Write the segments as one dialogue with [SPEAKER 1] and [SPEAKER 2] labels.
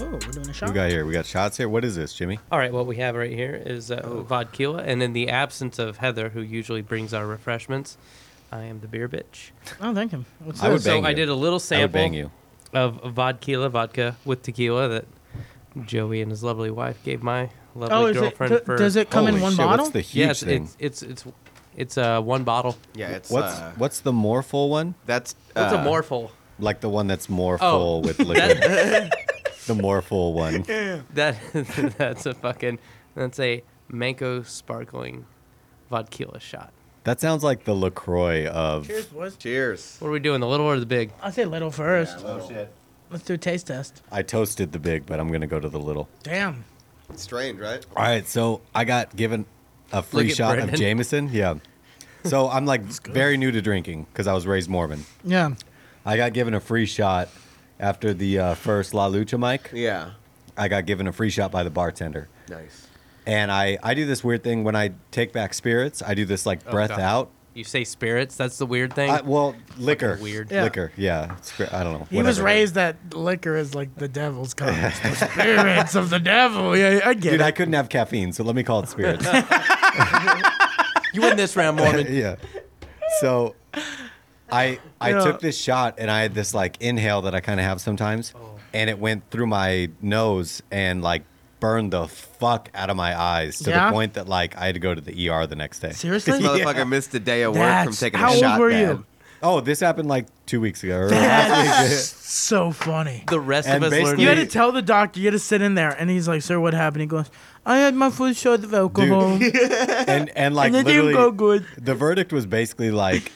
[SPEAKER 1] Oh, we're doing a
[SPEAKER 2] We
[SPEAKER 1] shot.
[SPEAKER 2] got here. We got shots here. What is this, Jimmy?
[SPEAKER 3] All right, what we have right here is uh,
[SPEAKER 2] Oh.
[SPEAKER 3] vodkila, and in the absence of Heather, who usually brings our refreshments, I am the beer bitch.
[SPEAKER 1] Oh, thank him. What's
[SPEAKER 2] I would
[SPEAKER 1] this?
[SPEAKER 3] so
[SPEAKER 2] bang
[SPEAKER 3] I
[SPEAKER 2] you.
[SPEAKER 3] did a
[SPEAKER 2] I
[SPEAKER 3] little
[SPEAKER 2] would
[SPEAKER 3] sample
[SPEAKER 2] bang you.
[SPEAKER 3] of vodkila vodka with tequila that Joey and his lovely wife gave my lovely
[SPEAKER 1] oh, is it,
[SPEAKER 3] girlfriend
[SPEAKER 1] do-
[SPEAKER 3] for.
[SPEAKER 1] does it come in
[SPEAKER 2] Holy
[SPEAKER 1] one
[SPEAKER 2] shit,
[SPEAKER 1] bottle?
[SPEAKER 2] What's the huge
[SPEAKER 3] Yes,
[SPEAKER 2] thing?
[SPEAKER 3] it's it's it's it's uh, one bottle.
[SPEAKER 4] Yeah, it's
[SPEAKER 2] what's
[SPEAKER 4] uh,
[SPEAKER 2] what's the more full one?
[SPEAKER 4] that's
[SPEAKER 3] What's
[SPEAKER 1] Ah.
[SPEAKER 4] uh,
[SPEAKER 3] a morphal?
[SPEAKER 2] Like the one that's more
[SPEAKER 3] Oh.
[SPEAKER 2] full with liquid. the more full one.
[SPEAKER 3] That that's a fucking that's a mango sparkling vodkila shot.
[SPEAKER 2] That sounds like the Lacroix of.
[SPEAKER 1] Cheers, boys.
[SPEAKER 4] Cheers. Oh,
[SPEAKER 3] What are we doing? The little or the big?
[SPEAKER 1] I say little first.
[SPEAKER 2] shit.
[SPEAKER 1] Let's do a taste test.
[SPEAKER 2] I toasted the big, but I'm gonna go to the little.
[SPEAKER 1] Damn.
[SPEAKER 4] It's strange, right?
[SPEAKER 2] All right, so I got given a free
[SPEAKER 3] Look at
[SPEAKER 2] shot
[SPEAKER 3] Brennan.
[SPEAKER 2] of Jameson. Yeah. So I'm like very new to drinking because I was raised Mormon.
[SPEAKER 1] Yeah.
[SPEAKER 2] I got given a free shot after the uh, first La Lucha mic.
[SPEAKER 4] Yeah.
[SPEAKER 2] I got given a free shot by the bartender.
[SPEAKER 4] Nice.
[SPEAKER 2] And I, I do this weird thing when I take back spirits. I do this like breath
[SPEAKER 3] Oh, God.
[SPEAKER 2] out.
[SPEAKER 3] You say spirits? That's the weird thing.
[SPEAKER 2] I, well, liquor.
[SPEAKER 3] weird.
[SPEAKER 1] Yeah.
[SPEAKER 2] Liquor. Yeah. Spir- I don't know.
[SPEAKER 1] He was
[SPEAKER 2] whatever.
[SPEAKER 1] raised that liquor is like the devil's cum. It's the spirits of the devil. Yeah, I get
[SPEAKER 2] Dude,
[SPEAKER 1] it.
[SPEAKER 2] I couldn't have caffeine, so let me call it spirits.
[SPEAKER 3] you win this round, Mormon.
[SPEAKER 2] yeah. So I I
[SPEAKER 1] Yeah.
[SPEAKER 2] took this shot and I had this like inhale that I kind of have sometimes
[SPEAKER 3] Oh.
[SPEAKER 2] and it went through my nose and like burned the fuck out of my eyes to
[SPEAKER 1] Yeah?
[SPEAKER 2] the point that like I had to go to the ER the next day.
[SPEAKER 1] Seriously?
[SPEAKER 4] This motherfucker missed a day of work from
[SPEAKER 1] That's,
[SPEAKER 4] taking
[SPEAKER 1] how
[SPEAKER 4] a
[SPEAKER 1] old
[SPEAKER 4] shot.
[SPEAKER 1] were
[SPEAKER 4] bad.
[SPEAKER 1] you?
[SPEAKER 2] Oh, this happened like 2 weeks ago. Or
[SPEAKER 1] That's so funny.
[SPEAKER 3] The rest
[SPEAKER 2] And
[SPEAKER 3] of us learned.
[SPEAKER 2] basically-
[SPEAKER 1] You had
[SPEAKER 3] that-
[SPEAKER 1] to tell the doctor, you had to sit in there, and he's like, Sir, what happened? He goes, I had my full shot of alcohol.
[SPEAKER 2] and and like
[SPEAKER 1] and it didn't
[SPEAKER 2] literally
[SPEAKER 1] go good.
[SPEAKER 2] the verdict was basically like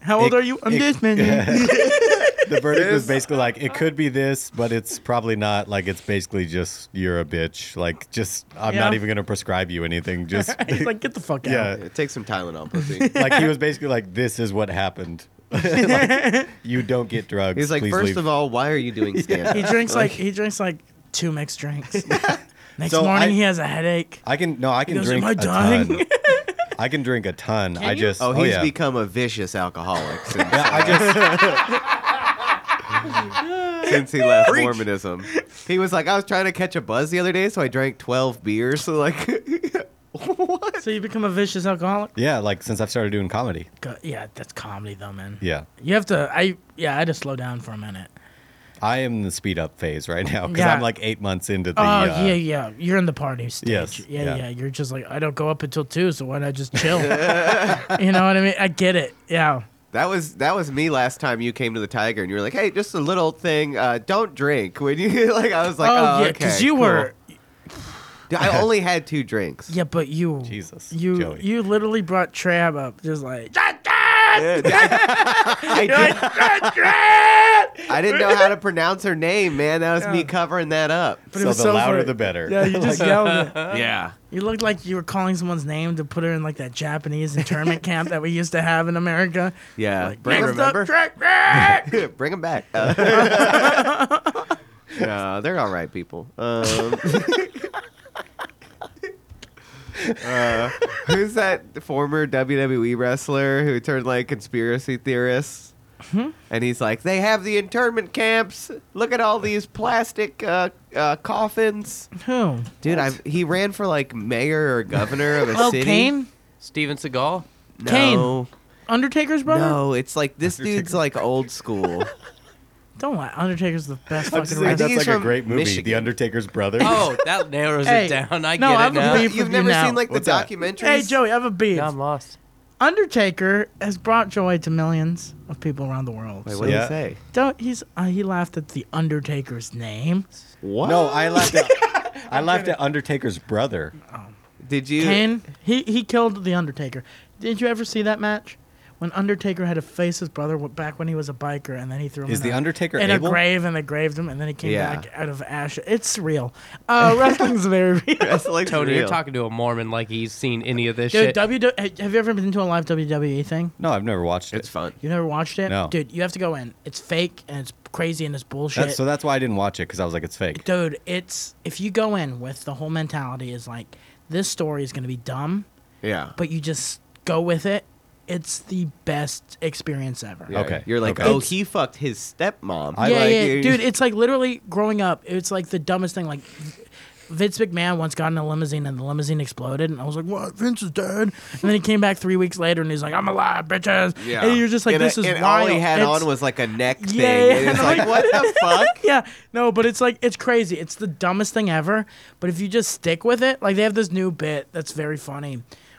[SPEAKER 1] How old
[SPEAKER 2] it-
[SPEAKER 1] are you? I'm
[SPEAKER 2] it-
[SPEAKER 1] this many.
[SPEAKER 2] the verdict was basically like it could be this, but it's probably not. Like it's basically just you're a bitch. Like just I'm
[SPEAKER 1] Yeah.
[SPEAKER 2] not even gonna prescribe you anything. Just
[SPEAKER 1] He's like, Get the fuck out.
[SPEAKER 2] yeah.
[SPEAKER 4] It takes some Tylenol, pussy.
[SPEAKER 2] like he was basically like, "This is what happened. Like, you don't get drugs."
[SPEAKER 4] He's like,
[SPEAKER 2] Please
[SPEAKER 4] first
[SPEAKER 2] leave."
[SPEAKER 4] of all, why are you doing stand
[SPEAKER 1] He drinks like he drinks like two mixed drinks. Next
[SPEAKER 2] So
[SPEAKER 1] morning
[SPEAKER 2] I-
[SPEAKER 1] he has a headache.
[SPEAKER 2] I can no, I can
[SPEAKER 1] goes,
[SPEAKER 2] drink
[SPEAKER 1] "Am I
[SPEAKER 2] a
[SPEAKER 1] dying?"
[SPEAKER 2] ton. I can drink a ton. I
[SPEAKER 1] you?
[SPEAKER 2] just
[SPEAKER 4] Oh, he's
[SPEAKER 2] yeah.
[SPEAKER 4] become a vicious alcoholic since,
[SPEAKER 2] Yeah, I just
[SPEAKER 4] since he left Mormonism. He was like, I was trying to catch a buzz the other day, so I drank 12 beers. So, like, what?
[SPEAKER 1] So you become a vicious alcoholic.
[SPEAKER 2] yeah, like since I've started doing comedy.
[SPEAKER 1] Go- Yeah, that's comedy though, man.
[SPEAKER 2] Yeah,
[SPEAKER 1] You have to. I yeah, I had to slow down for a minute.
[SPEAKER 2] I am in the speed up phase right now because
[SPEAKER 1] Yeah.
[SPEAKER 2] I'm like eight months into the.
[SPEAKER 1] Oh
[SPEAKER 2] uh,
[SPEAKER 1] yeah, yeah. You're in the party stage.
[SPEAKER 2] Yes,
[SPEAKER 1] yeah, yeah,
[SPEAKER 2] yeah.
[SPEAKER 1] You're just like, I don't go up until two, so why not just chill? you know what I mean? I get it. Yeah.
[SPEAKER 4] That was that was me last time you came to the Tiger, and you were like, "Hey, just a little thing. Uh, don't drink." When you like, I was like,
[SPEAKER 1] oh,
[SPEAKER 4] "Oh,
[SPEAKER 1] yeah,
[SPEAKER 4] because
[SPEAKER 1] you were.
[SPEAKER 4] I only had two drinks.
[SPEAKER 1] Yeah, but you.
[SPEAKER 2] Jesus,
[SPEAKER 1] You
[SPEAKER 2] Joey.
[SPEAKER 1] you literally brought Trab up, just like.
[SPEAKER 4] I, did, I didn't know how to pronounce her name, man. That was me covering that up.
[SPEAKER 1] But it
[SPEAKER 2] so
[SPEAKER 1] was
[SPEAKER 2] the
[SPEAKER 1] so
[SPEAKER 2] louder
[SPEAKER 1] funny.
[SPEAKER 2] the better.
[SPEAKER 1] Yeah, you just yelled it.
[SPEAKER 4] Yeah.
[SPEAKER 1] You looked like you were calling someone's name to put her in like that Japanese internment camp that we used to have in America.
[SPEAKER 4] Yeah.
[SPEAKER 1] Like,
[SPEAKER 4] bring,
[SPEAKER 1] next
[SPEAKER 4] them
[SPEAKER 1] up, track back.
[SPEAKER 4] back. bring them back. Uh, no, they're all right people. Um, uh, who's that former WWE wrestler who turned like conspiracy theorist? And he's like, they have the internment camps. Look at all these plastic uh, uh, coffins,
[SPEAKER 1] Who?
[SPEAKER 4] dude. I've, he ran for like mayor or governor of a
[SPEAKER 1] Oh,
[SPEAKER 4] city.
[SPEAKER 1] Kane,
[SPEAKER 3] Steven Seagal.
[SPEAKER 4] No,
[SPEAKER 1] Kane. Undertaker's brother.
[SPEAKER 4] no, it's like this dude's like old school.
[SPEAKER 1] Don't lie. Undertaker's the best
[SPEAKER 2] I'm just
[SPEAKER 1] fucking wrestler.
[SPEAKER 2] saying,
[SPEAKER 4] think
[SPEAKER 2] that's
[SPEAKER 4] he's
[SPEAKER 2] like a
[SPEAKER 4] from
[SPEAKER 2] great movie, The
[SPEAKER 4] Michigan.
[SPEAKER 2] Undertaker's brother.
[SPEAKER 3] Oh, that narrows
[SPEAKER 1] Hey,
[SPEAKER 3] it down. I
[SPEAKER 1] no,
[SPEAKER 3] get
[SPEAKER 1] I
[SPEAKER 3] it now.
[SPEAKER 1] believe- Beef
[SPEAKER 4] You've
[SPEAKER 1] with
[SPEAKER 4] never
[SPEAKER 1] you now.
[SPEAKER 4] seen like the
[SPEAKER 2] What's that?
[SPEAKER 4] documentaries?
[SPEAKER 1] Hey Joey, I have a beef.
[SPEAKER 3] Yeah, I'm lost.
[SPEAKER 1] Undertaker has brought joy to millions of people around the world.
[SPEAKER 4] Wait,
[SPEAKER 1] So
[SPEAKER 4] what did
[SPEAKER 2] Yeah.
[SPEAKER 4] he say?
[SPEAKER 1] Don't he's uh, he laughed at the Undertaker's name.
[SPEAKER 4] What?
[SPEAKER 2] No, I laughed. At, I laughed at Undertaker's brother.
[SPEAKER 4] Did you?
[SPEAKER 1] Kane, he he killed the Undertaker. Did you ever see that match? when Undertaker had to face his brother w- back when he was a biker, and then he threw him
[SPEAKER 2] Is
[SPEAKER 1] in,
[SPEAKER 2] the
[SPEAKER 1] a,
[SPEAKER 2] Undertaker
[SPEAKER 1] in
[SPEAKER 2] able?
[SPEAKER 1] a grave, and they graved him, and then he came
[SPEAKER 4] Yeah.
[SPEAKER 1] back out of ash. It's real. Uh, wrestling's very real.
[SPEAKER 4] Wrestling's
[SPEAKER 3] Tony,
[SPEAKER 4] real.
[SPEAKER 3] you're talking to a Mormon like he's seen any of this
[SPEAKER 1] Dude,
[SPEAKER 3] shit.
[SPEAKER 1] WW- have you ever been to a live WWE thing?
[SPEAKER 2] No, I've never watched
[SPEAKER 4] It's
[SPEAKER 2] it.
[SPEAKER 4] fun.
[SPEAKER 1] You never watched it?
[SPEAKER 2] No.
[SPEAKER 1] Dude, you have to go in. It's fake and it's crazy and it's bullshit.
[SPEAKER 2] That's, so that's why I didn't watch it because I was like, it's fake.
[SPEAKER 1] Dude, it's if you go in with the whole mentality is like this story is gonna be dumb,
[SPEAKER 4] Yeah.
[SPEAKER 1] but you just go with it. It's the best experience ever.
[SPEAKER 4] Yeah.
[SPEAKER 2] Okay.
[SPEAKER 4] You're like,
[SPEAKER 2] Okay.
[SPEAKER 4] oh, he fucked his stepmom.
[SPEAKER 2] I
[SPEAKER 1] yeah,
[SPEAKER 2] like
[SPEAKER 1] yeah,
[SPEAKER 4] it.
[SPEAKER 1] dude. It's like literally growing up. It's like the dumbest thing. Like Vince McMahon once got in a limousine and the limousine exploded, and I was like, "What? Vince is dead." And then he came back three weeks later, and he's like, "I'm alive, bitches."
[SPEAKER 4] Yeah.
[SPEAKER 1] And you're just like,
[SPEAKER 4] And, uh,
[SPEAKER 1] "This is
[SPEAKER 4] and
[SPEAKER 1] wild."
[SPEAKER 4] all he had
[SPEAKER 1] It's-
[SPEAKER 4] on was like a neck thing.
[SPEAKER 1] Yeah, yeah,
[SPEAKER 4] and it's
[SPEAKER 1] and
[SPEAKER 4] like,
[SPEAKER 1] like-
[SPEAKER 4] what the fuck?
[SPEAKER 1] yeah, no, but it's like it's crazy. It's the dumbest thing ever. But if you just stick with it, like they have this new bit that's very funny,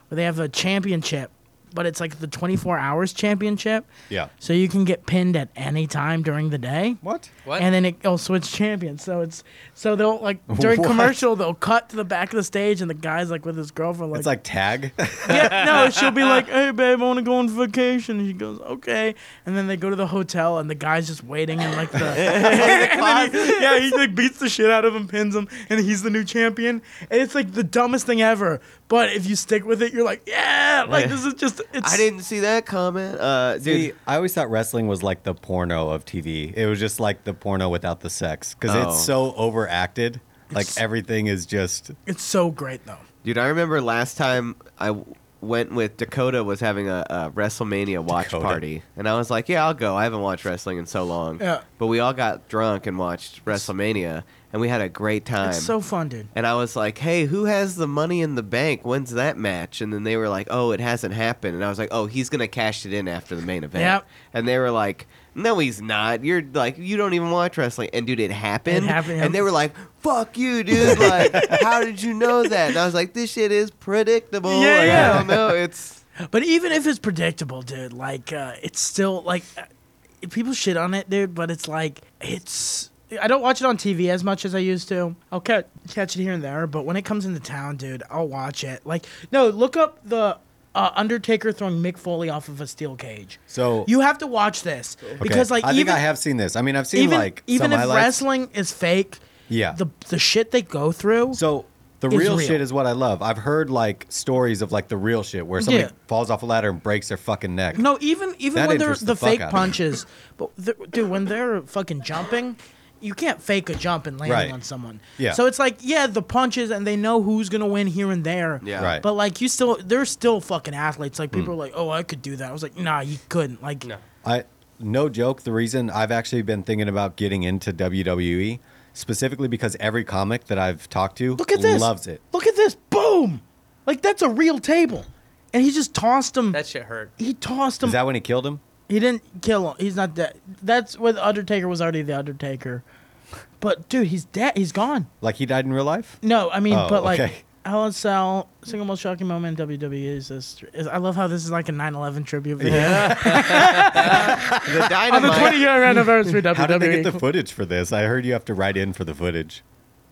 [SPEAKER 1] where they have a championship, but it's like the 24 hours championship.
[SPEAKER 2] Yeah.
[SPEAKER 1] So you can get pinned at any time during the day.
[SPEAKER 2] What?
[SPEAKER 3] What?
[SPEAKER 1] And then it will switch champions. So it's so they'll like during
[SPEAKER 2] What?
[SPEAKER 1] commercial they'll cut to the back of the stage and the guy's like with his girlfriend like,
[SPEAKER 2] It's like tag.
[SPEAKER 1] yeah, no, she'll be like, "Hey, babe, I want to go on vacation." And she goes, "Okay." And then they go to the hotel, and the guy's just waiting, and like the, and then he- yeah, he like beats the shit out of him, pins him, and he's the new champion. And it's like the dumbest thing ever. But if you stick with it, you're like, yeah, like
[SPEAKER 4] Yeah.
[SPEAKER 1] this is just. It's,
[SPEAKER 4] I didn't see that comment. Uh, dude,
[SPEAKER 2] See, I always thought wrestling was like the porno of TV. It was just like the porno without the sex because
[SPEAKER 4] Oh.
[SPEAKER 2] it's so overacted. Like
[SPEAKER 1] It's-
[SPEAKER 2] everything is just.
[SPEAKER 1] It's so great though.
[SPEAKER 4] dude, I remember last time I w- went with Dakota was having a, a WrestleMania watch
[SPEAKER 2] Dakota.
[SPEAKER 4] party, and I was like, yeah, I'll go. I haven't watched wrestling in so long.
[SPEAKER 1] Yeah.
[SPEAKER 4] But we all got drunk and watched WrestleMania, and we had a great time.
[SPEAKER 1] It's so fun, dude.
[SPEAKER 4] and I was like, "Hey, who has the money in the bank? When's that match?" And then they were like, "Oh, it hasn't happened." And I was like, "Oh, he's gonna cash it in after the main event."
[SPEAKER 1] Yep.
[SPEAKER 4] And they were like, "No, he's not. You're like, you don't even watch wrestling." And dude, it happened.
[SPEAKER 1] It happened,
[SPEAKER 4] And
[SPEAKER 1] yeah.
[SPEAKER 4] they were like, "Fuck you, dude! Like, how did you know that?" And I was like, "This shit is predictable."
[SPEAKER 1] Yeah,
[SPEAKER 4] Like,
[SPEAKER 1] yeah.
[SPEAKER 4] I don't know. It's
[SPEAKER 1] But even if it's predictable, dude, like uh, it's still like uh, people shit on it, dude. But it's like it's. I don't watch it on TV as much as I used to. I'll catch catch it here and there, but when it comes into town, dude, I'll watch it. Like, no, look up the uh, Undertaker throwing Mick Foley off of a steel cage.
[SPEAKER 2] So
[SPEAKER 1] You have to watch this
[SPEAKER 2] okay.
[SPEAKER 1] because, like,
[SPEAKER 2] I
[SPEAKER 1] even
[SPEAKER 2] think I have seen this. I mean, I've seen
[SPEAKER 1] even
[SPEAKER 2] like
[SPEAKER 1] even
[SPEAKER 2] some
[SPEAKER 1] if
[SPEAKER 2] highlights.
[SPEAKER 1] wrestling is fake,
[SPEAKER 2] Yeah.
[SPEAKER 1] the the shit they go through.
[SPEAKER 2] So the
[SPEAKER 1] is
[SPEAKER 2] real,
[SPEAKER 1] real.
[SPEAKER 2] shit is what I love. I've heard like stories of like the real shit where somebody
[SPEAKER 1] Yeah.
[SPEAKER 2] falls off a ladder and breaks their fucking neck.
[SPEAKER 1] No, even even
[SPEAKER 2] That
[SPEAKER 1] when they're
[SPEAKER 2] interests
[SPEAKER 1] the,
[SPEAKER 2] the fuck
[SPEAKER 1] fake
[SPEAKER 2] out of me.
[SPEAKER 1] punches, but th- dude, when they're fucking jumping, you can't fake a jump and landing
[SPEAKER 2] Right.
[SPEAKER 1] on someone.
[SPEAKER 2] Yeah.
[SPEAKER 1] So it's like, yeah, the punches, and they know who's gonna win here and there.
[SPEAKER 4] yeah,
[SPEAKER 2] Right. Mm.
[SPEAKER 1] But like, you still, they're still fucking athletes. Like people are like, oh, I could do that. I was like, nah, you couldn't. Like,
[SPEAKER 3] no.
[SPEAKER 2] I no joke. The reason I've actually been thinking about getting into WWE specifically because every comic that I've talked to
[SPEAKER 1] look at this.
[SPEAKER 2] loves it.
[SPEAKER 1] Look at this. Boom. Like that's a real table, and he just tossed him.
[SPEAKER 3] That shit hurt.
[SPEAKER 1] he tossed him.
[SPEAKER 2] Is that when he killed him?
[SPEAKER 1] He didn't kill him. He's not dead. That's when Undertaker was already the Undertaker. But dude, he's dead. He's gone.
[SPEAKER 2] Like he died in real life?
[SPEAKER 1] No, I mean,
[SPEAKER 2] Oh,
[SPEAKER 1] but like
[SPEAKER 2] okay.
[SPEAKER 1] Hell in a Cell, single most shocking moment in WWE is this. Is, I love how this is like a 9/11 tribute video.
[SPEAKER 4] the
[SPEAKER 1] On the 20
[SPEAKER 4] dynamite.
[SPEAKER 1] year anniversary E. WWE.
[SPEAKER 2] How did they get the footage for this? I heard you have to write in for the footage.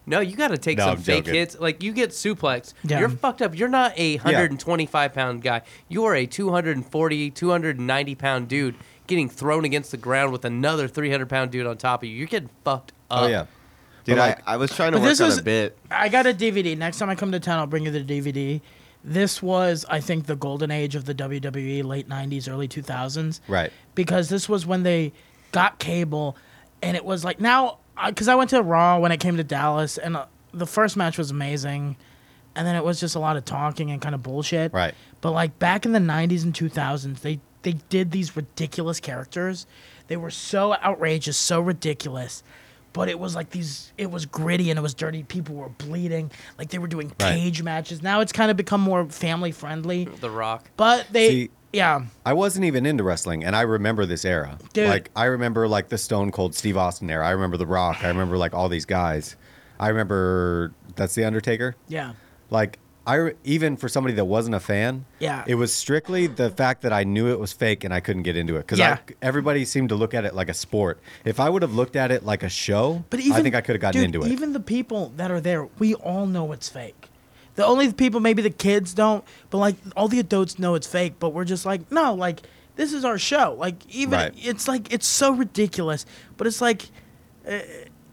[SPEAKER 3] No, you got to take
[SPEAKER 2] No,
[SPEAKER 3] some
[SPEAKER 2] I'm
[SPEAKER 3] fake
[SPEAKER 2] joking.
[SPEAKER 3] hits. Like you get suplex,
[SPEAKER 1] Yeah.
[SPEAKER 3] you're fucked up. You're not a 125 pound guy. You are a 240, 290 pound dude getting thrown against the ground with another 300 pound dude on top of you. You're getting fucked up.
[SPEAKER 2] oh yeah.
[SPEAKER 4] Dude,
[SPEAKER 2] But,
[SPEAKER 4] I,
[SPEAKER 2] like,
[SPEAKER 4] I was trying to
[SPEAKER 1] Uh, But
[SPEAKER 4] work
[SPEAKER 1] this
[SPEAKER 4] on
[SPEAKER 1] was-
[SPEAKER 4] a bit.
[SPEAKER 1] I got a DVD. Next time I come to town, I'll bring you the DVD. This was, I think, the golden age of the WWE, late 90s, early 2000s.
[SPEAKER 2] Right.
[SPEAKER 1] Because this was when they got cable, and it was like now, because I went to Raw when it came to Dallas, and uh, the first match was amazing, and then it was just a lot of talking and kind of bullshit.
[SPEAKER 2] Right.
[SPEAKER 1] But like back in the 90s and 2000s, they they did these ridiculous characters. They were so outrageous, so ridiculous. But it was like these it was gritty and it was dirty. People were bleeding. Like they were doing
[SPEAKER 2] Right.
[SPEAKER 1] cage matches. Now it's kind of become more family friendly.
[SPEAKER 3] The Rock.
[SPEAKER 1] But they
[SPEAKER 2] See-
[SPEAKER 1] yeah.
[SPEAKER 2] I wasn't even into wrestling, and I remember this era.
[SPEAKER 1] Dude.
[SPEAKER 2] Like I remember like the Stone Cold Steve Austin era. I remember The Rock. I remember like all these guys. I remember that's the Undertaker.
[SPEAKER 1] Yeah.
[SPEAKER 2] Like I re- even for somebody that wasn't a fan,
[SPEAKER 1] Yeah.
[SPEAKER 2] it was strictly the fact that I knew it was fake and I couldn't get into it because
[SPEAKER 1] Yeah.
[SPEAKER 2] everybody seemed to look at it like a sport. If I would have looked at it like a show,
[SPEAKER 1] But even
[SPEAKER 2] I think I could have gotten
[SPEAKER 1] dude,
[SPEAKER 2] into it.
[SPEAKER 1] Even the people that are there, we all know it's fake. The only people, maybe the kids don't, but like all the adults know it's fake. But we're just like, no, like this is our show. Like even
[SPEAKER 2] Right.
[SPEAKER 1] it's like it's so ridiculous, but it's like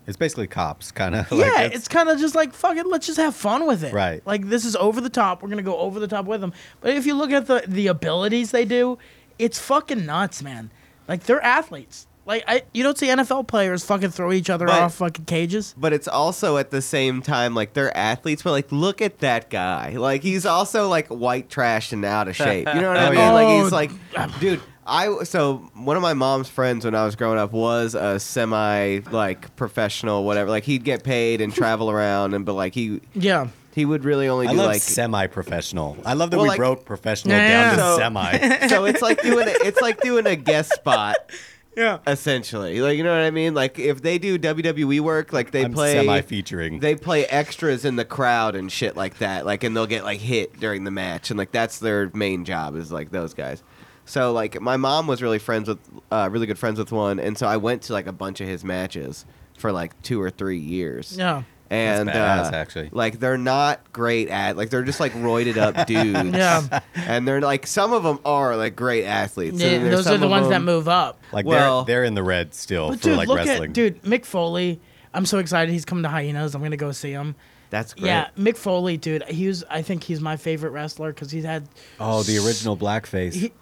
[SPEAKER 2] It's basically cops, kind of.
[SPEAKER 1] yeah, it's, kind of just like fuck it, let's just have fun with it.
[SPEAKER 2] Right.
[SPEAKER 1] Like this is over the top. We're gonna go over the top with them. But if you look at the the abilities they do, it's fucking nuts, man. Like they're athletes. Like I, you don't see NFL players fucking throw each other
[SPEAKER 4] But-
[SPEAKER 1] off fucking cages.
[SPEAKER 4] but it's also at the same time like they're athletes, but like look at that guy. Like he's also like white trash and out of shape. You know what I
[SPEAKER 2] Oh,
[SPEAKER 4] mean?
[SPEAKER 2] yeah.
[SPEAKER 1] Oh.
[SPEAKER 4] Like he's like, dude. I so one of my mom's friends when I was growing up was a semi like professional whatever. Like he'd get paid and travel around and but like he
[SPEAKER 1] Yeah.
[SPEAKER 4] he would really only
[SPEAKER 2] I
[SPEAKER 4] do
[SPEAKER 2] love
[SPEAKER 4] like
[SPEAKER 2] semi-professional. I love that
[SPEAKER 4] Well,
[SPEAKER 2] we
[SPEAKER 4] like-
[SPEAKER 2] broke professional
[SPEAKER 1] Yeah,
[SPEAKER 2] down to
[SPEAKER 4] yeah. So-
[SPEAKER 2] semi.
[SPEAKER 4] so it's like doing a, it's like doing a guest spot
[SPEAKER 1] Yeah.
[SPEAKER 4] essentially. Like you know what I mean? Like if they do WWE work, like they
[SPEAKER 2] I'm
[SPEAKER 4] play
[SPEAKER 2] semi-featuring.
[SPEAKER 4] they play extras in the crowd and shit like that like and they'll get like hit during the match and like that's their main job is like those guys so like my mom was really friends with uh, really good friends with one and so i went to like a bunch of his matches for like two or three years
[SPEAKER 1] Yeah.
[SPEAKER 4] and
[SPEAKER 2] That's
[SPEAKER 4] uh,
[SPEAKER 2] badass, actually.
[SPEAKER 4] like they're not great at like they're just like roided up dudes
[SPEAKER 1] Yeah.
[SPEAKER 4] and they're like some of them are like great athletes
[SPEAKER 1] Yeah,
[SPEAKER 4] and there's
[SPEAKER 1] those are
[SPEAKER 4] some
[SPEAKER 1] the
[SPEAKER 4] of
[SPEAKER 1] ones that
[SPEAKER 4] them-
[SPEAKER 1] move up.
[SPEAKER 2] like
[SPEAKER 4] Well-
[SPEAKER 2] they're they're in the red still
[SPEAKER 1] But
[SPEAKER 2] for
[SPEAKER 1] dude,
[SPEAKER 2] like
[SPEAKER 1] look
[SPEAKER 2] wrestling.
[SPEAKER 1] at dude Mick Foley. I'm so excited he's coming to Hyenas. I'm gonna go see him.
[SPEAKER 4] that's great
[SPEAKER 1] Yeah, Mick Foley, dude. He was. I think he's my favorite wrestler because he's had
[SPEAKER 2] Oh, the original blackface.
[SPEAKER 1] He-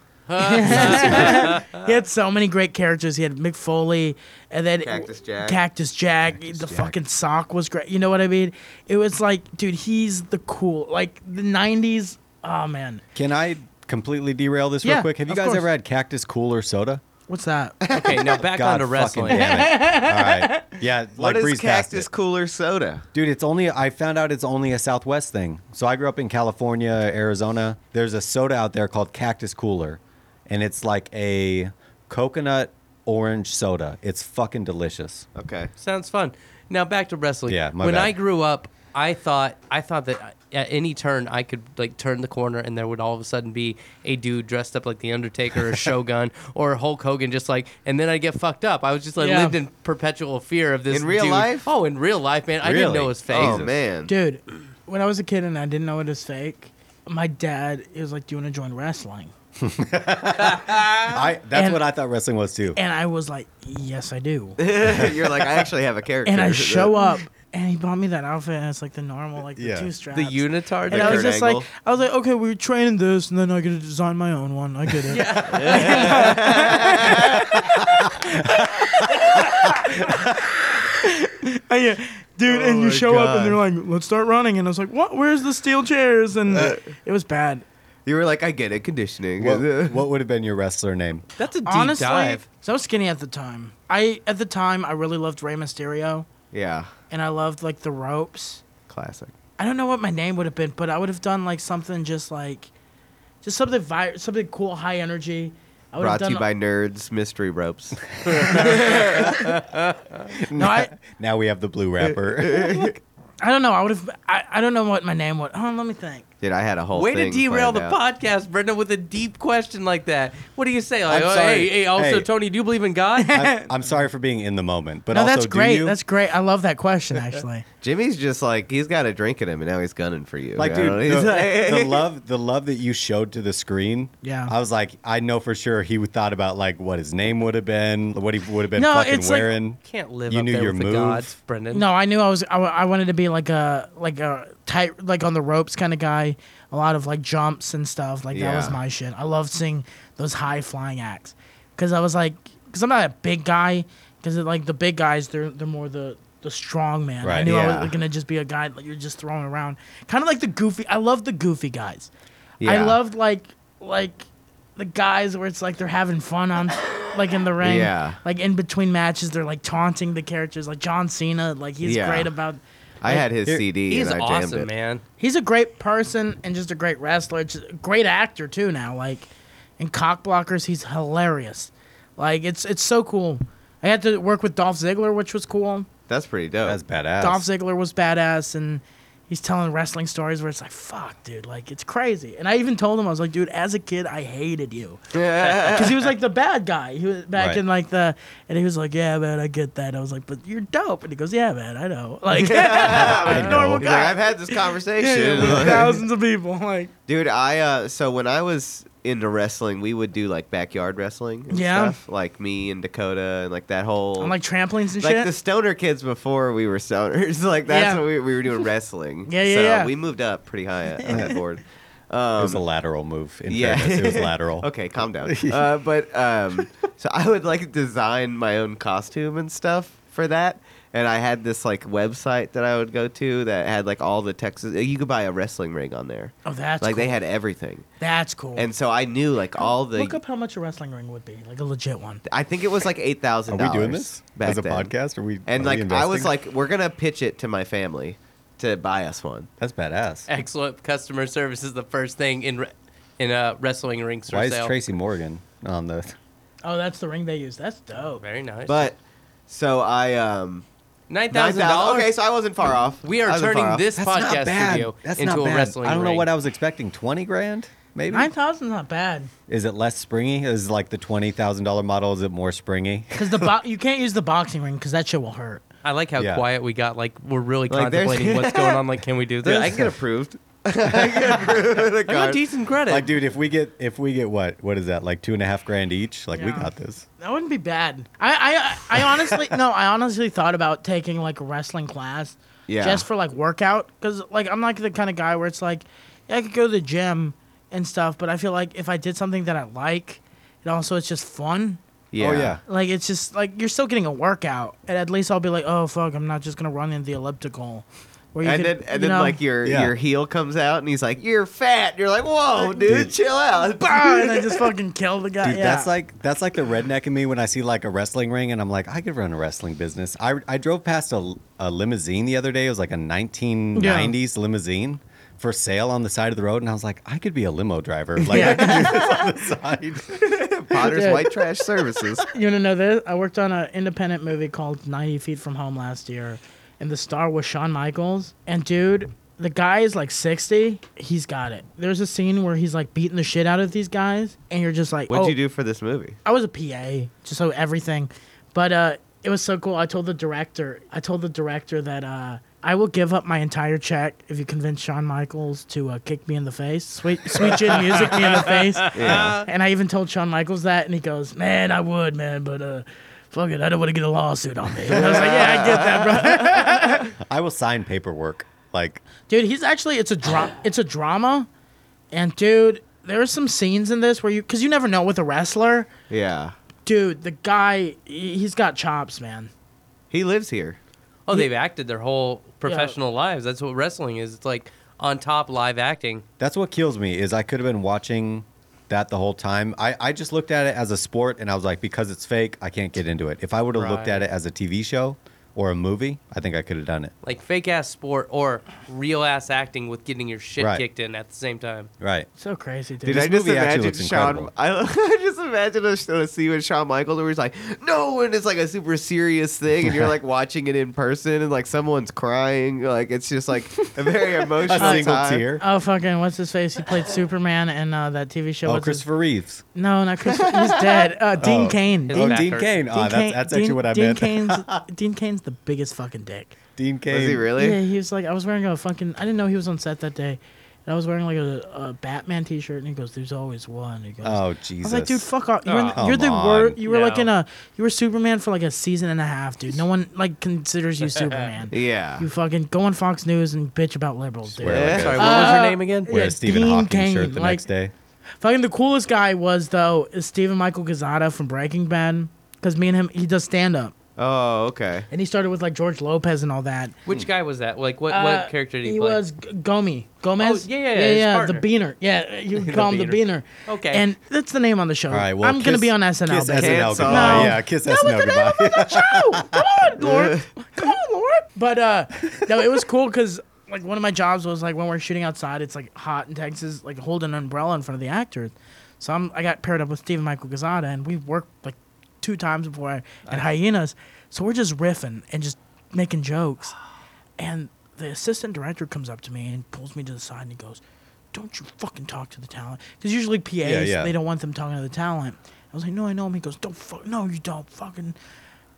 [SPEAKER 4] Uh,
[SPEAKER 1] he had so many great characters. He had Mick Foley, and then
[SPEAKER 4] Cactus Jack.
[SPEAKER 1] Cactus Jack. the
[SPEAKER 2] Jack.
[SPEAKER 1] fucking sock was great. You know what I mean? It was like, dude, he's the cool. Like the '90s. Oh man,
[SPEAKER 2] Can I completely derail this
[SPEAKER 1] Yeah,
[SPEAKER 2] real quick? Have you
[SPEAKER 1] of
[SPEAKER 2] guys
[SPEAKER 1] course.
[SPEAKER 2] ever had cactus cooler soda?
[SPEAKER 1] what's that?
[SPEAKER 3] Okay, now back
[SPEAKER 2] God
[SPEAKER 3] onto
[SPEAKER 2] fucking
[SPEAKER 3] wrestling.
[SPEAKER 2] Damn it. All right. Yeah,
[SPEAKER 4] what
[SPEAKER 2] like
[SPEAKER 4] is
[SPEAKER 2] breeze past
[SPEAKER 4] cactus
[SPEAKER 2] it.
[SPEAKER 4] cooler soda
[SPEAKER 2] Dude, it's only I found out it's only a Southwest thing. So I grew up in California, Arizona. There's a soda out there called Cactus Cooler, and it's like a coconut orange soda. It's fucking delicious.
[SPEAKER 4] okay
[SPEAKER 3] Sounds fun. Now back to wrestling.
[SPEAKER 2] Yeah, my
[SPEAKER 3] when
[SPEAKER 2] bad.
[SPEAKER 3] I grew up, I thought I thought that uh, at any turn I could like turn the corner and there would all of a sudden be a dude dressed up like the Undertaker or Shogun or Hulk Hogan, just like, and then I would get fucked up. I was just like
[SPEAKER 1] Yeah.
[SPEAKER 3] lived in perpetual fear of this.
[SPEAKER 4] In real
[SPEAKER 3] dude.
[SPEAKER 4] life?
[SPEAKER 3] Oh, in real life, man. I didn't
[SPEAKER 2] Really?
[SPEAKER 3] know his face.
[SPEAKER 4] oh man
[SPEAKER 1] dude when i was a kid and i didn't know it was fake my dad he was like do you want to join wrestling
[SPEAKER 2] I that's
[SPEAKER 1] Uh, And-
[SPEAKER 2] what I thought wrestling was too.
[SPEAKER 1] and i was like yes i do
[SPEAKER 4] You're like, I actually have a character.
[SPEAKER 1] and i show up and he bought me that outfit and it's like the normal like
[SPEAKER 2] Yeah.
[SPEAKER 1] the two
[SPEAKER 2] The
[SPEAKER 1] straps
[SPEAKER 3] The unitard.
[SPEAKER 1] and I was
[SPEAKER 4] Kurt
[SPEAKER 1] just
[SPEAKER 4] Angle.
[SPEAKER 1] like, I was like, okay, we we're training this, and then I get to design my own one. I get it. Oh, yeah. Dude, and you show up and they're like, let's start running. And I was like, what? Where's the steel chairs? And it was bad.
[SPEAKER 4] You were like, I get it, conditioning.
[SPEAKER 2] What, what would have been your wrestler name?
[SPEAKER 3] That's a deep
[SPEAKER 1] Honestly,
[SPEAKER 3] dive.
[SPEAKER 1] so I was skinny at the time. I at the time I really loved Rey Mysterio,
[SPEAKER 4] yeah,
[SPEAKER 1] and I loved like the ropes.
[SPEAKER 4] classic.
[SPEAKER 1] I don't know what my name would have been, but I would have done like something just like, just something vi- something cool, high energy. I would
[SPEAKER 4] Brought to
[SPEAKER 1] have
[SPEAKER 4] you
[SPEAKER 1] done.
[SPEAKER 4] by Nerds Mystery Ropes.
[SPEAKER 1] no, I,
[SPEAKER 2] Now we have the
[SPEAKER 4] Uh,
[SPEAKER 2] blue rapper.
[SPEAKER 1] I don't know. I would have. I, I don't know what my name would. Oh, let me think.
[SPEAKER 4] Dude, I had a whole
[SPEAKER 3] Way to
[SPEAKER 4] thing
[SPEAKER 3] derail
[SPEAKER 4] planned
[SPEAKER 3] the
[SPEAKER 4] out.
[SPEAKER 3] podcast, Brenda, with a deep question like that. What do you say? Like,
[SPEAKER 2] I'm
[SPEAKER 3] oh,
[SPEAKER 2] sorry.
[SPEAKER 3] hey, hey, also,
[SPEAKER 2] Hey.
[SPEAKER 3] Tony, do you believe in God?
[SPEAKER 4] uh,
[SPEAKER 2] I'm, I'm sorry for being in the moment, but
[SPEAKER 1] No,
[SPEAKER 2] also
[SPEAKER 1] that's
[SPEAKER 2] do
[SPEAKER 1] great.
[SPEAKER 2] you?
[SPEAKER 1] That's great. I love that question actually.
[SPEAKER 4] Jimmy's just like he's got a drink in him, and now he's gunning for you.
[SPEAKER 2] like
[SPEAKER 4] You know?
[SPEAKER 2] dude
[SPEAKER 4] He's
[SPEAKER 2] the, the
[SPEAKER 4] like-
[SPEAKER 2] love the love that you showed to the screen
[SPEAKER 1] Yeah.
[SPEAKER 2] i was like i know for sure he would thought about like what his name would have been what he would have been
[SPEAKER 1] No,
[SPEAKER 2] fucking
[SPEAKER 1] it's like-
[SPEAKER 2] wearing
[SPEAKER 3] Can't live
[SPEAKER 2] You
[SPEAKER 3] up
[SPEAKER 2] knew
[SPEAKER 3] there
[SPEAKER 2] your
[SPEAKER 3] with the
[SPEAKER 2] move.
[SPEAKER 3] gods, Brendan.
[SPEAKER 1] No, I knew I was. I, wa- I wanted to be like a like a tight like on the ropes kind of guy. A lot of like jumps and stuff. Like that was
[SPEAKER 4] Yeah.
[SPEAKER 1] my shit. I loved seeing those high flying acts because I was like because I'm not a big guy because like the big guys they're they're more the the strong man. I
[SPEAKER 2] Right.
[SPEAKER 1] knew I
[SPEAKER 4] Yeah.
[SPEAKER 1] was gonna just be a guy like you're just throwing around. Kind of like the goofy. I love the goofy guys. I
[SPEAKER 4] Yeah.
[SPEAKER 1] loved like like the guys where it's like they're having fun on like in the ring.
[SPEAKER 4] Yeah.
[SPEAKER 1] Like in between matches, they're like taunting the characters. Like John Cena, like he's
[SPEAKER 4] Yeah.
[SPEAKER 1] great about.
[SPEAKER 4] I had his
[SPEAKER 2] Here-
[SPEAKER 4] CD.
[SPEAKER 3] He's
[SPEAKER 4] and I jammed
[SPEAKER 3] awesome,
[SPEAKER 4] it.
[SPEAKER 3] man.
[SPEAKER 1] He's a great person and just a great wrestler, just a great actor too. Now, like in Cock Blockers, he's hilarious. Like it's it's so cool. I had to work with Dolph Ziggler, which was cool.
[SPEAKER 4] That's pretty dope.
[SPEAKER 2] that's badass
[SPEAKER 1] Dolph Ziggler was badass, and he's telling wrestling stories where it's like, "Fuck, dude, like it's crazy." And I even told him, I was like, "Dude, as a kid, I hated you." because he was like the bad guy. He was back
[SPEAKER 2] Right.
[SPEAKER 1] in like the, and he was like, "Yeah, man, I get that." I was like, "But you're dope," and he goes, "Yeah, man, I know." Like,
[SPEAKER 2] I
[SPEAKER 1] like normal
[SPEAKER 4] He's like,
[SPEAKER 1] guy.
[SPEAKER 4] I've had this
[SPEAKER 1] Yeah,
[SPEAKER 4] conversation.
[SPEAKER 1] with thousands of people. Like,
[SPEAKER 4] Dude, I uh so when I was into wrestling, we would do like backyard wrestling. And
[SPEAKER 1] Yeah.
[SPEAKER 4] Stuff. Like me and Dakota and like that whole.
[SPEAKER 1] on like trampolines and
[SPEAKER 4] like
[SPEAKER 1] shit.
[SPEAKER 4] the stoner kids before we were stoners. Like
[SPEAKER 1] Yeah.
[SPEAKER 4] that's what we, we were doing wrestling.
[SPEAKER 1] Yeah, yeah,
[SPEAKER 4] so
[SPEAKER 1] yeah.
[SPEAKER 4] We moved up pretty high on that board.
[SPEAKER 2] it
[SPEAKER 4] Um,
[SPEAKER 2] was a lateral move. In
[SPEAKER 4] yeah.
[SPEAKER 2] fairness, it was lateral.
[SPEAKER 4] Okay, calm down. uh, but um, so I would like design my own costume and stuff for that. And I had this like website that I would go to that had like all the Texas. uh, You could buy a wrestling ring on there.
[SPEAKER 1] oh, that's
[SPEAKER 4] like
[SPEAKER 1] cool.
[SPEAKER 4] they had everything.
[SPEAKER 1] that's cool.
[SPEAKER 4] And so I knew like all the.
[SPEAKER 1] look up how much a wrestling ring would be, like a legit one.
[SPEAKER 4] I think it was like eight
[SPEAKER 2] Are
[SPEAKER 4] thousand.
[SPEAKER 2] we doing this
[SPEAKER 4] back
[SPEAKER 2] as a
[SPEAKER 4] then.
[SPEAKER 2] podcast? Are we?
[SPEAKER 4] And
[SPEAKER 2] are we
[SPEAKER 4] like I was
[SPEAKER 2] investing?
[SPEAKER 4] like, we're gonna pitch it to my family to buy us one.
[SPEAKER 2] that's badass.
[SPEAKER 3] Excellent customer service is the first thing in re- in uh, wrestling rings for
[SPEAKER 2] Why is
[SPEAKER 3] sale.
[SPEAKER 2] Tracy Morgan on the?
[SPEAKER 1] Oh, that's the ring they use. That's dope.
[SPEAKER 3] Very nice.
[SPEAKER 4] But so I um
[SPEAKER 3] nine
[SPEAKER 4] nine
[SPEAKER 3] thousand
[SPEAKER 4] thousand.
[SPEAKER 3] dollars.
[SPEAKER 4] Okay, so I wasn't far off.
[SPEAKER 3] we are
[SPEAKER 4] I wasn't far
[SPEAKER 3] turning
[SPEAKER 4] off.
[SPEAKER 3] this
[SPEAKER 2] That's not
[SPEAKER 3] podcast
[SPEAKER 2] bad.
[SPEAKER 3] studio
[SPEAKER 2] That's
[SPEAKER 3] into
[SPEAKER 2] not
[SPEAKER 3] a
[SPEAKER 2] bad.
[SPEAKER 3] wrestling.
[SPEAKER 2] I don't know
[SPEAKER 3] ring.
[SPEAKER 2] what I was expecting. Twenty grand, maybe.
[SPEAKER 1] Nine thousand's not bad
[SPEAKER 2] Is it less springy? Is like the twenty thousand dollar model? Is it more springy?
[SPEAKER 1] because the bo- you can't use the boxing ring because that shit will hurt.
[SPEAKER 3] I like how
[SPEAKER 2] Yeah.
[SPEAKER 3] quiet we got. Like we're really
[SPEAKER 4] Like, there's-
[SPEAKER 3] contemplating what's going on. Like, can we do
[SPEAKER 4] Dude,
[SPEAKER 3] this?
[SPEAKER 4] I can get approved. I can get approved with a
[SPEAKER 3] I got
[SPEAKER 4] card.
[SPEAKER 3] decent credit.
[SPEAKER 2] Like, dude, if we get if we get what what is that? Like two and a half grand each. Like we
[SPEAKER 1] Yeah.
[SPEAKER 2] got this.
[SPEAKER 1] That wouldn't be bad. I, I, I honestly no. I honestly thought about taking like a wrestling class,
[SPEAKER 4] Yeah.
[SPEAKER 1] just for like workout. Because like I'm like the kind of guy where it's like, yeah, I could go to the gym and stuff, but I feel like if I did something that I like, and also it's just fun.
[SPEAKER 4] Yeah.
[SPEAKER 2] Oh yeah.
[SPEAKER 1] Like it's just like you're still getting a workout, and at least I'll be like, oh fuck, I'm not just gonna run in the elliptical. Where could-
[SPEAKER 4] And then, and
[SPEAKER 1] you
[SPEAKER 4] then
[SPEAKER 1] know,
[SPEAKER 4] like your
[SPEAKER 2] Yeah.
[SPEAKER 4] your heel comes out and he's like, "You're fat." And you're like, "Whoa, dude,
[SPEAKER 2] Dude.
[SPEAKER 4] chill out."
[SPEAKER 1] bah, and I just fucking kill the guy.
[SPEAKER 2] Dude,
[SPEAKER 1] Uh, yeah.
[SPEAKER 2] that's like that's like the redneck in me when I see like a wrestling ring and I'm like, I could run a wrestling business. I I drove past a, a limousine the other day. It was like a 1990s limousine for sale on the side of the road, and I was like, I could be a limo driver. Like I could do this on the side.
[SPEAKER 4] Potter's
[SPEAKER 1] Dude. Oh.
[SPEAKER 4] White Trash Services.
[SPEAKER 1] You want to know this? I worked on an independent movie called 90 Feet from Home last year, and the star was Shawn Michaels. And dude, the guy is like 60. He's got it. There's a scene where he's like beating the shit out of these guys, and you're just like,
[SPEAKER 4] What'd
[SPEAKER 1] oh,
[SPEAKER 4] you do for this movie?
[SPEAKER 1] I was a PA, just so everything. But uh, it was so cool. I told the director, I told the director that uh, I will give up my entire check if you convince Shawn Michaels to uh, kick me in the face, sweet, sweet gin music me in the face.
[SPEAKER 4] Yeah.
[SPEAKER 1] And I even told Shawn Michaels that, and he goes, "Man, I would, man, but uh, fuck it, I don't want to get a lawsuit on me." And I was like, "Yeah, I get that, bro."
[SPEAKER 2] I will sign paperwork. Like
[SPEAKER 1] dude he's actually it's a drama it's a drama and dude there are some scenes in this where you because you never know with a wrestler
[SPEAKER 4] Yeah.
[SPEAKER 1] dude the guy he- he's got chops man
[SPEAKER 4] He lives here.
[SPEAKER 3] oh, they've acted their whole professional lives. That's what wrestling is. It's like on top live acting.
[SPEAKER 2] That's what kills me is I could have been watching that the whole time. I, I just looked at it as a sport and I was like, because it's fake, I can't get into it. If I would have looked at
[SPEAKER 3] Right.
[SPEAKER 2] it as a TV show or a movie, I think I could have done it.
[SPEAKER 3] like fake ass sport or real ass acting with getting your shit
[SPEAKER 2] Right.
[SPEAKER 3] kicked in at the same time.
[SPEAKER 2] Right.
[SPEAKER 1] so crazy dude,
[SPEAKER 4] Dude,
[SPEAKER 2] This
[SPEAKER 4] I just
[SPEAKER 2] movie actually
[SPEAKER 4] imagine
[SPEAKER 2] looks
[SPEAKER 4] Shawn.
[SPEAKER 2] incredible.
[SPEAKER 4] I, I just imagine a, sh- a scene with Shawn Michaels where he's like, "No," and it's like a super serious thing, and you're like watching it in person, and like someone's crying, like it's just like a very
[SPEAKER 2] A
[SPEAKER 4] emotional
[SPEAKER 2] single
[SPEAKER 4] time.
[SPEAKER 2] tear.
[SPEAKER 1] oh fucking what's his face he played superman in uh, that tv show
[SPEAKER 2] Oh,
[SPEAKER 1] what's his-
[SPEAKER 2] Christopher Reeves.
[SPEAKER 1] no not christopher he's dead uh, dean
[SPEAKER 2] Oh.
[SPEAKER 1] kane
[SPEAKER 3] His
[SPEAKER 1] dean,
[SPEAKER 3] back
[SPEAKER 2] Dean
[SPEAKER 3] hurts.
[SPEAKER 2] Kane. Oh,
[SPEAKER 1] Dean
[SPEAKER 2] that's,
[SPEAKER 1] Kane-
[SPEAKER 2] that's
[SPEAKER 1] Dean,
[SPEAKER 2] actually what I
[SPEAKER 1] Dean
[SPEAKER 2] meant.
[SPEAKER 1] Kane's, Dean Kane's the biggest fucking dick.
[SPEAKER 2] Dean Kane.
[SPEAKER 4] Was he really?
[SPEAKER 1] Yeah, he was like, I was wearing a fucking. I didn't know he was on set that day, and I was wearing like a, a Batman T-shirt, and he goes, "There's always one." He goes,
[SPEAKER 2] Oh,
[SPEAKER 1] I
[SPEAKER 2] Jesus.
[SPEAKER 1] was like, dude, fuck off. You're, in-
[SPEAKER 3] Oh,
[SPEAKER 1] you're the
[SPEAKER 2] come
[SPEAKER 1] wor
[SPEAKER 2] on.
[SPEAKER 1] You were like in
[SPEAKER 3] No.
[SPEAKER 1] a. You were Superman for like a season and a half, dude. No one like considers you Superman.
[SPEAKER 4] Yeah.
[SPEAKER 1] You fucking go on Fox News and bitch about liberals, dude.
[SPEAKER 2] Swear to
[SPEAKER 4] Yeah.
[SPEAKER 2] God.
[SPEAKER 3] Sorry, what was
[SPEAKER 1] Uh,
[SPEAKER 3] her name again?
[SPEAKER 1] yeah.
[SPEAKER 2] Wear a Stephen
[SPEAKER 1] Dean
[SPEAKER 2] Hawking
[SPEAKER 1] Kane,
[SPEAKER 2] shirt the
[SPEAKER 1] like-
[SPEAKER 2] next day.
[SPEAKER 1] Fucking the coolest guy was though is Stephen Michael Gazzata from Breaking Bad, because me and him he does stand up,
[SPEAKER 4] Oh, okay.
[SPEAKER 1] and he started with like George Lopez and all that.
[SPEAKER 4] hmm.
[SPEAKER 3] Which guy was that? Like, what,
[SPEAKER 1] Uh,
[SPEAKER 3] what character did he,
[SPEAKER 1] He
[SPEAKER 3] play?
[SPEAKER 1] was G- Gomez. Gomez.
[SPEAKER 3] Oh, yeah, yeah, yeah, his
[SPEAKER 1] the Beaner. Yeah, you
[SPEAKER 3] The
[SPEAKER 1] call him the Beaner.
[SPEAKER 3] Beaner. Okay.
[SPEAKER 1] And that's the name on the show.
[SPEAKER 2] All right, well,
[SPEAKER 1] I'm gonna
[SPEAKER 2] kiss-
[SPEAKER 1] be on SNL.
[SPEAKER 2] Kiss
[SPEAKER 1] baby.
[SPEAKER 2] SNL
[SPEAKER 4] Cancel.
[SPEAKER 2] goodbye.
[SPEAKER 1] No.
[SPEAKER 2] Yeah, kiss
[SPEAKER 1] That was
[SPEAKER 2] SNL
[SPEAKER 1] the name
[SPEAKER 2] goodbye.
[SPEAKER 1] of the show. Come on, Lord. Come on, Lord. But uh, no, it was cool because like one of my jobs was like when we're shooting outside, it's like hot in Texas, like holding an umbrella in front of the actors. So I'm, I got paired up with Stephen Michael Gazzata, and we worked like two times before I, at Hyenas. So we're just riffing and just making jokes, and the assistant director comes up to me and pulls me to the side and he goes, "Don't you fucking talk to the talent?" Because usually PAs
[SPEAKER 2] yeah.
[SPEAKER 1] they don't want them talking to the talent. I was like, "No, I know him." He goes, "Don't fuck, no, you don't fucking."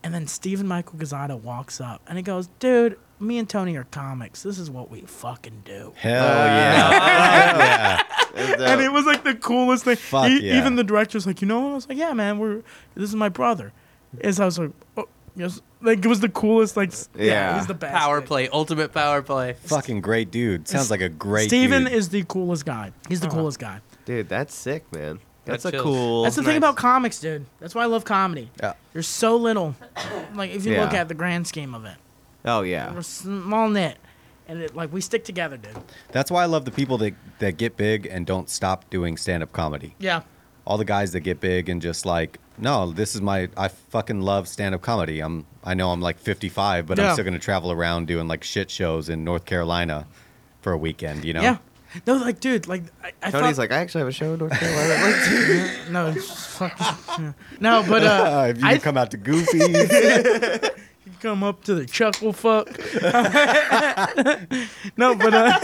[SPEAKER 1] And then Stephen Michael Gazzata walks up and he goes, "Dude, me and Tony are comics. This is what we fucking do."
[SPEAKER 2] Hell yeah.
[SPEAKER 4] That's
[SPEAKER 1] and
[SPEAKER 4] dope.
[SPEAKER 1] it was like the coolest thing.
[SPEAKER 2] Fuck
[SPEAKER 1] E-
[SPEAKER 2] yeah.
[SPEAKER 1] Even the director was like, you know what? I was like, yeah, man, we're this is my brother. And so I was like, oh, yes. Like it was the coolest. Like s- yeah,
[SPEAKER 4] Yeah.
[SPEAKER 1] it was the best.
[SPEAKER 3] Power
[SPEAKER 1] thing.
[SPEAKER 3] play, ultimate power play.
[SPEAKER 2] Fucking great dude. Sounds like a great
[SPEAKER 1] Steven
[SPEAKER 2] dude.
[SPEAKER 1] is the coolest guy. He's
[SPEAKER 3] Oh.
[SPEAKER 1] the coolest guy.
[SPEAKER 4] Dude, that's sick, man. That's
[SPEAKER 3] That
[SPEAKER 4] a
[SPEAKER 3] chills.
[SPEAKER 4] cool.
[SPEAKER 1] That's the
[SPEAKER 3] nice.
[SPEAKER 1] thing about comics, dude. That's why I love comedy.
[SPEAKER 2] Yeah.
[SPEAKER 1] There's so little. Like if you look
[SPEAKER 4] Yeah.
[SPEAKER 1] at the grand scheme of it,
[SPEAKER 4] oh
[SPEAKER 1] we're
[SPEAKER 4] yeah.
[SPEAKER 1] small knit, and it, like we stick together, dude.
[SPEAKER 2] That's why I love the people that, that get big and don't stop doing stand up comedy.
[SPEAKER 1] Yeah.
[SPEAKER 2] All the guys that get big and just like, no, this is my I fucking love stand up comedy. I'm I know I'm like 55, but
[SPEAKER 1] Yeah.
[SPEAKER 2] I'm still gonna travel around doing like shit shows in North Carolina for a weekend. You know?
[SPEAKER 1] Yeah. No, like, dude, like, I, I
[SPEAKER 4] Tony's
[SPEAKER 1] thought,
[SPEAKER 4] like, I actually have a show in North Carolina.
[SPEAKER 1] no, just fuck, yeah. no, but uh,
[SPEAKER 2] Uh, if you
[SPEAKER 1] I
[SPEAKER 2] could come out to Goofy,
[SPEAKER 1] come up to the chuckle fuck. no, but uh,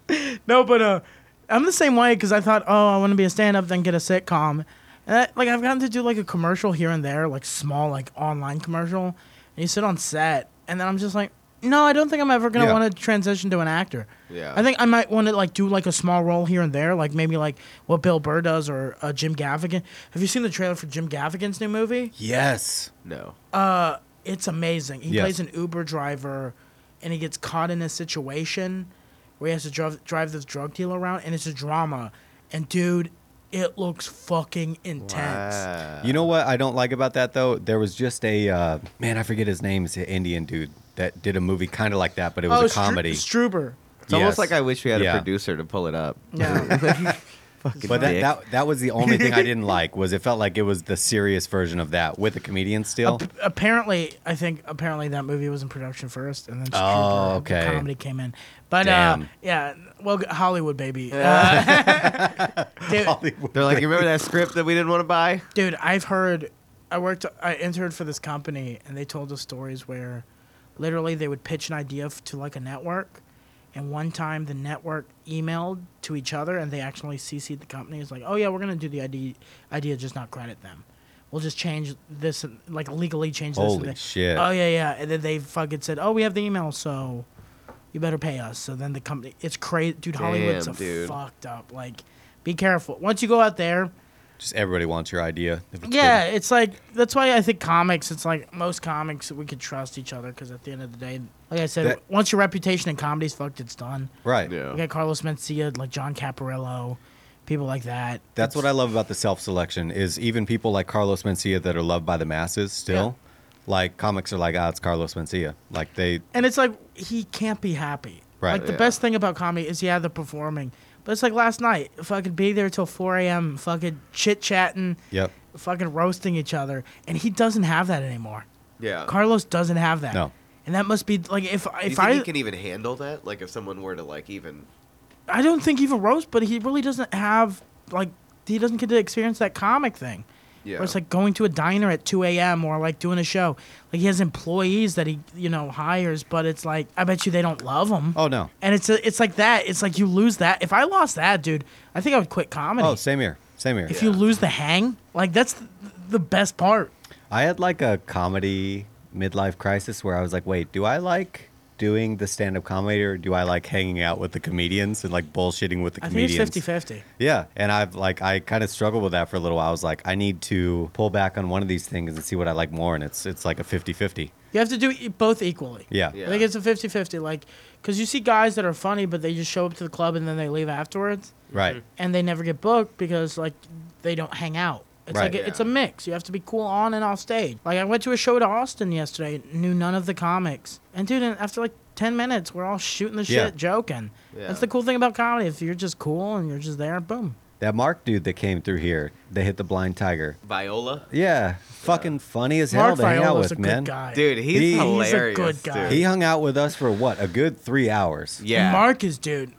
[SPEAKER 1] no, but uh, I'm the same way because I thought, oh, I want to be a stand up, then get a sitcom. And I, like I've gotten to do like a commercial here and there, like small, like online commercial. And you sit on set, and then I'm just like, no, I don't think I'm ever gonna
[SPEAKER 2] Yeah.
[SPEAKER 1] want to transition to an actor.
[SPEAKER 4] Yeah.
[SPEAKER 1] I think I might want to like do like a small role here and there, like maybe like what Bill Burr does or uh, Jim Gaffigan. Have you seen the trailer for Jim Gaffigan's new movie?
[SPEAKER 2] yes.
[SPEAKER 4] no.
[SPEAKER 1] Uh, it's amazing. He
[SPEAKER 2] Yes.
[SPEAKER 1] plays an Uber driver, and he gets caught in a situation where he has to drive drive this drug dealer around, and it's a drama. And dude, it looks fucking intense.
[SPEAKER 4] Wow.
[SPEAKER 2] You know what I don't like about that though? There was just a uh, man, I forget his name. It's an Indian dude that did a movie kind of like that, but it was
[SPEAKER 1] oh,
[SPEAKER 2] a comedy.
[SPEAKER 1] Stru- Struber.
[SPEAKER 4] It's almost
[SPEAKER 2] Yes.
[SPEAKER 4] like I wish we had
[SPEAKER 2] Yeah.
[SPEAKER 4] a producer to pull it up.
[SPEAKER 1] Yeah.
[SPEAKER 4] Fucking
[SPEAKER 2] but that,
[SPEAKER 4] dick.
[SPEAKER 2] that that was the only thing I didn't like was it felt like it was the serious version of that with a comedian still.
[SPEAKER 1] apparently, I think apparently that movie was in production first, and then Struber,
[SPEAKER 2] Oh,
[SPEAKER 1] the
[SPEAKER 2] okay.
[SPEAKER 1] comedy came in. But uh,
[SPEAKER 2] Damn.
[SPEAKER 1] yeah, well, Hollywood baby. Uh, dude,
[SPEAKER 4] They're like, you remember that script that we didn't want to buy?
[SPEAKER 1] Dude, I've heard. I worked. I interned for this company, and they told us stories where, literally, they would pitch an idea f- to like a network, and one time the network emailed to each other, and they actually CC'd the company. It's like, oh yeah, we're gonna do the idea, idea just not credit them. We'll just change this, and- like legally change this. and
[SPEAKER 2] Holy
[SPEAKER 1] that."
[SPEAKER 2] shit.
[SPEAKER 1] Oh yeah, yeah. And then they fucking said, oh, we have the email, so you better pay us. So then the company, it's crazy, dude. Hollywood's
[SPEAKER 4] Damn,
[SPEAKER 1] a
[SPEAKER 4] dude.
[SPEAKER 1] fucked up. Like, be careful. Once you go out there.
[SPEAKER 2] Just everybody wants your idea. If it's
[SPEAKER 1] Yeah,
[SPEAKER 2] good.
[SPEAKER 1] it's like that's why I think comics. It's like most comics we could trust each other because at the end of the day, like I said,
[SPEAKER 2] That- Oh.
[SPEAKER 1] once your reputation in comedy's fucked, it's done.
[SPEAKER 2] right.
[SPEAKER 1] You got Carlos Mencia, like John Caparello, people like that.
[SPEAKER 2] That's what I love about the self-selection is even people like Carlos Mencia that are loved by the masses still, like comics are like, ah, it's Carlos Mencia. Like they,
[SPEAKER 1] And it's like he can't be happy.
[SPEAKER 2] Right.
[SPEAKER 1] Like the
[SPEAKER 4] Yeah.
[SPEAKER 1] best thing about comedy is yeah, the performing. But it's like last night, fucking be there till four a.m. Fucking chit chatting,
[SPEAKER 2] yep,
[SPEAKER 1] fucking roasting each other, and he doesn't have that anymore.
[SPEAKER 4] Yeah.
[SPEAKER 1] Carlos doesn't have that.
[SPEAKER 2] Uh, No.
[SPEAKER 1] And that must be like if
[SPEAKER 4] Do you
[SPEAKER 1] if
[SPEAKER 4] think
[SPEAKER 1] I
[SPEAKER 4] he can even handle that? Like, if someone were to like even
[SPEAKER 1] I don't think even roast, but he really doesn't have like he doesn't get to experience that comic thing.
[SPEAKER 4] yeah,
[SPEAKER 1] Where it's like going to a diner at 2 a.m. or like doing a show. Like he has employees that he you know hires, but it's like I bet you they don't love him.
[SPEAKER 2] Oh, no.
[SPEAKER 1] And it's a, it's like that. It's like you lose that. If I lost that, dude, I think I would quit comedy.
[SPEAKER 2] Oh, same here. Same here.
[SPEAKER 1] if you lose the hang, like that's the, the best part.
[SPEAKER 2] I had like a comedy midlife crisis where I was like, wait, do I like doing the stand up comedy or do I like hanging out with the comedians and like bullshitting with the
[SPEAKER 1] I think
[SPEAKER 2] comedians?
[SPEAKER 1] it's 50 50.
[SPEAKER 2] Yeah. And I've like, I kind of struggled with that for a little while. I was like, I need to pull back on one of these things and see what I like more. And it's, it's like a 50 50.
[SPEAKER 1] You have to do e- both equally.
[SPEAKER 2] Yeah.
[SPEAKER 4] Yeah.
[SPEAKER 1] I think it's a 50 50. Like, because you see guys that are funny, but they just show up to the club and then they leave afterwards.
[SPEAKER 2] Right.
[SPEAKER 1] and they never get booked because like they don't hang out. It's
[SPEAKER 2] Right.
[SPEAKER 1] like it's a mix. You have to be cool on and off stage. Like I went to a show to Austin yesterday, knew none of the comics, and dude, and after like ten minutes, we're all shooting the shit,
[SPEAKER 2] Yeah.
[SPEAKER 1] joking.
[SPEAKER 4] Yeah.
[SPEAKER 1] That's the cool thing about comedy. If you're just cool and you're just there, boom.
[SPEAKER 2] That Mark dude that came through here, they hit the blind tiger.
[SPEAKER 4] Viola.
[SPEAKER 2] Yeah. Fucking funny as hell
[SPEAKER 1] Mark
[SPEAKER 2] to hang out
[SPEAKER 1] Viola's
[SPEAKER 2] with,
[SPEAKER 1] a good
[SPEAKER 2] man.
[SPEAKER 1] guy,
[SPEAKER 4] Dude, he's
[SPEAKER 2] He- He's a
[SPEAKER 4] hilarious.
[SPEAKER 1] good guy.
[SPEAKER 4] dude.
[SPEAKER 2] He hung out with us for what? A good three hours.
[SPEAKER 4] yeah.
[SPEAKER 1] Mark is dude.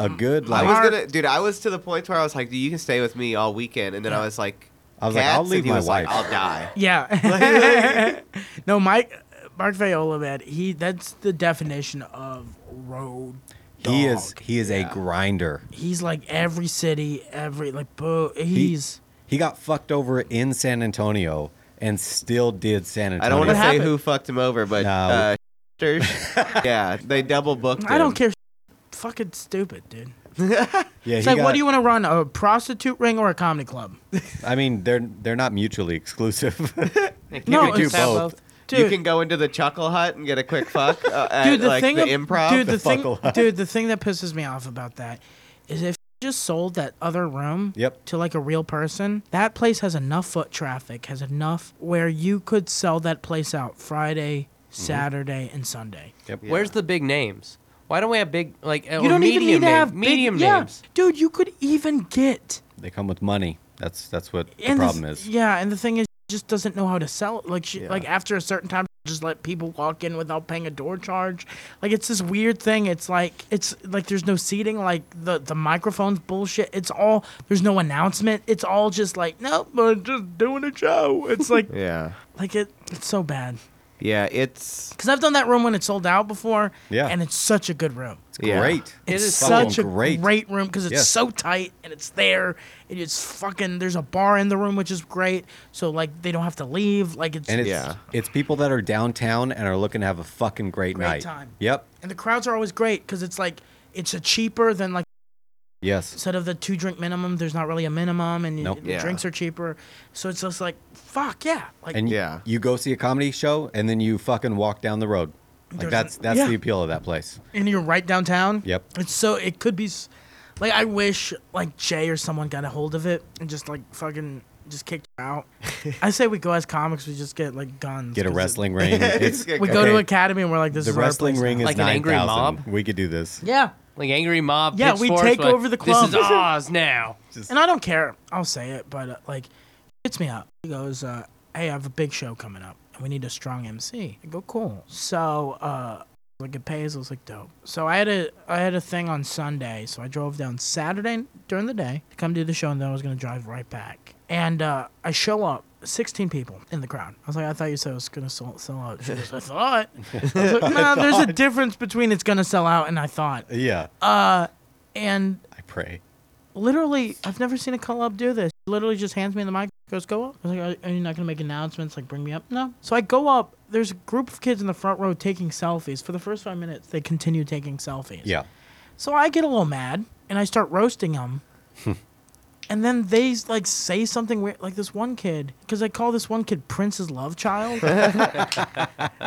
[SPEAKER 2] A good,
[SPEAKER 4] I
[SPEAKER 2] like,
[SPEAKER 4] was
[SPEAKER 1] Mark-
[SPEAKER 4] gonna, dude. I was to the point where I was like, "Dude, you can stay with me all weekend," and then I was like,
[SPEAKER 2] I was like, I'll
[SPEAKER 4] "Cats?" And
[SPEAKER 2] leave
[SPEAKER 4] he
[SPEAKER 2] my
[SPEAKER 4] was like,
[SPEAKER 2] wife.
[SPEAKER 4] I'll die."
[SPEAKER 1] Yeah. no, Mike, Mark Viola, man. He that's the definition of road. Dog.
[SPEAKER 2] he is, he is
[SPEAKER 4] Yeah.
[SPEAKER 2] a grinder.
[SPEAKER 1] He's like every city, every like. Boo,
[SPEAKER 2] He-
[SPEAKER 1] he's.
[SPEAKER 2] He, got fucked over in San Antonio and still did San Antonio.
[SPEAKER 4] I don't want to
[SPEAKER 1] What
[SPEAKER 4] say
[SPEAKER 1] happened?
[SPEAKER 4] who fucked him over, but
[SPEAKER 2] No.
[SPEAKER 4] uh, yeah, they double booked.
[SPEAKER 1] I
[SPEAKER 4] him.
[SPEAKER 1] don't care. Fucking stupid, dude.
[SPEAKER 2] Yeah,
[SPEAKER 1] It's
[SPEAKER 2] he
[SPEAKER 1] like, what
[SPEAKER 2] got-
[SPEAKER 1] do you want to run? A prostitute ring or a comedy club?
[SPEAKER 2] I mean, they're they're not mutually exclusive.
[SPEAKER 3] You
[SPEAKER 1] No,
[SPEAKER 3] could do
[SPEAKER 1] it's-
[SPEAKER 3] both.
[SPEAKER 1] Dude,
[SPEAKER 4] You can go into the Chuckle Hut and get a quick fuck uh, at
[SPEAKER 1] dude, the
[SPEAKER 4] like
[SPEAKER 1] thing,
[SPEAKER 4] the
[SPEAKER 1] ab-
[SPEAKER 4] improv.
[SPEAKER 1] dude, the,
[SPEAKER 2] the
[SPEAKER 1] thing,
[SPEAKER 2] fuckle hut.
[SPEAKER 1] dude, the thing that pisses me off about that is if you just sold that other room
[SPEAKER 2] Yep.
[SPEAKER 1] to like a real person, that place has enough foot traffic, has enough where you could sell that place out Friday,
[SPEAKER 2] Mm-hmm.
[SPEAKER 1] Saturday, and Sunday.
[SPEAKER 2] yep.
[SPEAKER 3] Where's the big names? Why don't we have big like
[SPEAKER 4] Oh,
[SPEAKER 3] uh,
[SPEAKER 1] You don't
[SPEAKER 3] medium
[SPEAKER 1] even need to
[SPEAKER 3] name-
[SPEAKER 1] have big-
[SPEAKER 3] medium
[SPEAKER 1] yeah,
[SPEAKER 3] names?
[SPEAKER 1] dude. You could even get
[SPEAKER 2] They come with money. That's that's what the
[SPEAKER 1] and the
[SPEAKER 2] problem
[SPEAKER 1] th-
[SPEAKER 2] is.
[SPEAKER 1] Yeah, and the thing is, she just doesn't know how to sell it. Like, she,
[SPEAKER 2] Yeah.
[SPEAKER 1] like after a certain time, she just let people walk in without paying a door charge. Like, it's this weird thing. It's like it's like there's no seating. Like the the microphones bullshit. It's all there's no announcement. It's all just like nope, we're just doing a show. It's like
[SPEAKER 4] yeah,
[SPEAKER 1] like it. It's so bad.
[SPEAKER 4] yeah, it's
[SPEAKER 1] Cause I've done that room when it's sold out before.
[SPEAKER 2] Yeah.
[SPEAKER 1] and it's such a good room.
[SPEAKER 2] It's
[SPEAKER 4] Yeah.
[SPEAKER 2] great.
[SPEAKER 3] It
[SPEAKER 1] It's
[SPEAKER 3] is
[SPEAKER 2] fucking
[SPEAKER 1] such a great, room because it's
[SPEAKER 2] Yes.
[SPEAKER 1] so tight and it's there and it's fucking. There's a bar in the room which is great, so like they don't have to leave. Like it's
[SPEAKER 2] And
[SPEAKER 1] and,
[SPEAKER 2] it's
[SPEAKER 4] Yeah.
[SPEAKER 2] it's people that are downtown and are looking to have a fucking great,
[SPEAKER 1] Great
[SPEAKER 2] night.
[SPEAKER 1] time.
[SPEAKER 2] Yep.
[SPEAKER 1] the crowds are always great because it's like it's a cheaper than like
[SPEAKER 2] Yes.
[SPEAKER 1] instead of the two drink minimum. There's not really a minimum and
[SPEAKER 2] Nope.
[SPEAKER 1] the
[SPEAKER 4] Yeah.
[SPEAKER 1] drinks are cheaper, so it's just like fuck yeah. Like
[SPEAKER 2] And
[SPEAKER 4] Yeah.
[SPEAKER 2] you go see a comedy show and then you fucking walk down the road. Like
[SPEAKER 1] There's
[SPEAKER 2] that's
[SPEAKER 1] an-
[SPEAKER 2] that's
[SPEAKER 1] yeah.
[SPEAKER 2] the appeal of that place.
[SPEAKER 1] and you're right downtown.
[SPEAKER 2] Yep.
[SPEAKER 1] It's so it could be, s- like I wish like Jay or someone got a hold of it and just like fucking just kicked her out. I say we go as comics, we just get like guns.
[SPEAKER 2] Get a
[SPEAKER 1] 'cause it-
[SPEAKER 2] wrestling ring. It's,
[SPEAKER 4] It's-
[SPEAKER 1] We go to
[SPEAKER 2] Okay.
[SPEAKER 1] academy and we're like, this
[SPEAKER 2] the
[SPEAKER 1] is our
[SPEAKER 2] wrestling
[SPEAKER 1] place
[SPEAKER 2] ring
[SPEAKER 1] now.
[SPEAKER 2] is
[SPEAKER 3] Like an
[SPEAKER 2] nine
[SPEAKER 3] angry
[SPEAKER 2] thousand.
[SPEAKER 3] mob?
[SPEAKER 2] We could do this.
[SPEAKER 1] yeah.
[SPEAKER 3] Like angry mob.
[SPEAKER 1] Yeah, we
[SPEAKER 3] pitchforks,
[SPEAKER 1] take
[SPEAKER 3] like,
[SPEAKER 1] over the
[SPEAKER 3] This
[SPEAKER 1] club."
[SPEAKER 3] is Oz now.
[SPEAKER 1] And I don't care. I'll say it, but uh, like, hits me up. He goes, uh, "Hey, I have a big show coming up, and we need a strong MC." I go, "Cool." So, uh, like it pays. I was like, "Dope." So I had a I had a thing on Sunday, so I drove down Saturday during the day to come do the show, and then I was gonna drive right back. And uh, I show up. 16 people in the crowd. I was like, I thought you said it was going to sell, sell out. She goes, I thought. I was like, no, there's a difference between it's going to sell out and I thought.
[SPEAKER 2] Yeah.
[SPEAKER 1] And
[SPEAKER 2] I pray.
[SPEAKER 1] literally, I've never seen a club do this. Literally, just hands me the mic, goes, "Go up." I was like, "Are, are you not gonna make announcements? Like, bring me up?" No. So I go up. There's a group of kids in the front row taking selfies. For the first five minutes, they continue taking selfies.
[SPEAKER 2] Yeah.
[SPEAKER 1] So I get a little mad and I start roasting them. and then they like say something weird, like this one kid, because I call this one kid Prince's love child,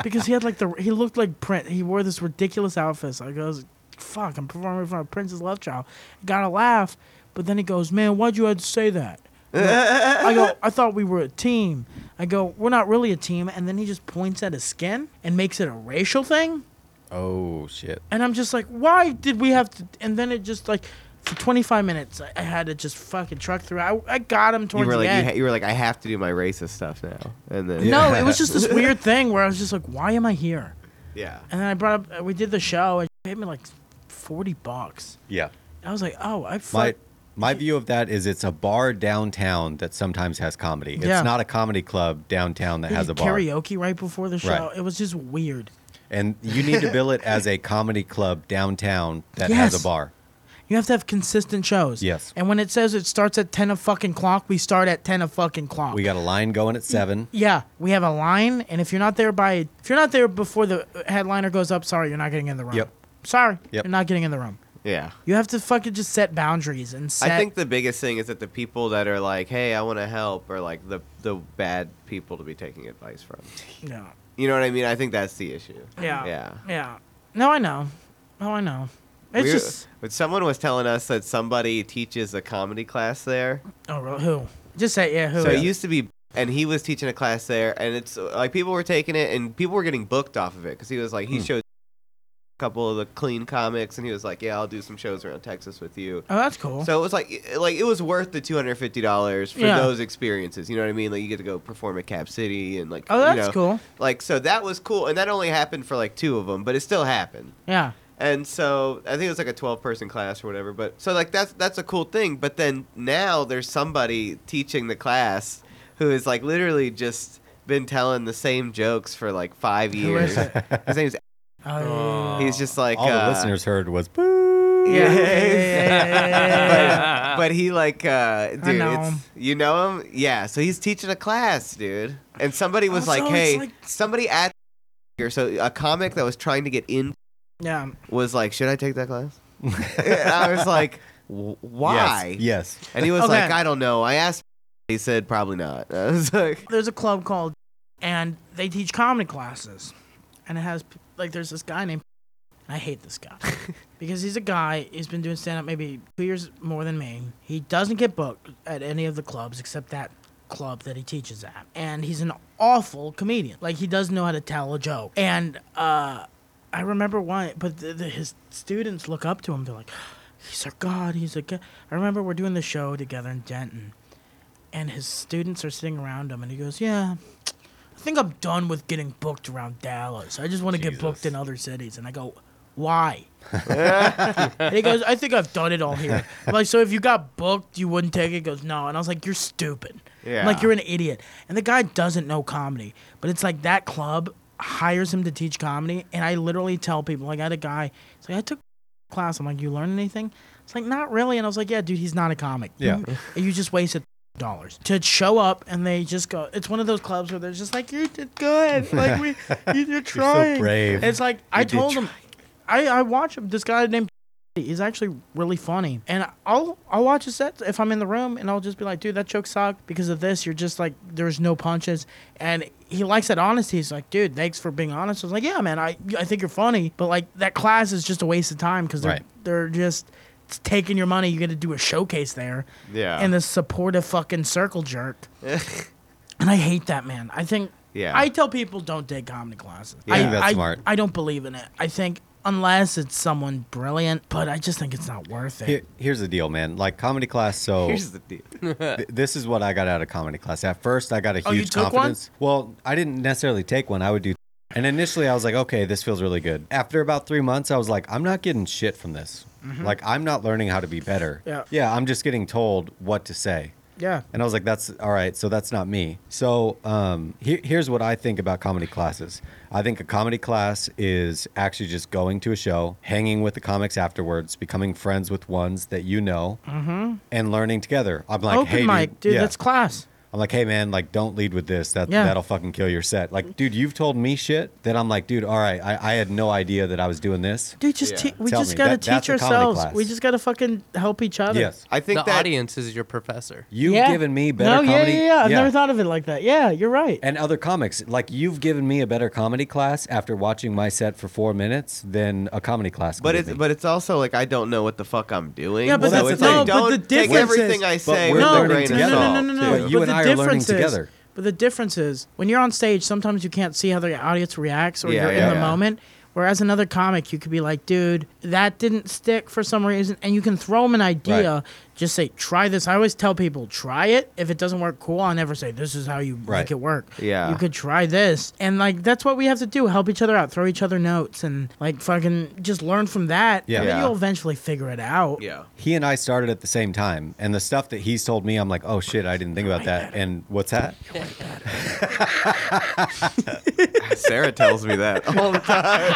[SPEAKER 1] because he had like the he looked like Prince. He wore this ridiculous outfit. So I goes, "Fuck, I'm performing in front of Prince's love child." Got to laugh, but then he goes, "Man, why'd you have to say that?" I go, I thought we were a team. I go, we're not really a team. And then he just points at his skin and makes it a racial thing.
[SPEAKER 2] Oh shit.
[SPEAKER 1] And I'm just like, why did we have to? And then it just like, for 25 minutes, I, I had to just fucking truck through. I, I got him
[SPEAKER 4] you
[SPEAKER 1] towards
[SPEAKER 4] were like
[SPEAKER 1] the
[SPEAKER 4] you,
[SPEAKER 1] end.
[SPEAKER 4] ha- you were like I have to do my racist stuff now, and then
[SPEAKER 1] no, it was just this weird thing where I was just like, why am I here?
[SPEAKER 4] yeah,
[SPEAKER 1] And then I brought up, we did the show, and she paid me like 40 bucks.
[SPEAKER 2] Yeah.
[SPEAKER 1] I was like, oh, I fuck.
[SPEAKER 2] My my view of that is it's a bar downtown that sometimes has comedy. It's
[SPEAKER 1] Yeah.
[SPEAKER 2] not a comedy club downtown that
[SPEAKER 1] They
[SPEAKER 2] has a
[SPEAKER 1] did
[SPEAKER 2] bar.
[SPEAKER 1] Karaoke right before the show.
[SPEAKER 2] Right.
[SPEAKER 1] It was just weird.
[SPEAKER 2] And you need to bill it as a comedy club downtown that has
[SPEAKER 1] Yes.
[SPEAKER 2] a bar.
[SPEAKER 1] You have to have consistent shows.
[SPEAKER 2] Yes.
[SPEAKER 1] And when it says it starts at 10 of fucking clock, we start at 10 of fucking clock.
[SPEAKER 2] We got a line going at seven.
[SPEAKER 1] Yeah, we have a line, and if you're not there by, if you're not there before the headliner goes up, sorry, you're not getting in the room.
[SPEAKER 2] Yep.
[SPEAKER 1] Sorry,
[SPEAKER 2] Yep.
[SPEAKER 1] you're not getting in the room.
[SPEAKER 4] yeah.
[SPEAKER 1] You have to fucking just set boundaries and set.
[SPEAKER 4] I think the biggest thing is that the people that are like, "Hey, I want to help," are like the the bad people to be taking advice from.
[SPEAKER 1] Yeah.
[SPEAKER 4] You know what I mean? I think that's the issue.
[SPEAKER 1] Yeah.
[SPEAKER 4] yeah.
[SPEAKER 1] Yeah. No, I know. No, I know. It's
[SPEAKER 4] We were-
[SPEAKER 1] just.
[SPEAKER 4] but someone was telling us that somebody teaches a comedy class there.
[SPEAKER 1] Oh, really? who? Just say yeah. Who?
[SPEAKER 4] So
[SPEAKER 2] Yeah.
[SPEAKER 4] it used to be, and he was teaching a class there, and it's uh, like people were taking it, and people were getting booked off of it because he was like, he
[SPEAKER 1] Hmm.
[SPEAKER 4] showed a couple of the clean comics, and he was like, yeah, I'll do some shows around Texas with you.
[SPEAKER 1] oh, that's cool.
[SPEAKER 4] So it was like, it- like it was worth the two hundred fifty dollars for
[SPEAKER 1] Yeah.
[SPEAKER 4] those experiences. You know what I mean? Like you get to go perform at Cap City, and like,
[SPEAKER 1] oh,
[SPEAKER 4] you
[SPEAKER 1] that's
[SPEAKER 4] know,
[SPEAKER 1] cool.
[SPEAKER 4] Like so that was cool, and that only happened for like two of them, but it still happened.
[SPEAKER 1] Yeah.
[SPEAKER 4] And so I think it was like a 12 person class or whatever. But so like that's that's a cool thing. But then now there's somebody teaching the class who is like literally just been telling the same jokes for like five years.
[SPEAKER 1] is
[SPEAKER 4] His name's
[SPEAKER 1] Oh.
[SPEAKER 4] he's just like
[SPEAKER 2] All
[SPEAKER 4] uh,
[SPEAKER 2] the listeners heard was boo.
[SPEAKER 1] yeah.
[SPEAKER 4] Yeah.
[SPEAKER 1] yeah, yeah, yeah.
[SPEAKER 4] but, but he like uh dude
[SPEAKER 1] Ah. know
[SPEAKER 4] it's-
[SPEAKER 1] him.
[SPEAKER 4] you know him yeah so he's teaching a class dude and somebody was
[SPEAKER 1] Also,
[SPEAKER 4] like
[SPEAKER 1] it's
[SPEAKER 4] hey
[SPEAKER 1] like-
[SPEAKER 4] somebody at or so a comic that was trying to get in
[SPEAKER 1] Yeah.
[SPEAKER 4] was like should i take that class And I was like, "W- why?
[SPEAKER 2] Yes.
[SPEAKER 4] And he was
[SPEAKER 1] Okay.
[SPEAKER 4] like, I don't know. I asked. He said, probably not. I was like,
[SPEAKER 1] there's a club called and they teach comedy classes and it has like there's this guy named i hate this guy because he's a guy he's been doing stand-up maybe two years more than me he doesn't get booked at any of the clubs except that club that he teaches at and he's an awful comedian like he doesn't know how to tell a joke and uh i remember why but the, the, his students look up to him they're like he's our god he's a god i remember we're doing the show together in denton and his students are sitting around him and he goes yeah i think i'm done with getting booked around dallas i just want to get booked in other cities and i go why and he goes i think i've done it all here I'm like so if you got booked you wouldn't take it he goes no and i was like you're stupid I'm like
[SPEAKER 4] Yeah.
[SPEAKER 1] you're an idiot and the guy doesn't know comedy but it's like that club hires him to teach comedy and i literally tell people like i had a guy it's like i took class i'm like you learn anything it's like not really and i was like yeah dude he's not a comic
[SPEAKER 2] Yeah.
[SPEAKER 1] You- you just wasted dollars to show up and they just go it's one of those clubs where they're just like you did good like we you, you're trying
[SPEAKER 2] brave.
[SPEAKER 1] it's like i
[SPEAKER 2] did
[SPEAKER 1] told him i i watch him this guy named he's actually really funny and i'll i'll watch a set if i'm in the room and i'll just be like dude that joke sucked because of this you're just like there's no punches and he likes that honesty he's like dude thanks for being honest i was like yeah man i i think you're funny but like that class is just a waste of time because they're
[SPEAKER 2] Right.
[SPEAKER 1] they're just it's taking your money you got to do a showcase there
[SPEAKER 4] yeah.
[SPEAKER 1] and this supportive fucking circle jerk. and I hate that man. I think
[SPEAKER 4] Yeah.
[SPEAKER 1] I tell people don't take comedy classes.
[SPEAKER 4] Yeah.
[SPEAKER 1] I,
[SPEAKER 4] I think
[SPEAKER 2] that's
[SPEAKER 1] I-
[SPEAKER 2] smart.
[SPEAKER 1] I don't believe in it. I think unless it's someone brilliant, but I just think it's not worth it.
[SPEAKER 2] Here- here's the deal, man. Like comedy class, so
[SPEAKER 4] Here's the deal.
[SPEAKER 2] th- this is what I got out of comedy class. At first, I got a huge
[SPEAKER 1] Oh, you took one?
[SPEAKER 2] confidence. Well, I didn't necessarily take one. I would do. And initially, I was like, okay, this feels really good. After about three months, I was like, I'm not getting shit from this. Like, I'm not learning how to be better.
[SPEAKER 1] Mm-hmm. Yeah.
[SPEAKER 2] Yeah, I'm just getting told what to say.
[SPEAKER 1] Yeah.
[SPEAKER 2] And I was like, that's all right. So that's not me. So um, here, here's what I think about comedy classes. I think a comedy class is actually just going to a show, hanging with the comics afterwards, becoming friends with ones that you know, and learning together. I'm like,
[SPEAKER 1] Mm-hmm. Open
[SPEAKER 2] hey,
[SPEAKER 1] mic, dude,
[SPEAKER 2] yeah.
[SPEAKER 1] that's class.
[SPEAKER 2] I'm like, hey man, like don't lead with this. That
[SPEAKER 1] Yeah.
[SPEAKER 2] that'll fucking kill your set. Like, dude, you've told me shit that I'm like, dude, all right, I, I had no idea that I was doing this.
[SPEAKER 1] Dude, just
[SPEAKER 4] Yeah.
[SPEAKER 1] te- we
[SPEAKER 2] Tell
[SPEAKER 1] just
[SPEAKER 2] me.
[SPEAKER 1] gotta
[SPEAKER 2] That- that's
[SPEAKER 1] teach
[SPEAKER 2] a comedy
[SPEAKER 1] ourselves.
[SPEAKER 2] class.
[SPEAKER 1] We just gotta fucking help each other.
[SPEAKER 2] Yes.
[SPEAKER 4] I think
[SPEAKER 3] the
[SPEAKER 4] that
[SPEAKER 3] audience is your professor.
[SPEAKER 2] You've
[SPEAKER 1] Yeah.
[SPEAKER 2] given me better
[SPEAKER 1] no,
[SPEAKER 2] comedy.
[SPEAKER 1] Yeah, yeah, yeah. I've never thought of it like that. Yeah, you're right.
[SPEAKER 2] and other comics. Like you've given me a better comedy class after watching my set for four minutes than a comedy class.
[SPEAKER 4] But
[SPEAKER 2] gave
[SPEAKER 4] it's
[SPEAKER 2] me.
[SPEAKER 4] but it's also like I don't know what the fuck I'm doing.
[SPEAKER 1] Yeah, but
[SPEAKER 4] so
[SPEAKER 2] that's
[SPEAKER 4] it's
[SPEAKER 2] the thing.
[SPEAKER 4] like
[SPEAKER 2] No,
[SPEAKER 1] but
[SPEAKER 4] don't
[SPEAKER 1] the
[SPEAKER 4] take
[SPEAKER 1] difference
[SPEAKER 4] everything
[SPEAKER 1] is-
[SPEAKER 4] I
[SPEAKER 2] But
[SPEAKER 4] say
[SPEAKER 2] we're
[SPEAKER 4] with
[SPEAKER 2] learning
[SPEAKER 4] a grain of
[SPEAKER 2] together.
[SPEAKER 4] salt.
[SPEAKER 1] No, no, no, no, no.
[SPEAKER 2] But
[SPEAKER 1] no.
[SPEAKER 2] you
[SPEAKER 1] but
[SPEAKER 2] and
[SPEAKER 1] the
[SPEAKER 2] I are learning
[SPEAKER 1] difference is-
[SPEAKER 2] together.
[SPEAKER 1] But the difference is when you're on stage, sometimes you can't see how the audience reacts or
[SPEAKER 4] Yeah,
[SPEAKER 1] you're in
[SPEAKER 4] yeah,
[SPEAKER 1] the
[SPEAKER 4] yeah.
[SPEAKER 1] moment. Whereas another comic, you could be like, dude, that didn't stick for some reason. And you can throw them an idea.
[SPEAKER 2] Right.
[SPEAKER 1] Just say, try this. I always tell people, try it. If it doesn't work, cool. I never say, this is how you
[SPEAKER 2] Right.
[SPEAKER 1] make it work.
[SPEAKER 4] Yeah.
[SPEAKER 1] You could try this. And like, that's what we have to do help each other out, throw each other notes, and like fucking just learn from that.
[SPEAKER 2] Yeah.
[SPEAKER 1] And then
[SPEAKER 4] Yeah.
[SPEAKER 1] you'll eventually figure it out.
[SPEAKER 4] Yeah.
[SPEAKER 2] he and I started at the same time, and the stuff that he's told me, I'm like, oh shit, I didn't think about that. And what's that?
[SPEAKER 4] Sarah tells me that all the time.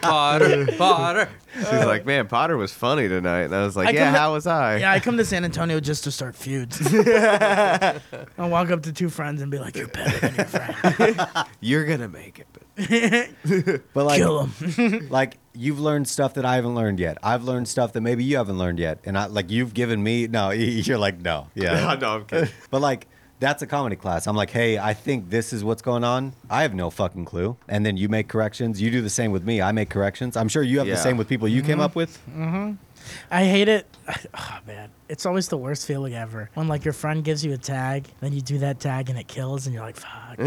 [SPEAKER 3] Potter, Potter.
[SPEAKER 4] She's like, "Man, Potter was funny tonight," and I was like,
[SPEAKER 1] I
[SPEAKER 4] "Yeah,
[SPEAKER 1] come to-
[SPEAKER 4] how was I?"
[SPEAKER 1] Yeah, I come to San Antonio just to start feuds. I'll walk up to two friends and be like, "You're better than your friend.
[SPEAKER 4] You're gonna make it. but-
[SPEAKER 2] But like,
[SPEAKER 1] Kill him."
[SPEAKER 2] like you've learned stuff that I haven't learned yet. I've learned stuff that maybe you haven't learned yet. And I like you've given me no. You're like no, yeah.
[SPEAKER 4] Oh, no, I'm kidding.
[SPEAKER 2] But like that's a comedy class. I'm like, hey, I think this is what's going on. I have no fucking clue. And then you make corrections. You do the same with me. I make corrections. I'm sure you have
[SPEAKER 4] Yeah. Mm-hmm.
[SPEAKER 2] the same with people you came up with.
[SPEAKER 1] I hate it. Oh man, it's always the worst feeling ever when like your friend gives you a tag, then you do that tag and it kills, and you're like, "Fuck."
[SPEAKER 4] Yeah.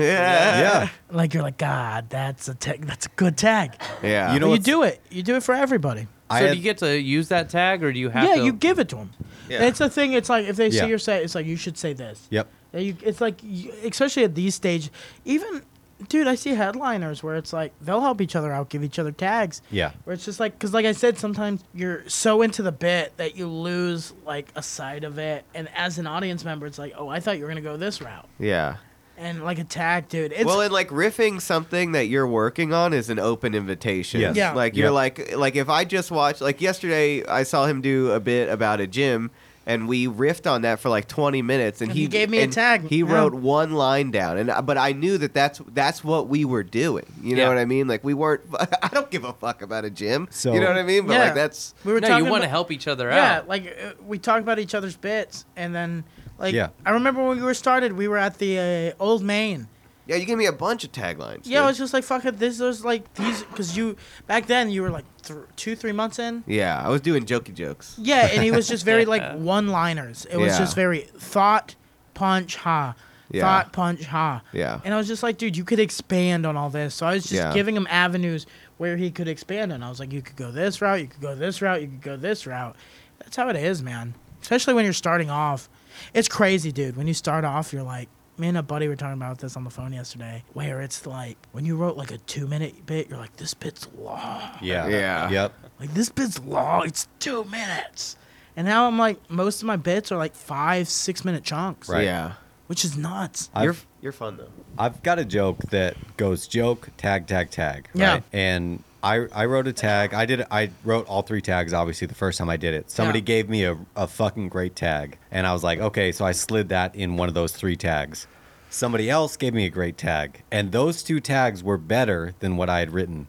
[SPEAKER 2] Yeah.
[SPEAKER 1] Like you're like, "God, that's a tag. That's a good tag."
[SPEAKER 4] Yeah.
[SPEAKER 2] You
[SPEAKER 1] But
[SPEAKER 2] know-
[SPEAKER 1] you
[SPEAKER 2] it's-
[SPEAKER 1] do it. You do it for everybody.
[SPEAKER 2] I
[SPEAKER 3] So
[SPEAKER 2] had-
[SPEAKER 3] do you get to use that tag, or do you have
[SPEAKER 1] yeah,
[SPEAKER 3] to?
[SPEAKER 1] you give it to them.
[SPEAKER 4] Yeah.
[SPEAKER 1] It's a thing. It's like if they
[SPEAKER 2] Yeah.
[SPEAKER 1] see your set, it's like you should say this.
[SPEAKER 2] Yep.
[SPEAKER 1] Yeah, you, it's like, you, especially at these stage, even, dude, I see headliners where it's like they'll help each other out, give each other tags.
[SPEAKER 2] Yeah.
[SPEAKER 1] Where it's just like, because like I said, sometimes you're so into the bit that you lose like a side of it, and as an audience member, it's like, oh, I thought you were gonna go this route,
[SPEAKER 4] yeah.
[SPEAKER 1] and like a tag, dude. It's
[SPEAKER 4] well, and like riffing something that you're working on is an open invitation.
[SPEAKER 2] Yes.
[SPEAKER 1] Yeah.
[SPEAKER 4] Like you're
[SPEAKER 2] Yep.
[SPEAKER 4] like like if I just watched like yesterday I saw him do a bit about a gym and we riffed on that for like 20 minutes and,
[SPEAKER 1] And he gave me a
[SPEAKER 4] and
[SPEAKER 1] tag.
[SPEAKER 4] he
[SPEAKER 1] Yeah.
[SPEAKER 4] wrote one line down and I- but i knew that that's that's what we were doing you know
[SPEAKER 3] Yeah.
[SPEAKER 4] what i mean like we weren't i don't give a fuck about a gym
[SPEAKER 2] So-
[SPEAKER 4] you know what i mean but
[SPEAKER 1] Yeah.
[SPEAKER 4] like that's
[SPEAKER 1] We were
[SPEAKER 3] no,
[SPEAKER 1] talking
[SPEAKER 3] you want to
[SPEAKER 1] about-
[SPEAKER 3] help each other
[SPEAKER 1] Yeah,
[SPEAKER 3] out.
[SPEAKER 1] like uh, we talked about each other's bits, and then like
[SPEAKER 2] Yeah.
[SPEAKER 1] I remember when we were started, we were at the uh, Old Main.
[SPEAKER 4] yeah you gave me a bunch of taglines
[SPEAKER 1] Yeah, I
[SPEAKER 4] dude.
[SPEAKER 1] was just like, "Fuck it, this was like these," because you back then you were like th- two, three months in.
[SPEAKER 4] yeah i was doing jokey jokes
[SPEAKER 1] Yeah, and it was just very
[SPEAKER 3] Yeah.
[SPEAKER 1] like one-liners. It was
[SPEAKER 4] Yeah.
[SPEAKER 1] just very thought, punch, ha,
[SPEAKER 4] Yeah.
[SPEAKER 1] thought, punch, ha.
[SPEAKER 4] Yeah.
[SPEAKER 1] And I was just like, dude, you could expand on all this. So I was just
[SPEAKER 4] Yeah.
[SPEAKER 1] giving him avenues where he could expand, and I was like, you could go this route, you could go this route, you could go this route. That's how it is, man. Especially when you're starting off, it's crazy, dude. When you start off, you're like. Me and a buddy were talking about this on the phone yesterday, where it's like when you wrote like a two minute bit, you're like, this bit's long.
[SPEAKER 2] Yeah.
[SPEAKER 4] Yeah.
[SPEAKER 2] Yep.
[SPEAKER 1] Like this bit's long. It's two minutes. And now I'm like, most of my bits are like five, six minute chunks,
[SPEAKER 2] Right.
[SPEAKER 4] yeah
[SPEAKER 1] which is nuts.
[SPEAKER 2] I've-
[SPEAKER 4] you're you're fun though
[SPEAKER 2] I've got a joke that goes joke, tag, tag, tag.
[SPEAKER 1] Yeah.
[SPEAKER 2] Right? And I, I wrote a tag. I did I wrote all three tags obviously the first time I did it. Somebody
[SPEAKER 1] Yeah.
[SPEAKER 2] gave me a, a fucking great tag. And I was like, okay, so I slid that in one of those three tags. Somebody else gave me a great tag. And those two tags were better than what I had written.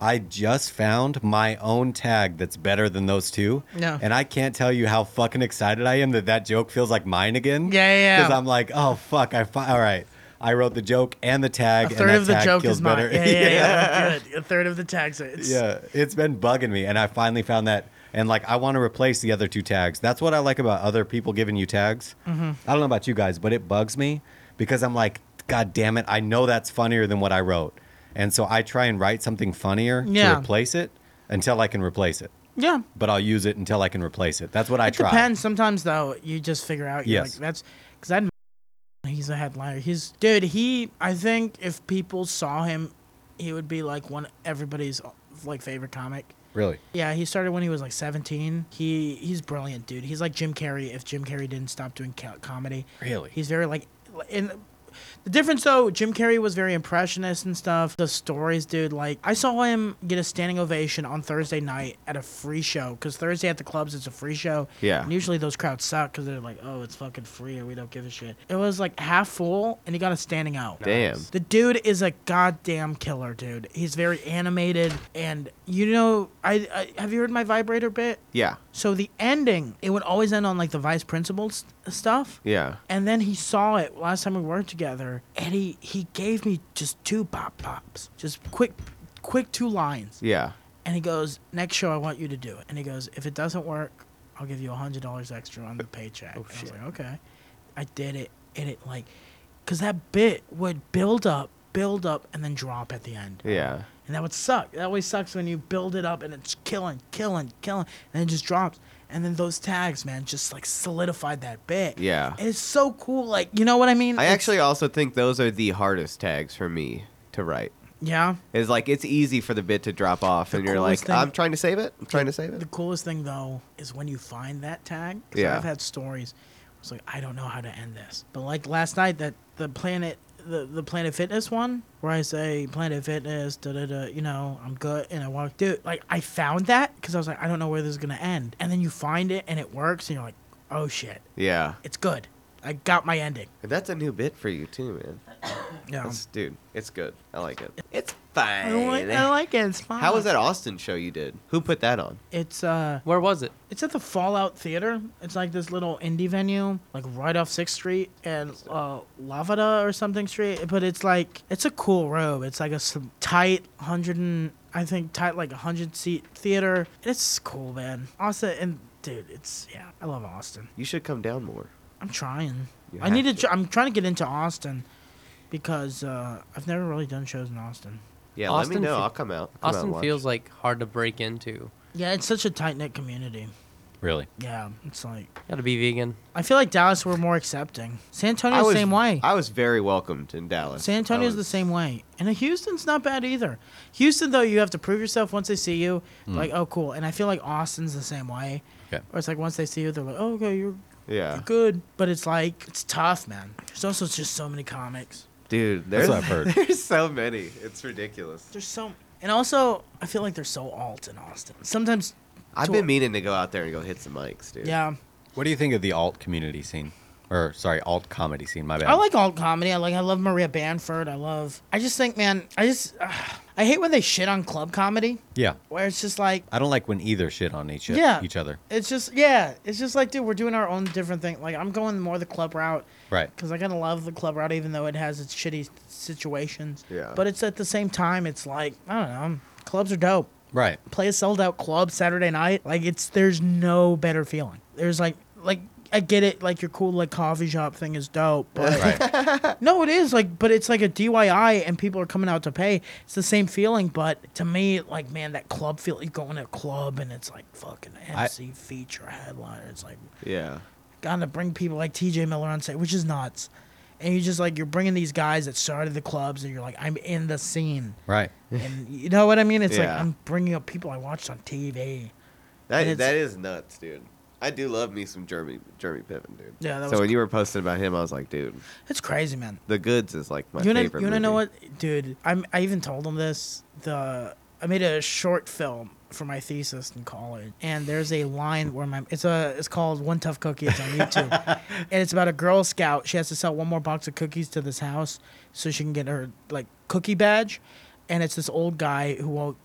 [SPEAKER 2] I just found my own tag that's better than those two.
[SPEAKER 1] Yeah.
[SPEAKER 2] And I can't tell you how fucking excited I am that that joke feels like mine again.
[SPEAKER 1] Yeah, yeah, yeah.
[SPEAKER 2] Because I'm like, oh fuck, I fi- all right. I wrote the joke and the
[SPEAKER 1] A
[SPEAKER 2] tag, and
[SPEAKER 1] third
[SPEAKER 2] that
[SPEAKER 1] of the
[SPEAKER 2] tag
[SPEAKER 1] joke
[SPEAKER 2] feels
[SPEAKER 1] is
[SPEAKER 2] better.
[SPEAKER 1] mine. Yeah, yeah, yeah. Good. A third of the tags. Are, it's,
[SPEAKER 2] Yeah, it's been bugging me, and I finally found that. And like, I want to replace the other two tags. That's what I like about other people giving you tags.
[SPEAKER 1] Mm-hmm.
[SPEAKER 2] I don't know about you guys, but it bugs me because I'm like, God damn it, I know that's funnier than what I wrote, and so I try and write something funnier
[SPEAKER 1] Yeah.
[SPEAKER 2] to replace it until I can replace it.
[SPEAKER 1] Yeah.
[SPEAKER 2] But I'll use it until I can replace it. That's what I
[SPEAKER 1] It
[SPEAKER 2] try.
[SPEAKER 1] depends. Sometimes though, you just figure out. You're
[SPEAKER 2] Yes.
[SPEAKER 1] Like, That's because that. He's a headliner. He's dude. He. I think if people saw him, he would be like one everybody's like favorite comic.
[SPEAKER 2] Really?
[SPEAKER 1] Yeah, he started when he was like 17. He he's brilliant, dude. He's like Jim Carrey if Jim Carrey didn't stop doing co- comedy.
[SPEAKER 2] Really?
[SPEAKER 1] He's very like and the difference though, Jim Carrey was very impressionist and stuff. The stories, dude, like I saw him get a standing ovation on Thursday night at a free show cuz Thursday at the clubs it's a free show.
[SPEAKER 4] Yeah.
[SPEAKER 1] And usually those crowds suck cuz they're like, "Oh, it's fucking free or we don't give a shit." It was like half full and he got a standing out.
[SPEAKER 4] damn
[SPEAKER 1] The dude is a goddamn killer, dude. He's very animated, and you know, I, I have you heard my vibrator bit?
[SPEAKER 4] yeah
[SPEAKER 1] So the ending, it would always end on like the vice principal st- stuff.
[SPEAKER 4] yeah
[SPEAKER 1] And then he saw it last time we worked together, and he he gave me just two pop pops, just quick, quick two lines.
[SPEAKER 4] yeah
[SPEAKER 1] And he goes, "Next show, I want you to do it." And he goes, "If it doesn't work, I'll give you a hundred dollars extra on the paycheck."
[SPEAKER 4] Oh,
[SPEAKER 1] and I was like, "Okay." I did it, and it like, cause that bit would build up, build up, and then drop at the end,
[SPEAKER 4] yeah
[SPEAKER 1] and that would suck. That always sucks when you build it up and it's killing, killing, killing, and it just drops. And then those tags, man, just like solidified that bit.
[SPEAKER 4] Yeah.
[SPEAKER 1] And it's so cool. Like, you know what I mean?
[SPEAKER 4] i
[SPEAKER 1] It's-
[SPEAKER 4] actually also think those are the hardest tags for me to write
[SPEAKER 1] Yeah.
[SPEAKER 4] is like it's easy for the bit to drop off,
[SPEAKER 1] The
[SPEAKER 4] and you're like,
[SPEAKER 1] coolest thing-
[SPEAKER 4] I'm trying to save it. I'm trying to save
[SPEAKER 1] The
[SPEAKER 4] it.
[SPEAKER 1] coolest thing though is when you find that tag. 'cause
[SPEAKER 4] Yeah.
[SPEAKER 1] I've had stories. It's like I don't know how to end this, but like last night that the planet. The, the Planet Fitness one where I say Planet Fitness da da da you know I'm good and I walk dude like I found that because I was like I don't know where this is gonna end and then you find it and it works and you're like oh shit
[SPEAKER 4] Yeah,
[SPEAKER 1] it's good I got my ending
[SPEAKER 4] and that's a new bit for you too, man.
[SPEAKER 1] yeah
[SPEAKER 4] That's, dude, it's good. I like it. It's
[SPEAKER 1] I
[SPEAKER 4] fine.
[SPEAKER 1] like, I like it it's fine
[SPEAKER 4] How was that Austin show you did? Who put that on?
[SPEAKER 1] it's uh
[SPEAKER 3] Where was it?
[SPEAKER 1] It's at the Fallout Theater. It's like this little indie venue, like right off Sixth Street and uh, Lavada or something Street. But it's like it's a cool room. It's like a s- tight hundred and I think tight like hundred seat theater. It's cool, man. Austin and dude, it's yeah, I love Austin.
[SPEAKER 4] You should come down more.
[SPEAKER 1] I'm trying.
[SPEAKER 4] You
[SPEAKER 1] I need to.
[SPEAKER 4] have
[SPEAKER 1] Tr- I'm trying to get into Austin because uh, I've never really done shows in Austin.
[SPEAKER 4] Yeah, let
[SPEAKER 3] Austin
[SPEAKER 4] me know.
[SPEAKER 3] fe-
[SPEAKER 4] I'll come out. Come out and
[SPEAKER 3] Austin
[SPEAKER 4] watch.
[SPEAKER 3] feels like hard to break into.
[SPEAKER 1] Yeah, it's such a tight knit community.
[SPEAKER 2] Really?
[SPEAKER 1] Yeah, it's like
[SPEAKER 3] Got to be vegan.
[SPEAKER 1] I feel like Dallas were more accepting. San
[SPEAKER 4] I
[SPEAKER 1] Antonio's
[SPEAKER 4] was,
[SPEAKER 1] the same way.
[SPEAKER 4] I was very welcomed in Dallas.
[SPEAKER 1] San Antonio's
[SPEAKER 4] I
[SPEAKER 1] the
[SPEAKER 4] was-
[SPEAKER 1] same way. And Houston's not bad either. Houston, though, you have to prove yourself once they see you. Like, oh, cool. And I feel like Austin's the same way.
[SPEAKER 2] Okay.
[SPEAKER 1] Or it's like once they see you, they're like, oh, okay, you're,
[SPEAKER 4] Yeah,
[SPEAKER 1] you're good. But it's like, it's tough, man. There's also just so many comics.
[SPEAKER 4] dude.
[SPEAKER 2] That's
[SPEAKER 4] There's
[SPEAKER 2] what I've heard.
[SPEAKER 4] there's so many. It's ridiculous.
[SPEAKER 1] There's so. And also, I feel like they're so alt in Austin. Sometimes.
[SPEAKER 4] I've
[SPEAKER 1] to-
[SPEAKER 4] been meaning to go out there and go hit some mics, dude.
[SPEAKER 1] Yeah.
[SPEAKER 2] What do you think of the alt community scene? Or sorry, alt comedy scene. My bad.
[SPEAKER 1] I like alt comedy. I like. I love Maria Bamford. I love. I just think, man. I just. I hate when they shit on club comedy,
[SPEAKER 2] Yeah,
[SPEAKER 1] where it's just like.
[SPEAKER 2] I don't like when either shit on each
[SPEAKER 1] Yeah.
[SPEAKER 2] each other.
[SPEAKER 1] It's just yeah. It's just like, dude, we're doing our own different thing. Like I'm going more the club route.
[SPEAKER 2] Right.
[SPEAKER 1] Because I kind of love the club route, even though it has its shitty situations.
[SPEAKER 4] Yeah.
[SPEAKER 1] But it's at the same time, it's like I don't know. Clubs are dope.
[SPEAKER 2] Right.
[SPEAKER 1] play a sold out club Saturday night, like it's there's no better feeling. There's like like I get it, like your cool like coffee shop thing is dope, but
[SPEAKER 2] Right.
[SPEAKER 1] no, it is like, but it's like a DIY and people are coming out to pay. It's the same feeling, but to me, like man, that club feel. You go in a club and it's like fucking MC feature headliner. It's like
[SPEAKER 4] Yeah.
[SPEAKER 1] gotta bring people like TJ Miller on stage, which is nuts. And you just like you're bringing these guys that started the clubs, and you're like, I'm in the scene,
[SPEAKER 2] right.
[SPEAKER 1] and you know what I mean? It's like
[SPEAKER 4] Yeah.
[SPEAKER 1] I'm bringing up people I watched on TV. And
[SPEAKER 4] That
[SPEAKER 1] it's-
[SPEAKER 4] that is nuts, dude. I do love me some Jeremy Jeremy Piven, dude.
[SPEAKER 1] Yeah, that
[SPEAKER 4] so
[SPEAKER 1] was
[SPEAKER 4] when you were posting about him, I was like, dude,
[SPEAKER 1] It's crazy, man.
[SPEAKER 4] The Goods is like my
[SPEAKER 1] you wanna,
[SPEAKER 4] favorite.
[SPEAKER 1] you wanna
[SPEAKER 4] movie.
[SPEAKER 1] know what, dude? I'm, I even told him this. The I made a short film for my thesis in college, and there's a line where my it's a it's called One Tough Cookie. It's on YouTube, and it's about a Girl Scout. She has to sell one more box of cookies to this house so she can get her like cookie badge, and it's this old guy who won't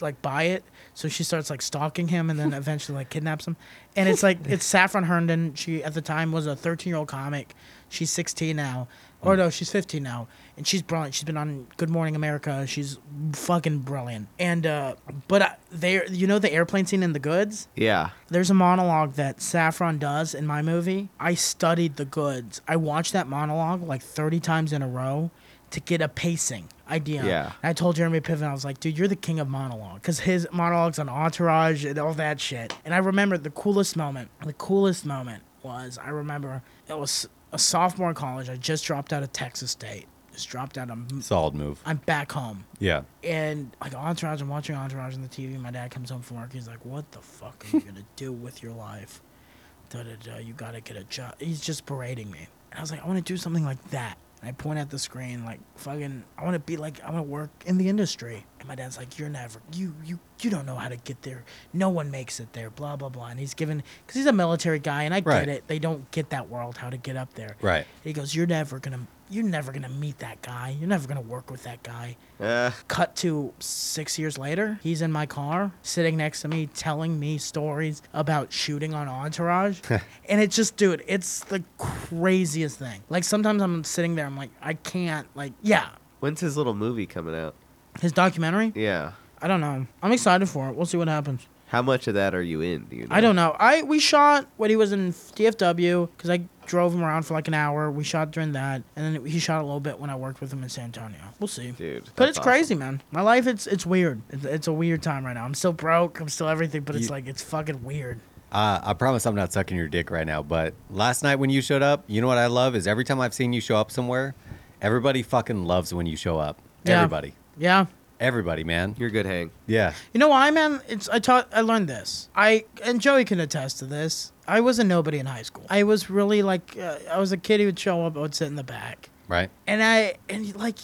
[SPEAKER 1] like buy it. So she starts like stalking him and then eventually like kidnaps him. And it's like it's Saffron Herndon. She at the time was a 13 year old comic. She's 16 now, or no, she's 15 now, and she's brilliant. She's been on Good Morning America. She's fucking brilliant. And uh, but uh, they, you know, the airplane scene in The Goods.
[SPEAKER 4] Yeah.
[SPEAKER 1] There's a monologue that Saffron does in my movie. I studied the goods. I watched that monologue like 30 times in a row to get a pacing idea.
[SPEAKER 4] Yeah.
[SPEAKER 1] And I told Jeremy Piven, I was like, dude, you're the king of monologue. Because his monologues on Entourage and all that shit. And I remember the coolest moment, the coolest moment was I remember it was a sophomore in college. I just dropped out of Texas State. Just dropped out. I'm,
[SPEAKER 2] Solid move.
[SPEAKER 1] I'm back home
[SPEAKER 2] Yeah.
[SPEAKER 1] and like Entourage, I'm watching Entourage on the TV. My dad comes home from work. He's like, "What the fuck are you gonna do with your life? Da da da. You gotta get a job." He's just berating me, and I was like, "I want to do something like that." And I point at the screen, like, "Fucking, I want to be like, I want to work in the industry." And my dad's like, "You're never, you you you don't know how to get there. No one makes it there. Blah blah blah." And he's given because he's a military guy, and I
[SPEAKER 2] Right.
[SPEAKER 1] get it. They don't get that world how to get up there.
[SPEAKER 2] Right.
[SPEAKER 1] He goes, "You're never gonna." You're never gonna meet that guy. You're never gonna work with that guy.
[SPEAKER 4] Uh,
[SPEAKER 1] Cut to six years later, he's in my car, sitting next to me, telling me stories about shooting on Entourage. and it's just, dude, it's the craziest thing. Like, sometimes I'm sitting there, I'm like, I can't, like, yeah.
[SPEAKER 4] when's his little movie coming out?
[SPEAKER 1] His documentary?
[SPEAKER 4] Yeah.
[SPEAKER 1] I don't know. I'm excited for it. We'll see what happens.
[SPEAKER 4] How much of that are you in? Do you know?
[SPEAKER 1] I don't know. I we shot when he was in DFW because I drove him around for like an hour. We shot during that, and then he shot a little bit when I worked with him in San Antonio. We'll see,
[SPEAKER 4] Dude,
[SPEAKER 1] But
[SPEAKER 4] that's
[SPEAKER 1] it's crazy, man. My life, it's it's weird. It's, it's a weird time right now. I'm still broke. I'm still everything, but it's
[SPEAKER 2] You-
[SPEAKER 1] like it's fucking weird.
[SPEAKER 2] Uh, I promise I'm not sucking your dick right now, but last night when you showed up, you know what I love is every time I've seen you show up somewhere, everybody fucking loves when you show up.
[SPEAKER 1] Yeah.
[SPEAKER 2] Everybody.
[SPEAKER 1] Yeah.
[SPEAKER 2] Everybody, man.
[SPEAKER 4] You're good, Hank.
[SPEAKER 2] Yeah.
[SPEAKER 1] You know why, man? It's I taught I learned this. I and Joey can attest to this. I was a nobody in high school. I was really like uh, I was a kid who would show up, I would sit in the back.
[SPEAKER 2] Right.
[SPEAKER 1] And I and like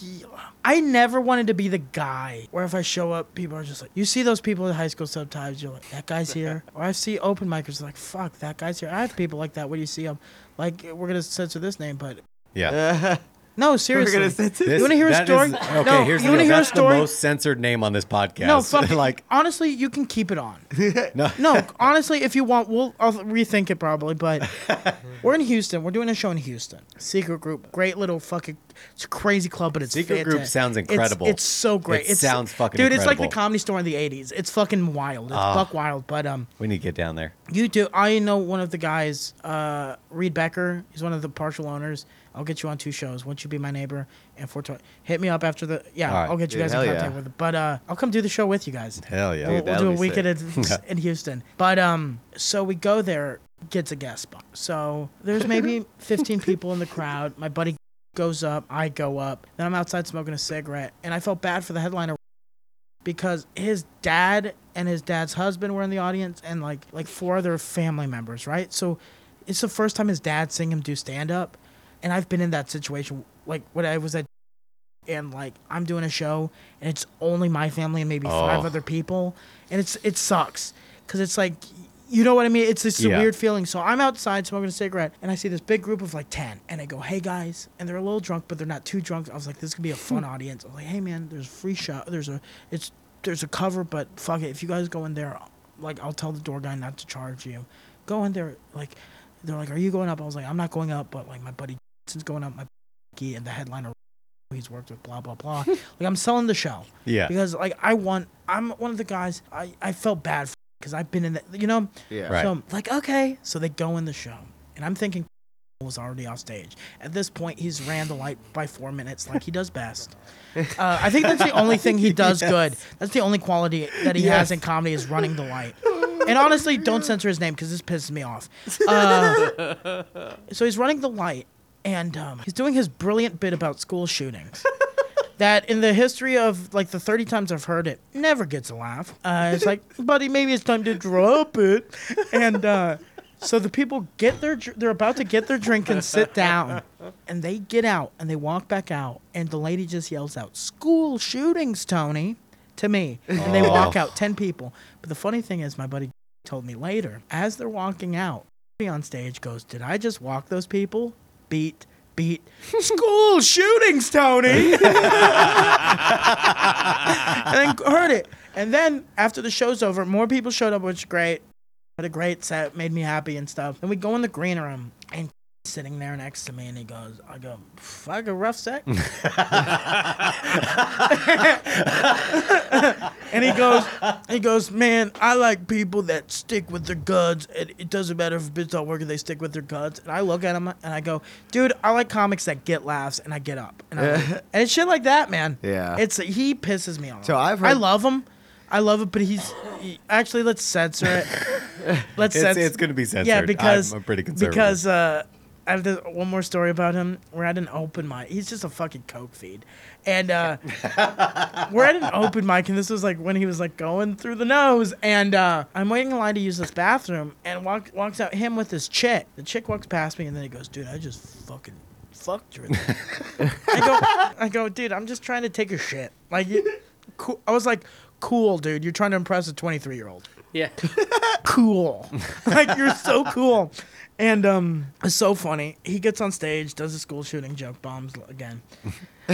[SPEAKER 1] I never wanted to be the guy where if I show up, people are just like, you see those people in high school sometimes. You're like, that guy's here. or I see open micers like, fuck, that guy's here. I have people like that when you see them. Like we're gonna censor this name, but
[SPEAKER 2] Yeah.
[SPEAKER 4] Uh,
[SPEAKER 1] no, seriously.
[SPEAKER 2] This-
[SPEAKER 1] you wanna hear a
[SPEAKER 2] that
[SPEAKER 1] story?
[SPEAKER 2] is-
[SPEAKER 1] No,
[SPEAKER 2] okay, here's
[SPEAKER 1] you
[SPEAKER 2] the,
[SPEAKER 1] wanna hear
[SPEAKER 2] deal.
[SPEAKER 1] a
[SPEAKER 2] That's
[SPEAKER 1] story?
[SPEAKER 2] the most censored name on this podcast.
[SPEAKER 1] no, fuck.
[SPEAKER 2] like,
[SPEAKER 1] like honestly, you can keep it on.
[SPEAKER 2] no.
[SPEAKER 1] No, honestly, if you want, we'll I'll rethink it probably. But we're in Houston. We're doing a show in Houston. Secret Group, great little fucking, it's a crazy club, but it's
[SPEAKER 2] Secret
[SPEAKER 1] fantastic.
[SPEAKER 2] Group sounds
[SPEAKER 1] It's-
[SPEAKER 2] incredible.
[SPEAKER 1] It's, so great.
[SPEAKER 2] It
[SPEAKER 1] it's,
[SPEAKER 2] sounds fucking
[SPEAKER 1] dude. It's like
[SPEAKER 2] incredible. Ah.
[SPEAKER 1] the Comedy Store in the '80s. It's fucking wild. It's buck wild. But um,
[SPEAKER 2] We need to get down there.
[SPEAKER 1] you do. I know one of the guys, uh, Reed Becker. He's one of the partial owners. I'll get you on two shows. Won't you be my neighbor? And four twenty. Hit me up after the. Yeah,
[SPEAKER 2] All right.
[SPEAKER 1] I'll get you
[SPEAKER 4] Dude,
[SPEAKER 1] guys in
[SPEAKER 4] hell
[SPEAKER 1] contact
[SPEAKER 4] yeah.
[SPEAKER 1] with. But uh, I'll come do the show with you guys.
[SPEAKER 2] Hell yeah.
[SPEAKER 1] We'll,
[SPEAKER 4] Dude,
[SPEAKER 1] we'll
[SPEAKER 4] that'll
[SPEAKER 1] do a
[SPEAKER 4] be
[SPEAKER 1] weekend in, in Houston. But um, so we go there, gets a guest spot. So there's maybe 15 people in the crowd. My buddy goes up, I go up. Then I'm outside smoking a cigarette, and I felt bad for the headliner because his dad and his dad's husband were in the audience, and like like four other family members, right? So it's the first time his dad seeing him do stand up, and I've been in that situation. Like when I was at and like I'm doing a show and it's only my family and maybe five
[SPEAKER 2] Oh.
[SPEAKER 1] other people and it's it sucks cuz it's like you know what I mean? It's just a
[SPEAKER 2] Yeah.
[SPEAKER 1] weird feeling. So I'm outside smoking a cigarette, and I see this big group of like ten, and I go, "Hey guys," and they're a little drunk, but they're not too drunk. I was like, "This could be a
[SPEAKER 2] Hmm.
[SPEAKER 1] fun audience." I was like, "Hey man, there's a free shot. There's a it's there's a cover, but fuck it. If you guys go in there, like I'll tell the door guy not to charge you. Go in there. Like they're like, "Are you going up?" I was like, "I'm not going up, but like my buddy is going up. My and the headliner he's worked with, blah blah blah. like I'm selling the show
[SPEAKER 2] Yeah.
[SPEAKER 1] because like I want I'm one of the guys I I felt bad because I've been in that you know
[SPEAKER 4] Yeah.
[SPEAKER 2] Right.
[SPEAKER 1] so I'm like okay so they go in the show and I'm thinking was already off stage at this point he's ran the light by four minutes like he does best uh, I think that's the only thing he does good that's the only quality that he has in comedy is running the light and honestly don't censor his name because this pisses me off uh, so he's running the light and um, he's doing his brilliant bit about school shootings that in the history of like the 30 times I've heard it, never gets a laugh. Uh, it's like, buddy, maybe it's time to drop it. And uh, so the people get their, dr- they're about to get their drink and sit down. And they get out and they walk back out. And the lady just yells out, school shootings, Tony, to me. And they walk
[SPEAKER 2] Oh.
[SPEAKER 1] out, 10 people. But the funny thing is, my buddy told me later, as they're walking out, on stage goes, Did I just walk those people? Beat, beat, school shootings, Tony and then heard it. And then after the show's over, more people showed up, which is great. Had a great set, made me happy and stuff. And we go in the green room and sitting there next to me, and he goes, "I go, fuck a rough set." and he goes, he goes, man, I like people that stick with their guns. And it doesn't matter if a bitch not working, they stick with their guns. And I look at him and I go, dude, I like comics that get laughs, and I get up, and, I leave. and it's shit like that, man.
[SPEAKER 4] Yeah.
[SPEAKER 1] it's he pisses me off.
[SPEAKER 4] So I've
[SPEAKER 1] I
[SPEAKER 4] heard-
[SPEAKER 1] love him. I love it, but he's he- actually let's censor it. Let's
[SPEAKER 2] It's-
[SPEAKER 1] censor.
[SPEAKER 2] it's gonna be censored.
[SPEAKER 1] Yeah, because
[SPEAKER 2] I'm pretty conservative.
[SPEAKER 1] Because uh, I have this, one more story about him. We're at an open mic. He's just a fucking coke feed, and uh, we're at an open mic, and this was like when he was like going through the nose, and uh, I'm waiting in line to use this bathroom, and walk, walks out him with this chick. The chick walks past me, and then he goes, "Dude, I just fucking." Fucked her. in the I go, I go, dude, I'm just trying to take a shit. Like, you- cool. I was like, cool, dude. You're trying to impress a 23 year old.
[SPEAKER 3] Yeah.
[SPEAKER 1] Cool. like, you're so cool. And um, it's so funny. He gets on stage, does a school shooting joke, bombs l- again.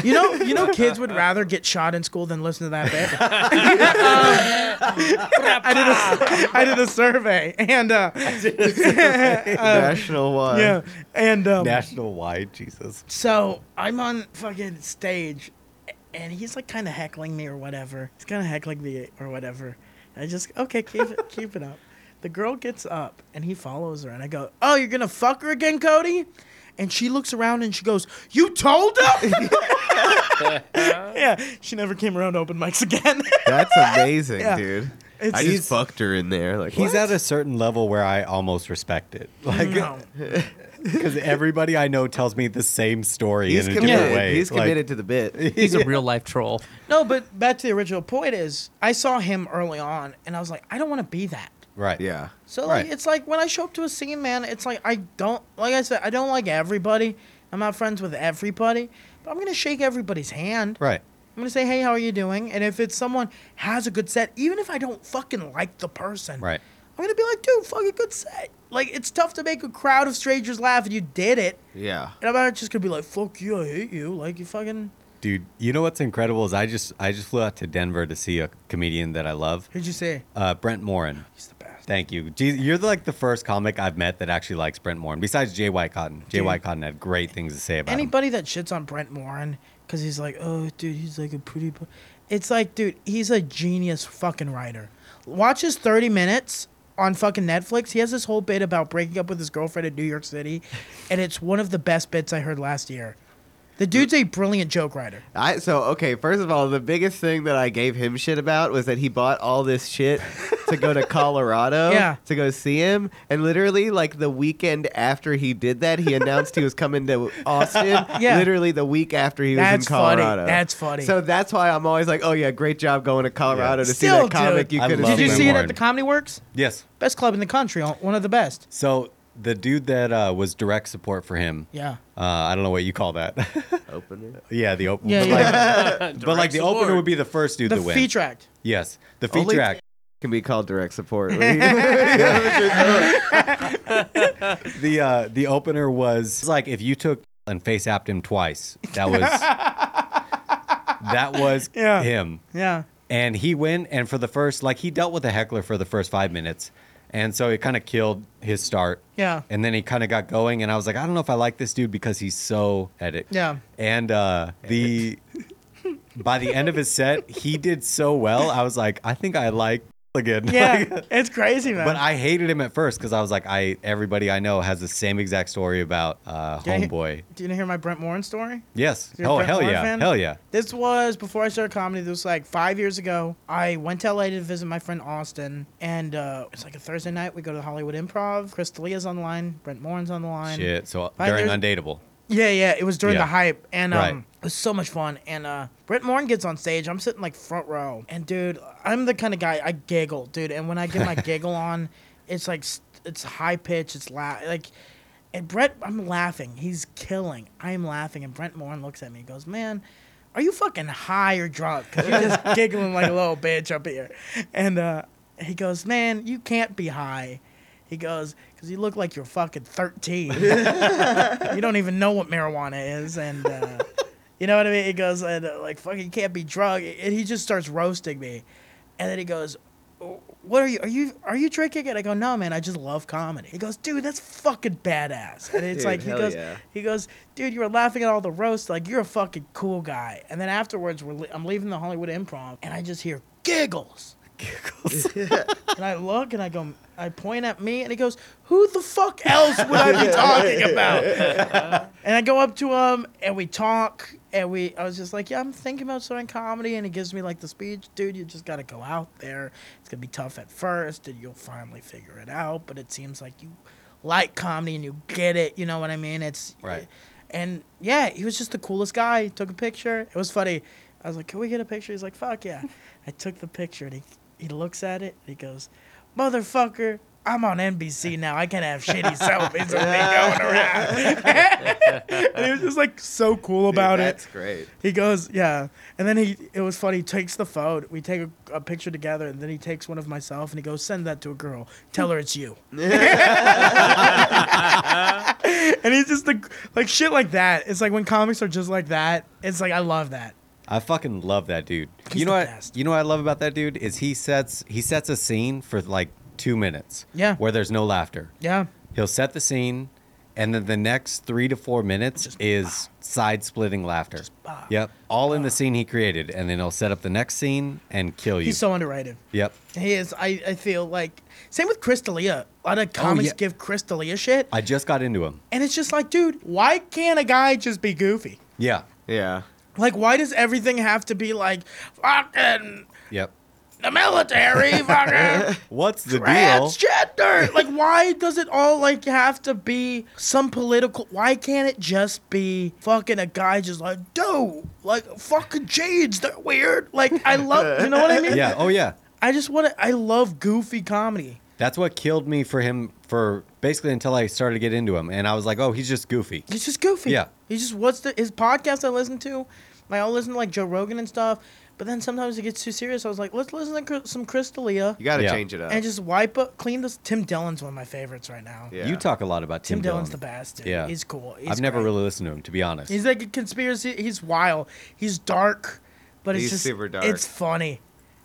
[SPEAKER 1] You know, you know, kids would rather get shot in school than listen to that bit. Um, I did a, I did a survey, and uh,
[SPEAKER 4] National one.
[SPEAKER 1] yeah, and um,
[SPEAKER 2] National wide, Jesus.
[SPEAKER 1] so I'm on fucking stage, and he's like kind of heckling me or whatever. He's kind of heckling me or whatever. And I just okay, keep it, keep it up. The girl gets up and he follows her, and I go, "Oh, you're gonna fuck her again, Cody?" And she looks around and she goes, "You told her?" yeah, she never came around to open mics again.
[SPEAKER 4] That's amazing,
[SPEAKER 1] Yeah.
[SPEAKER 4] dude.
[SPEAKER 1] It's-
[SPEAKER 4] I
[SPEAKER 1] He's-
[SPEAKER 4] just fucked her in there. Like
[SPEAKER 2] He's
[SPEAKER 4] what?
[SPEAKER 2] at a certain level where I almost respect it. Like,
[SPEAKER 1] no.
[SPEAKER 2] because everybody I know tells me the same story
[SPEAKER 4] He's
[SPEAKER 2] in a different
[SPEAKER 4] committed.
[SPEAKER 2] way.
[SPEAKER 4] He's
[SPEAKER 2] Like,
[SPEAKER 4] committed to the bit.
[SPEAKER 3] He's a real life troll.
[SPEAKER 1] no, but back to the original point is, I saw him early on, and I was like, I don't want to be that.
[SPEAKER 2] right.
[SPEAKER 4] Yeah.
[SPEAKER 1] So like
[SPEAKER 2] Right.
[SPEAKER 1] it's like when I show up to a scene, man, it's like I don't like I said, I don't like everybody. I'm not friends with everybody, but I'm gonna shake everybody's hand.
[SPEAKER 2] Right.
[SPEAKER 1] I'm gonna say, hey, how are you doing? And if it's someone has a good set, even if I don't fucking like the person,
[SPEAKER 2] Right.
[SPEAKER 1] I'm gonna be like, dude, fucking good set. Like it's tough to make a crowd of strangers laugh, and you did it.
[SPEAKER 4] Yeah.
[SPEAKER 1] And I'm not just gonna be like, fuck you, I hate you. Like you fucking,
[SPEAKER 2] Dude, you know what's incredible is I just I just flew out to Denver to see a comedian that I love,
[SPEAKER 1] who'd you say?
[SPEAKER 2] uh, Brent Morin.
[SPEAKER 1] He's the best.
[SPEAKER 2] Thank you. Jeez, you're the, like the first comic I've met that actually likes Brent Morin. Besides Jay White Cotton, Jay
[SPEAKER 1] Dude.
[SPEAKER 2] White Cotton had great things to say about him.
[SPEAKER 1] Anybody that shits on Brent Morin because he's like, oh, dude, he's like a pretty. bo-" It's like, dude, he's a genius fucking writer. Watch his 30 minutes on fucking Netflix. He has this whole bit about breaking up with his girlfriend in New York City, and it's one of the best bits I heard last year. The dude's a brilliant joke writer.
[SPEAKER 4] I so okay. First of all, the biggest thing that I gave him shit about was that he bought all this shit to go to Colorado
[SPEAKER 1] Yeah.
[SPEAKER 4] to go see him, and literally like the weekend after he did that, he announced he was coming to Austin.
[SPEAKER 1] Yeah.
[SPEAKER 4] literally the week after he was
[SPEAKER 1] That's
[SPEAKER 4] in
[SPEAKER 1] funny.
[SPEAKER 4] Colorado.
[SPEAKER 1] That's funny.
[SPEAKER 4] So that's why I'm always like, oh yeah, great job going to Colorado to see
[SPEAKER 1] Still,
[SPEAKER 4] that comic.
[SPEAKER 1] dude.
[SPEAKER 4] You
[SPEAKER 2] I
[SPEAKER 4] could
[SPEAKER 2] love
[SPEAKER 1] Did you
[SPEAKER 2] Brent
[SPEAKER 1] see it at
[SPEAKER 2] Morin.
[SPEAKER 1] the Comedy Works?
[SPEAKER 2] Yes.
[SPEAKER 1] Best club in the country, one of the best.
[SPEAKER 2] So the dude that uh, was direct support for him.
[SPEAKER 1] Yeah.
[SPEAKER 2] Uh, I don't know what you call that.
[SPEAKER 4] opener?
[SPEAKER 2] yeah, the open.
[SPEAKER 1] Yeah,
[SPEAKER 2] but
[SPEAKER 1] yeah.
[SPEAKER 2] like, but like the opener would be the first dude
[SPEAKER 1] The
[SPEAKER 2] to win.
[SPEAKER 1] feature act.
[SPEAKER 2] Yes, the feature
[SPEAKER 4] Only-
[SPEAKER 2] act.
[SPEAKER 4] can be called direct support. right?
[SPEAKER 2] the uh, the opener was it's like if you took and face apped him twice. That was that was
[SPEAKER 1] Yeah.
[SPEAKER 2] him.
[SPEAKER 1] Yeah.
[SPEAKER 2] And he went and for the first like he dealt with the heckler for the first five minutes. And so it kind of killed his start.
[SPEAKER 1] Yeah.
[SPEAKER 2] And then he kind of got going, and I was like, I don't know if I like this dude because he's so edit.
[SPEAKER 1] Yeah.
[SPEAKER 2] And uh, the by the end of his set, he did so well. I was like, I think I like again.
[SPEAKER 1] Yeah.
[SPEAKER 2] Like,
[SPEAKER 1] it's crazy, man.
[SPEAKER 2] but I hated him at first because I was like, I everybody I know has the same exact story about uh,
[SPEAKER 1] Yeah, he-
[SPEAKER 2] homeboy.
[SPEAKER 1] Do you hear my Brent Morin story?
[SPEAKER 2] Yes.
[SPEAKER 1] You're a
[SPEAKER 2] Oh
[SPEAKER 1] Brett
[SPEAKER 2] hell
[SPEAKER 1] Moore
[SPEAKER 2] yeah,
[SPEAKER 1] fan?
[SPEAKER 2] hell yeah.
[SPEAKER 1] This was before I started comedy. This was like five years ago. I went to LA to visit my friend Austin, and uh, it's like a Thursday night. We go to the Hollywood Improv. Chris D'Elia's on the line. Brent Morin's on the line.
[SPEAKER 2] Shit. So
[SPEAKER 1] Fine,
[SPEAKER 2] during
[SPEAKER 1] there's-
[SPEAKER 2] undateable.
[SPEAKER 1] Yeah, yeah. It was during
[SPEAKER 2] Yeah.
[SPEAKER 1] the hype, and um,
[SPEAKER 2] Right.
[SPEAKER 1] it was so much fun. And uh, Brett Morin gets on stage. I'm sitting like front row, and dude, I'm the kind of guy I giggle, dude. And when I get my giggle on, it's like st- it's high pitch, it's loud, like. And Brett, I'm laughing. He's killing. I'm laughing, and Brent Morin looks at me and goes, "Man." Are you fucking high or drunk? you you're just giggling like a little bitch up here. And uh, he goes, Man, you can't be high. He goes, Because you look like you're fucking 13 you don't even know what marijuana is, and uh, you know what I mean. He goes and, uh, like, "Fucking can't be drug," and he just starts roasting me, and then he goes, "What are you? Are you are you drinking?" And I go, "No, man, I just love comedy." He goes, "Dude, that's fucking badass," and it's
[SPEAKER 4] Dude,
[SPEAKER 1] like he
[SPEAKER 4] hell
[SPEAKER 1] goes,
[SPEAKER 4] yeah.
[SPEAKER 1] he goes, "Dude, you were laughing at all the roasts, like you're a fucking cool guy." And then afterwards, we're le- I'm leaving the Hollywood Improv, and I just hear giggles. And I look and I go, I point at me and he goes, Who the fuck else would I be talking about? and I go up to him and we talk and we, I was just like, Yeah, I'm thinking about starting comedy. And he gives me like the speech, dude, you just got to go out there. It's going to be tough at first and you'll finally figure it out. But it seems like you like comedy and you get it. You know what I mean? It's,
[SPEAKER 2] Right.
[SPEAKER 1] and yeah, he was just the coolest guy. He took a picture. It was funny. I was like, "Can we get a picture?" He's like, "Fuck yeah!" I took the picture and he he looks at it and he goes, "Motherfucker, I'm on NBC now. I can have shitty selfies of me going around." and he was just like so cool about it.
[SPEAKER 4] That's great.
[SPEAKER 1] He goes, yeah, and then he. It was funny. He takes the phone. We take a, a picture together, and then he takes one of myself, and he goes, "Send that to a girl. Tell her it's you." and he's just the like shit like that. It's like when comics are just like that. It's like I love that.
[SPEAKER 2] I fucking love that dude.
[SPEAKER 1] He's
[SPEAKER 2] you know
[SPEAKER 1] the
[SPEAKER 2] what?
[SPEAKER 1] best.
[SPEAKER 2] You know what I love about that dude is he sets he sets a scene for like two minutes.
[SPEAKER 1] Yeah.
[SPEAKER 2] Where there's no laughter.
[SPEAKER 1] Yeah,
[SPEAKER 2] He'll set the scene, and then the next three to four minutes is side splitting laughter.
[SPEAKER 1] bah.
[SPEAKER 2] yep. All in the scene he created, and then he'll set up the next scene and kill you.
[SPEAKER 1] he's so underrated.
[SPEAKER 2] yep.
[SPEAKER 1] He is. I, I feel like same with Chris D'Elia. A lot of comics
[SPEAKER 2] yeah.
[SPEAKER 1] give Chris D'Elia shit,
[SPEAKER 2] I just got into him.
[SPEAKER 1] and it's just like, dude, why can't a guy just be goofy?
[SPEAKER 2] Yeah.
[SPEAKER 4] Yeah.
[SPEAKER 1] Like, why does everything have to be like fucking
[SPEAKER 2] Yep.
[SPEAKER 1] the military, fucking
[SPEAKER 2] What's the deal?
[SPEAKER 1] transgender? Like, why does it all like have to be some political? Why can't it just be fucking a guy just like, dude, like fucking Jade's, they're weird. Like, I love, you know what I mean?
[SPEAKER 2] Yeah. Oh yeah.
[SPEAKER 1] I just want to. I love goofy comedy.
[SPEAKER 2] That's what killed me for him for basically until I started to get into him, and I was like, oh, he's just goofy.
[SPEAKER 1] He's just goofy.
[SPEAKER 2] Yeah.
[SPEAKER 1] He's just what's the his podcast I listen to. Like I'll listen to like Joe Rogan and stuff, but then sometimes it gets too serious. I was like, let's listen to Chris- some Chris D'Elia
[SPEAKER 4] You got to
[SPEAKER 2] Yeah.
[SPEAKER 4] change it up.
[SPEAKER 1] and just wipe up, clean this. Tim Dillon's one of my favorites right now.
[SPEAKER 4] Yeah.
[SPEAKER 2] You talk a lot about Tim,
[SPEAKER 1] Tim, Dillon's the
[SPEAKER 2] Dillon.
[SPEAKER 1] best. Dude.
[SPEAKER 2] Yeah.
[SPEAKER 1] He's cool. He's
[SPEAKER 2] I've never
[SPEAKER 1] great.
[SPEAKER 2] really listened to him to be honest.
[SPEAKER 1] He's like a conspiracy. He's wild. He's dark, but it's
[SPEAKER 4] He's
[SPEAKER 1] just
[SPEAKER 4] super dark.
[SPEAKER 1] It's funny.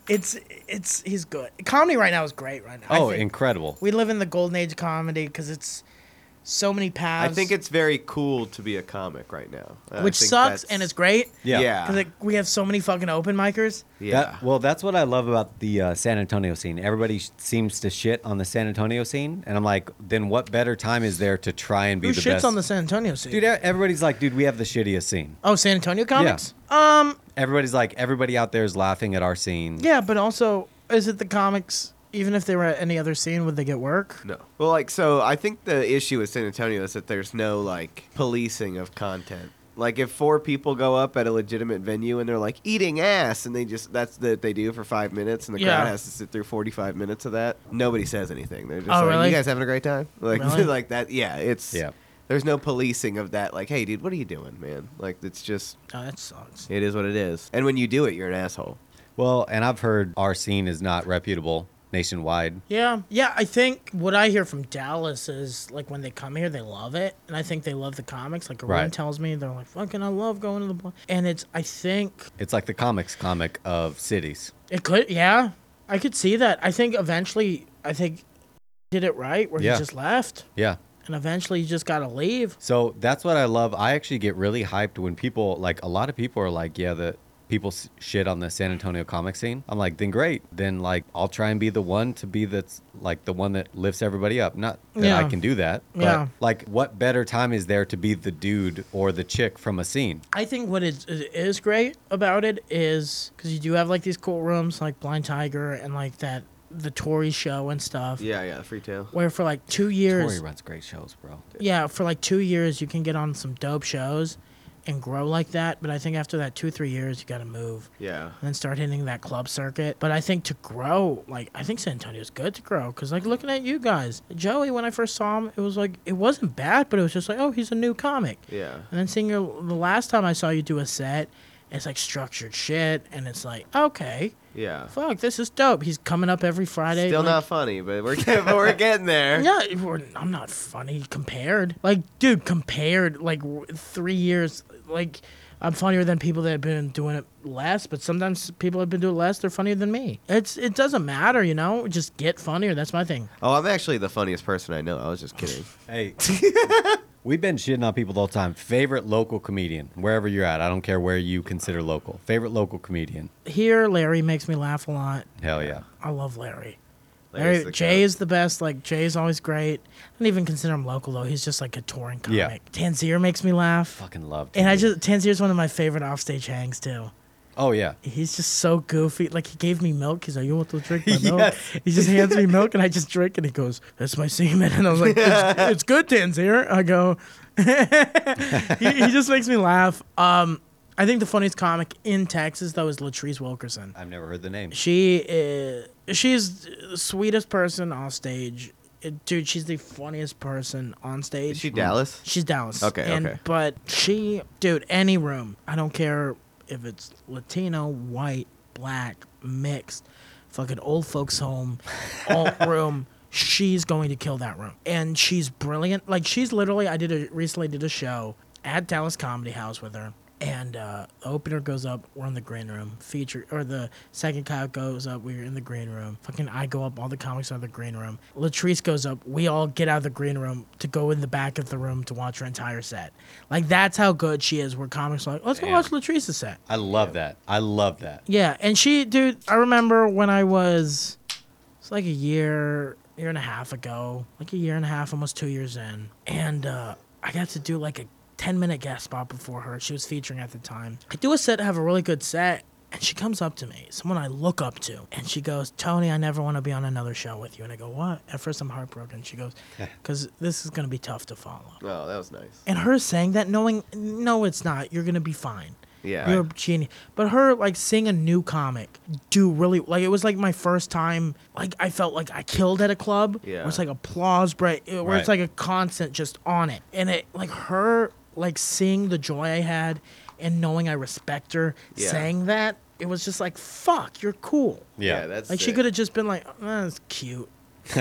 [SPEAKER 1] It's it's he's good. Comedy right now is great right now. I
[SPEAKER 2] oh,
[SPEAKER 1] think
[SPEAKER 2] incredible.
[SPEAKER 1] we live in the golden age of comedy because it's so many
[SPEAKER 4] I
[SPEAKER 1] paths.
[SPEAKER 4] think it's very cool to be a comic right now. I
[SPEAKER 1] which
[SPEAKER 4] think
[SPEAKER 1] sucks
[SPEAKER 4] that's-
[SPEAKER 1] and it's great.
[SPEAKER 2] Yeah.
[SPEAKER 4] Yeah.
[SPEAKER 1] Because like, we have so many fucking open micers.
[SPEAKER 4] Yeah.
[SPEAKER 2] That- well, that's what I love about the uh, San Antonio scene. Everybody sh- seems to shit on the San Antonio scene, and I'm like, then what better time is there to try and be
[SPEAKER 1] Who
[SPEAKER 2] the
[SPEAKER 1] shits
[SPEAKER 2] best?
[SPEAKER 1] on the San Antonio scene?
[SPEAKER 2] dude, e- everybody's like, dude, we have the shittiest scene.
[SPEAKER 1] oh, San Antonio comics. Um,
[SPEAKER 2] Everybody's like, everybody out there is laughing at our scene.
[SPEAKER 1] yeah, but also, is it the comics? Even if they were at any other scene, would they get work?
[SPEAKER 4] No. Well, like, so I think the issue with San Antonio is that there's no, like, policing of content. Like, if four people go up at a legitimate venue and they're like, eating ass, and they just, that's that they do for five minutes, and the
[SPEAKER 1] Yeah.
[SPEAKER 4] crowd has to sit through 45 minutes of that, nobody says anything. They're just
[SPEAKER 1] Oh,
[SPEAKER 4] like,
[SPEAKER 1] really?
[SPEAKER 4] you guys having a great time? Like,
[SPEAKER 1] Really?
[SPEAKER 4] like that, yeah, it's,
[SPEAKER 2] Yeah.
[SPEAKER 4] there's no policing of that, like, hey, dude, what are you doing, man? Like, it's just,
[SPEAKER 1] Oh, that sucks.
[SPEAKER 4] it is what it is. And when you do it, you're an asshole.
[SPEAKER 2] Well, and I've heard our scene is not reputable. nationwide.
[SPEAKER 1] Yeah. Yeah, I think what I hear from Dallas is like when they come here, they love it. And I think they love the comics. Like Arun
[SPEAKER 2] Right.
[SPEAKER 1] tells me, they're like, fucking, I love going to the. Bl-. And it's, I think
[SPEAKER 2] It's like the comics comic of cities.
[SPEAKER 1] it could, yeah. I could see that. I think eventually, I think did it right where
[SPEAKER 2] Yeah.
[SPEAKER 1] he just left.
[SPEAKER 2] Yeah.
[SPEAKER 1] And eventually, you just got to leave.
[SPEAKER 2] So that's what I love. I actually get really hyped when people like a lot of people are like, yeah, the people s- shit on the San Antonio comic scene. I'm like, then great. Then like I'll try and be the one to be that's like the one that lifts everybody up. Not that
[SPEAKER 1] Yeah.
[SPEAKER 2] I can do that, but
[SPEAKER 1] Yeah.
[SPEAKER 2] like what better time is there to be the dude or the chick from a scene?
[SPEAKER 1] I think what is, is great about it is because you do have like these cool rooms like Blind Tiger and like that, the Tory show and stuff.
[SPEAKER 4] Yeah, yeah, free tail.
[SPEAKER 1] Where for like two
[SPEAKER 2] Tori
[SPEAKER 1] years,
[SPEAKER 2] runs great shows, bro.
[SPEAKER 1] yeah, for like two years, you can get on some dope shows and grow like that. But I think after that two, three years, you got to move
[SPEAKER 4] Yeah.
[SPEAKER 1] and then start hitting that club circuit. But I think to grow, like, I think San Antonio's good to grow because, like, looking at you guys, Joey, when I first saw him, it was like, it wasn't bad, but it was just like, oh, he's a new comic.
[SPEAKER 4] Yeah.
[SPEAKER 1] And then seeing your, the last time I saw you do a set, it's like structured shit, and it's like, okay,
[SPEAKER 4] Yeah.
[SPEAKER 1] fuck, this is dope. He's coming up every Friday.
[SPEAKER 4] Still
[SPEAKER 1] like-
[SPEAKER 4] not funny, but we're getting, but we're getting there.
[SPEAKER 1] yeah, if we're- I'm not funny compared. Like, dude, compared, like, w- three years, like, I'm funnier than people that have been doing it less, but sometimes people have been doing it less, they're funnier than me. It's It doesn't matter, you know? Just get funnier. That's my thing.
[SPEAKER 4] Oh, I'm actually the funniest person I know. I was just kidding.
[SPEAKER 2] Hey. We've been shitting on people the whole time. Favorite local comedian, wherever you're at. I don't care where you consider local. Favorite local comedian.
[SPEAKER 1] Here, Larry makes me laugh a lot.
[SPEAKER 2] Hell yeah.
[SPEAKER 1] I love Larry.
[SPEAKER 4] Larry's
[SPEAKER 1] Larry,
[SPEAKER 4] the
[SPEAKER 1] Jay
[SPEAKER 4] goat.
[SPEAKER 1] is the best. Like Jay's always great. I don't even consider him local though. He's just like a touring comic.
[SPEAKER 2] Yeah.
[SPEAKER 1] Tanzir makes me laugh.
[SPEAKER 2] Fucking love.
[SPEAKER 1] and I
[SPEAKER 2] Tori.
[SPEAKER 1] just Tanzir's one of my favorite offstage hangs too.
[SPEAKER 2] Oh yeah.
[SPEAKER 1] He's just so goofy. Like he gave me milk. He's like, "You want to drink my milk?"
[SPEAKER 2] Yes.
[SPEAKER 1] He just hands me milk, and I just drink. And he goes, "That's my semen." And I was like, "It's, it's good, Tanzir." I go, he, he just makes me laugh. Um, I think the funniest comic in Texas though is Latrice Wilkerson.
[SPEAKER 2] I've never heard the name.
[SPEAKER 1] She is. She's the sweetest person on stage, It- dude. She's the funniest person on stage.
[SPEAKER 4] Is she Dallas?
[SPEAKER 1] She's Dallas.
[SPEAKER 4] Okay,
[SPEAKER 1] And-
[SPEAKER 4] okay.
[SPEAKER 1] But she, dude, any room. I don't care if it's Latino, white, black, mixed, fucking old folks home, alt room. She's going to kill that room, and she's brilliant. Like she's literally. I did a recently did a show at Dallas Comedy House with her. And uh, the opener goes up. We're in the green room. Feature or the second comic goes up. We're in the green room. Fucking I go up. All the comics are in the green room. Latrice goes up. We all get out of the green room to go in the back of the room to watch her entire set. Like that's how good she is. Where comics are like, let's go
[SPEAKER 2] Damn.
[SPEAKER 1] watch Latrice's set.
[SPEAKER 2] I love that. I love that.
[SPEAKER 1] Yeah, and she, dude, I remember when I was, it's like a year, year and a half ago, like a year and a half, almost two years in, and uh, I got to do like a ten minute guest spot before her. She was featuring at the time. I do a set, have a really good set, and she comes up to me, someone I look up to, and she goes, "Tony, I never want to be on another show with you." And I go, "What?" At first, I'm heartbroken. She goes, "Cause this is gonna be tough to follow."
[SPEAKER 4] Oh, that was nice.
[SPEAKER 1] And her saying that, knowing, no, it's not. You're gonna be fine.
[SPEAKER 4] Yeah.
[SPEAKER 1] You're a genius. But her like seeing a new comic do really like it was like my first time like I felt like I killed at a club.
[SPEAKER 4] Yeah.
[SPEAKER 1] Where it's like applause break where it's
[SPEAKER 2] Right.
[SPEAKER 1] like a constant just on it. And it like her like seeing the joy I had and knowing I respect her
[SPEAKER 4] Yeah.
[SPEAKER 1] saying that, it was just like, fuck, you're cool.
[SPEAKER 2] Yeah.
[SPEAKER 4] that's
[SPEAKER 1] Like she
[SPEAKER 4] sick.
[SPEAKER 1] could have just been like, oh, "That's cute,"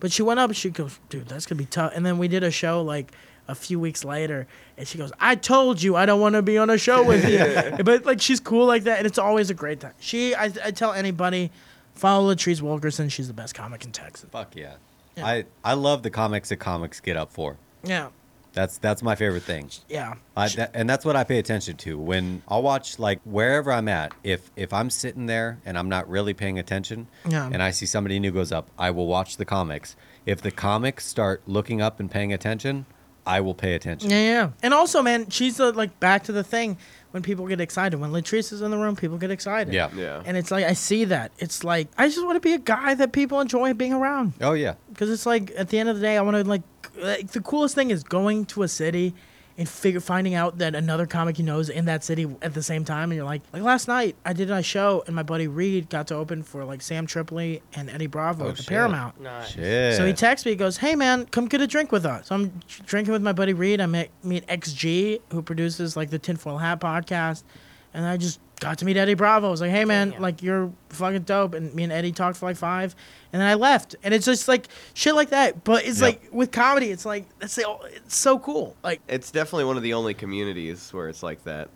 [SPEAKER 1] but she went up and she goes, "Dude, that's gonna be tough." And then we did a show like a few weeks later, and she goes, "I told you I don't want to be on a show with you," but like she's cool like that, and it's always a great time. She, I, I tell anybody, follow Latrice Wilkerson. She's the best comic in Texas.
[SPEAKER 2] Fuck yeah.
[SPEAKER 1] Yeah.
[SPEAKER 2] I I love the comics that comics get up for.
[SPEAKER 1] Yeah,
[SPEAKER 2] That's that's my favorite thing.
[SPEAKER 1] yeah.
[SPEAKER 2] I, that, and that's what I pay attention to when I'll watch like wherever I'm at. If if I'm sitting there and I'm not really paying attention,
[SPEAKER 1] Yeah.
[SPEAKER 2] and I see somebody new goes up, I will watch the comics. If the comics start looking up and paying attention, I will pay attention.
[SPEAKER 1] Yeah, yeah. And also, man, she's the, like back to the thing when people get excited. When Latrice is in the room, people get excited.
[SPEAKER 2] Yeah.
[SPEAKER 4] Yeah.
[SPEAKER 1] And it's like I see that. It's like I just want to be a guy that people enjoy being around.
[SPEAKER 2] Oh yeah.
[SPEAKER 1] because it's like at the end of the day, I want to like, like the coolest thing is going to a city and figure finding out that another comic you know is in that city at the same time, and you're like, like last night I did a show and my buddy Reed got to open for like Sam Tripoli and Eddie Bravo
[SPEAKER 2] Oh,
[SPEAKER 1] at the
[SPEAKER 2] shit.
[SPEAKER 1] Paramount.
[SPEAKER 3] Nice.
[SPEAKER 2] Shit.
[SPEAKER 1] So he texts me, he goes, Hey man, come get a drink with us. So I'm drinking with my buddy Reed. I met, meet XG, who produces like the Tinfoil Hat podcast. And I just got to meet Eddie Bravo. I was like, hey man, like you're fucking dope. And me and Eddie talked for like five, and then I left. And it's just like shit like that. But it's
[SPEAKER 2] Yeah.
[SPEAKER 1] like with comedy, it's like that's the, it's so cool. Like
[SPEAKER 4] It's definitely one of the only communities where it's like that.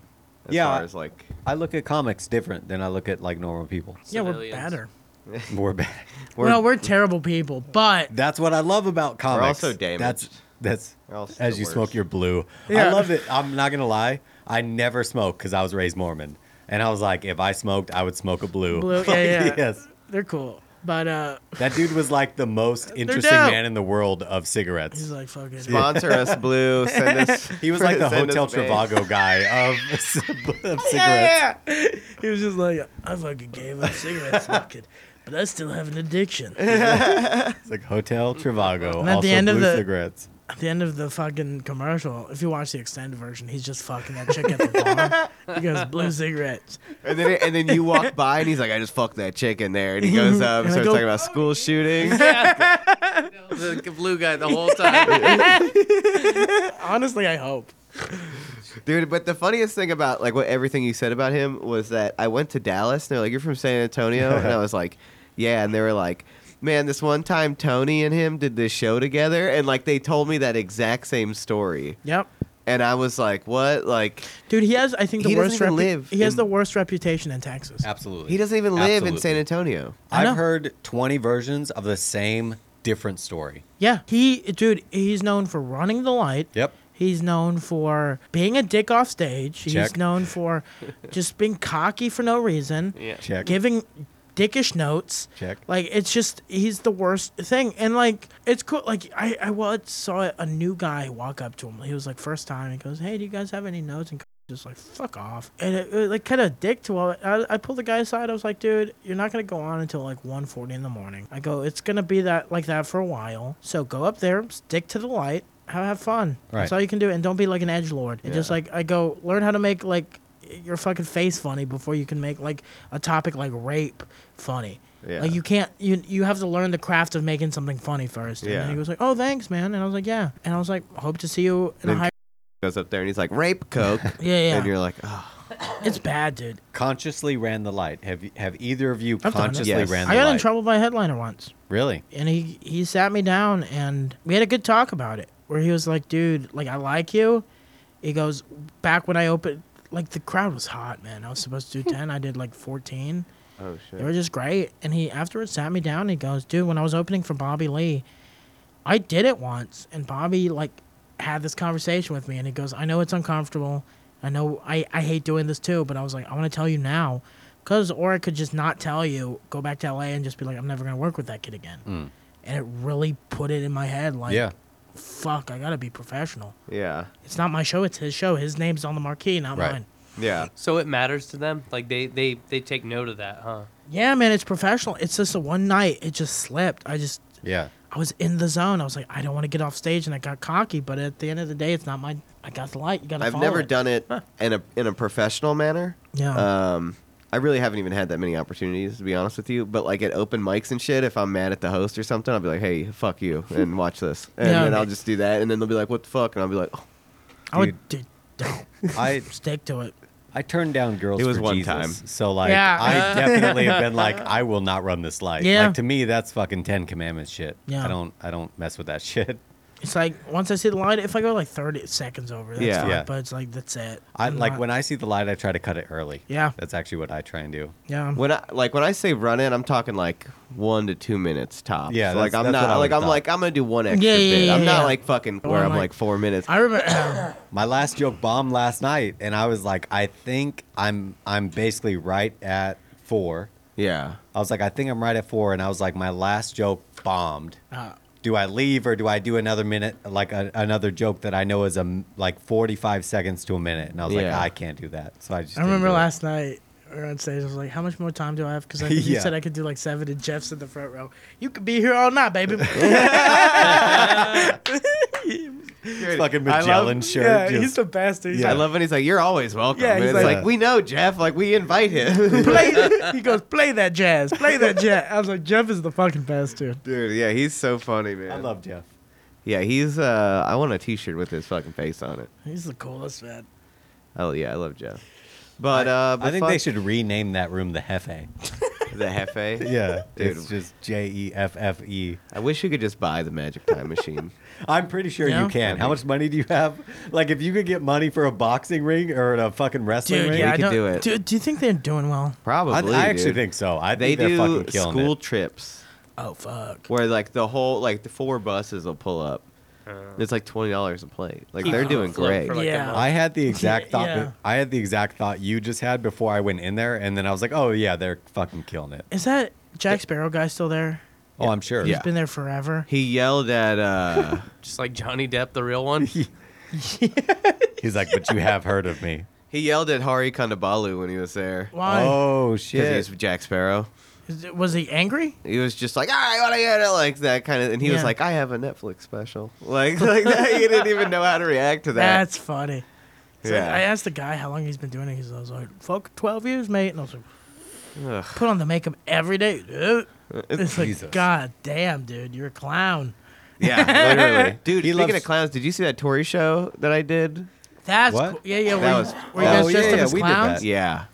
[SPEAKER 4] As
[SPEAKER 2] Yeah.
[SPEAKER 4] far as like
[SPEAKER 2] I look at comics different than I look at like normal people.
[SPEAKER 1] yeah, we're
[SPEAKER 3] Civilians.
[SPEAKER 1] better.
[SPEAKER 2] We're bad.
[SPEAKER 1] We're, no, we're terrible people, but
[SPEAKER 2] That's what I love about comics.
[SPEAKER 4] also damaged.
[SPEAKER 2] That's that's
[SPEAKER 4] We're also
[SPEAKER 2] as
[SPEAKER 4] the
[SPEAKER 2] you
[SPEAKER 4] worst.
[SPEAKER 2] smoke your blue.
[SPEAKER 1] Yeah.
[SPEAKER 2] I love it. I'm not gonna lie. I never smoked because I was raised Mormon, and I was like, if I smoked, I would smoke a blue.
[SPEAKER 1] Blue,
[SPEAKER 2] Like,
[SPEAKER 1] yeah, yeah.
[SPEAKER 2] yes.
[SPEAKER 1] they're cool. But uh,
[SPEAKER 2] That dude was like the most interesting
[SPEAKER 1] dope.
[SPEAKER 2] man in the world of cigarettes.
[SPEAKER 1] he's like fucking.
[SPEAKER 4] sponsor us, Blue. Send us.
[SPEAKER 2] he was like the
[SPEAKER 4] send us
[SPEAKER 2] Hotel
[SPEAKER 4] bang.
[SPEAKER 2] Trivago guy of, of cigarettes.
[SPEAKER 4] Yeah.
[SPEAKER 1] He was just like, I fucking gave up cigarette smoking, but I still have an addiction.
[SPEAKER 2] It's like Hotel Trivago,
[SPEAKER 1] And
[SPEAKER 2] also blue cigarettes.
[SPEAKER 1] At the end of the fucking commercial, if you watch the extended version, he's just fucking that chick at the bar. he goes, blue cigarettes.
[SPEAKER 4] And then and then you walk by and he's like, I just fucked that chicken there. And he goes up and
[SPEAKER 1] And I
[SPEAKER 4] starts
[SPEAKER 1] go- "Oh,
[SPEAKER 4] talking about school shootings.
[SPEAKER 3] the blue guy the whole time.
[SPEAKER 1] Honestly, I hope.
[SPEAKER 4] Dude, but the funniest thing about like what everything you said about him was that I went to Dallas and they're like, You're from San Antonio? and I was like, Yeah, and they were like Man, this one time Tony and him did this show together, and like they told me that exact same story,
[SPEAKER 1] Yep.
[SPEAKER 4] and I was like, "What? Like
[SPEAKER 1] Dude, he has, I think, the
[SPEAKER 4] He doesn't
[SPEAKER 1] worst
[SPEAKER 4] even
[SPEAKER 1] repu-
[SPEAKER 4] live
[SPEAKER 1] He has
[SPEAKER 4] in-
[SPEAKER 1] the worst reputation in Texas.
[SPEAKER 2] Absolutely.
[SPEAKER 4] he doesn't even live in
[SPEAKER 2] Absolutely.
[SPEAKER 4] San Antonio."
[SPEAKER 1] I know.
[SPEAKER 2] I've heard 20 versions of the same different story.
[SPEAKER 1] Yeah. He, dude, he's known for running the light.
[SPEAKER 2] Yep.
[SPEAKER 1] He's known for being a dick off stage. He's
[SPEAKER 2] Check.
[SPEAKER 1] known for just being cocky for no reason.
[SPEAKER 3] yeah.
[SPEAKER 2] Check.
[SPEAKER 1] giving dickish notes.
[SPEAKER 2] Check.
[SPEAKER 1] Like it's just he's the worst thing, and like it's cool. Like I I once saw a new guy walk up to him. He was like first time. He goes, "Hey, do you guys have any notes?" And just like fuck off, and it, it, like kind of dick to all. I, I pulled the guy aside. I was like, "Dude, you're not gonna go on until like 1:40 in the morning." I go, "It's gonna be that like that for a while. So go up there, stick to the light." Have, have fun. That's
[SPEAKER 2] Right.
[SPEAKER 1] all you can do, and don't be like an edge lord. And just
[SPEAKER 4] Yeah.
[SPEAKER 1] like I go, learn how to make like your fucking face funny before you can make like a topic like rape funny.
[SPEAKER 4] Yeah.
[SPEAKER 1] Like you can't you you have to learn the craft of making something funny first. And
[SPEAKER 4] Yeah.
[SPEAKER 1] he was like, "Oh, thanks, man." And I was like, "Yeah." And I was like, "Hope to see you in a
[SPEAKER 4] Then-
[SPEAKER 1] high."
[SPEAKER 4] Goes up there and he's like, "Rape coke,"
[SPEAKER 1] Yeah, yeah.
[SPEAKER 4] and you're like, "Oh,
[SPEAKER 1] It's bad, dude.
[SPEAKER 2] Consciously ran the light. Have y- have either of you
[SPEAKER 1] I've done it.
[SPEAKER 2] consciously
[SPEAKER 4] Yes.
[SPEAKER 2] ran the
[SPEAKER 1] I got
[SPEAKER 2] light?
[SPEAKER 1] in trouble by a headliner once.
[SPEAKER 2] Really?
[SPEAKER 1] and he he sat me down and we had a good talk about it where he was like dude like i like you he goes back when i opened like the crowd was hot man i was supposed to do 10 i did like 14
[SPEAKER 4] oh shit."
[SPEAKER 1] they were just great and he afterwards sat me down and he goes dude when i was opening for bobby lee i did it once and bobby like had this conversation with me and he goes i know it's uncomfortable i know i, I hate doing this too but i was like i want to tell you now because or i could just not tell you go back to la and just be like i'm never going to work with that kid again and it really put it in my head like
[SPEAKER 2] Hmm. yeah.
[SPEAKER 1] fuck i gotta be professional
[SPEAKER 4] Yeah,
[SPEAKER 1] it's not my show it's his show his name's on the marquee not
[SPEAKER 2] Right.
[SPEAKER 1] mine
[SPEAKER 4] yeah.
[SPEAKER 3] So it matters to them. Like they they they take note of that, huh?
[SPEAKER 1] yeah man it's professional it's just a one night it just slipped i just
[SPEAKER 2] Yeah.
[SPEAKER 1] i was in the zone i was like i don't want to get off stage and i got cocky but at the end of the day it's not my i got the light you gotta
[SPEAKER 4] I've
[SPEAKER 1] follow
[SPEAKER 4] never
[SPEAKER 1] it.
[SPEAKER 4] done it in a in a professional manner.
[SPEAKER 1] yeah
[SPEAKER 4] Um, I really haven't even had that many opportunities to be honest with you. But like at open mics and shit, if I'm mad at the host or something, I'll be like, "Hey, fuck you," and watch this, and
[SPEAKER 1] Yeah.
[SPEAKER 4] then I'll just do that, and then they'll be like, "What the fuck?" and I'll be like, oh.
[SPEAKER 1] i would dude, don't
[SPEAKER 2] I
[SPEAKER 1] stick to it
[SPEAKER 2] I turned down girls.
[SPEAKER 4] It was
[SPEAKER 2] for
[SPEAKER 4] one
[SPEAKER 2] Jesus,
[SPEAKER 4] time.
[SPEAKER 2] So like,
[SPEAKER 1] Yeah.
[SPEAKER 2] I definitely have been like, I will not run this light.
[SPEAKER 1] Yeah.
[SPEAKER 2] Like to me, that's fucking Ten Commandments shit.
[SPEAKER 1] Yeah.
[SPEAKER 2] I don't I don't mess with that shit.
[SPEAKER 1] it's like once i see the light if i go like 30 seconds over that's
[SPEAKER 4] Yeah.
[SPEAKER 1] fine,
[SPEAKER 2] Yeah.
[SPEAKER 1] but it's like that's it
[SPEAKER 2] I
[SPEAKER 1] I'm
[SPEAKER 2] like
[SPEAKER 1] not-
[SPEAKER 2] when I see the light, I try to cut it early.
[SPEAKER 1] Yeah.
[SPEAKER 2] That's actually what I try and do.
[SPEAKER 1] yeah
[SPEAKER 4] When I like when I say run in, I'm talking like one to two minutes tops.
[SPEAKER 2] Yeah,
[SPEAKER 4] like
[SPEAKER 2] that's-
[SPEAKER 4] I'm
[SPEAKER 2] that's what I
[SPEAKER 4] not like
[SPEAKER 2] would've
[SPEAKER 4] I'm
[SPEAKER 2] thought.
[SPEAKER 4] like I'm gonna do one extra
[SPEAKER 1] Yeah, yeah,
[SPEAKER 4] bit.
[SPEAKER 1] yeah,
[SPEAKER 4] I'm not
[SPEAKER 1] yeah.
[SPEAKER 4] like fucking
[SPEAKER 1] Oh,
[SPEAKER 4] where
[SPEAKER 1] I'm
[SPEAKER 4] I'm
[SPEAKER 1] like-
[SPEAKER 4] like four minutes.
[SPEAKER 1] i remember
[SPEAKER 2] My last joke bombed last night, and I was like, I think I'm I'm basically right at four.
[SPEAKER 4] yeah,
[SPEAKER 2] I was like, I think I'm right at four, and I was like, my last joke bombed.
[SPEAKER 1] uh,
[SPEAKER 2] Do I leave or do I do another minute, like a, another joke that I know is a m- like 45 seconds to a minute? And I was
[SPEAKER 4] Yeah.
[SPEAKER 2] like, I can't do that, so I just.
[SPEAKER 1] I
[SPEAKER 2] didn't
[SPEAKER 1] remember
[SPEAKER 2] do it.
[SPEAKER 1] last night we were on stage. I was like, "How much more time do I have?" Because I think you
[SPEAKER 2] Yeah.
[SPEAKER 1] said I could do like seven, and Jeff's in the front row. You could be here all night, baby.
[SPEAKER 2] fucking Magellan shirt.
[SPEAKER 1] yeah,
[SPEAKER 2] just-
[SPEAKER 1] he's the best. He's
[SPEAKER 2] Yeah.
[SPEAKER 4] I
[SPEAKER 1] like,
[SPEAKER 4] love when he's like, "You're always welcome."
[SPEAKER 1] Yeah,
[SPEAKER 4] and
[SPEAKER 1] he's
[SPEAKER 4] it's like,
[SPEAKER 2] like-
[SPEAKER 4] "We know, Jeff. Like we invite him."
[SPEAKER 1] play. he goes, "Play that jazz, play that jazz." I was like, "Jeff is the fucking best, dude."
[SPEAKER 4] Dude, yeah, he's so funny, man.
[SPEAKER 2] I love Jeff.
[SPEAKER 4] Yeah, he's. uh I want a T-shirt with his fucking face on it.
[SPEAKER 1] He's the coolest man.
[SPEAKER 4] Oh yeah, I love Jeff. But uh, but
[SPEAKER 2] I think they
[SPEAKER 4] fuck
[SPEAKER 2] should rename that room the Hefe.
[SPEAKER 4] the Hefe.
[SPEAKER 2] Yeah,
[SPEAKER 4] Dude.
[SPEAKER 2] it's just J E F F E.
[SPEAKER 4] I wish you could just buy the magic time machine.
[SPEAKER 2] I'm pretty sure
[SPEAKER 1] Yeah?
[SPEAKER 2] you can. How much money do you have? Like, if you could get money for a boxing ring or a fucking wrestling
[SPEAKER 1] Dude,
[SPEAKER 2] ring,
[SPEAKER 1] yeah,
[SPEAKER 4] We
[SPEAKER 1] I
[SPEAKER 4] could
[SPEAKER 1] don't,
[SPEAKER 4] do it.
[SPEAKER 1] Do, do you think they're doing well?
[SPEAKER 2] I,
[SPEAKER 4] Probably.
[SPEAKER 2] I actually
[SPEAKER 4] dude.
[SPEAKER 2] think so. I
[SPEAKER 4] they
[SPEAKER 2] think they're
[SPEAKER 4] do
[SPEAKER 2] fucking killing
[SPEAKER 4] school
[SPEAKER 2] it.
[SPEAKER 4] trips
[SPEAKER 1] Oh fuck.
[SPEAKER 4] where like the whole like the four buses will pull up. It's like twenty dollars a plate. Like
[SPEAKER 3] Keep
[SPEAKER 4] they're
[SPEAKER 3] it
[SPEAKER 4] doing
[SPEAKER 3] afloat
[SPEAKER 4] great.
[SPEAKER 3] Uh, for, like, a
[SPEAKER 1] Yeah.
[SPEAKER 3] month.
[SPEAKER 2] I had the exact thought.
[SPEAKER 1] Yeah.
[SPEAKER 2] I had the exact thought you just had before I went in there, and then I was like, "Oh yeah, they're fucking killing it."
[SPEAKER 1] Is that Jack Sparrow guy still there?
[SPEAKER 2] Oh, I'm sure.
[SPEAKER 1] He's
[SPEAKER 4] Yeah.
[SPEAKER 1] been there forever.
[SPEAKER 4] He yelled at uh
[SPEAKER 3] Just like Johnny Depp, the real one.
[SPEAKER 2] He's like, "But you have heard of me."
[SPEAKER 4] he yelled at Hari Kandabalu when he was there.
[SPEAKER 1] Why?
[SPEAKER 2] Oh
[SPEAKER 4] Because
[SPEAKER 2] shit!
[SPEAKER 4] he's Jack Sparrow.
[SPEAKER 1] Is it- was he angry?
[SPEAKER 4] He was just like, all right, what I get it, like that kind of, and he was
[SPEAKER 1] Yeah.
[SPEAKER 4] like, I have a Netflix special, like like that. He didn't even know how to react to that.
[SPEAKER 1] That's funny. It's like,
[SPEAKER 4] yeah.
[SPEAKER 1] I asked the guy how long he's been doing it. He's I was like, "Fuck, twelve years, mate." And I was like,
[SPEAKER 4] Ugh. Uh,
[SPEAKER 1] "Put on the makeup every day, dude." It's like,
[SPEAKER 2] Jesus.
[SPEAKER 1] God damn, dude, you're a clown.
[SPEAKER 4] Yeah, literally, dude.
[SPEAKER 2] He
[SPEAKER 4] speaking
[SPEAKER 2] loves-
[SPEAKER 4] of clowns, did you see that Tory show that I did?
[SPEAKER 1] That's
[SPEAKER 2] What?
[SPEAKER 1] cool. yeah, yeah. Were,
[SPEAKER 4] That
[SPEAKER 1] you-
[SPEAKER 4] was-
[SPEAKER 1] were you guys
[SPEAKER 2] Oh,
[SPEAKER 1] dressed
[SPEAKER 2] yeah,
[SPEAKER 1] up as
[SPEAKER 2] we did
[SPEAKER 1] clowns?
[SPEAKER 2] that.
[SPEAKER 4] Yeah.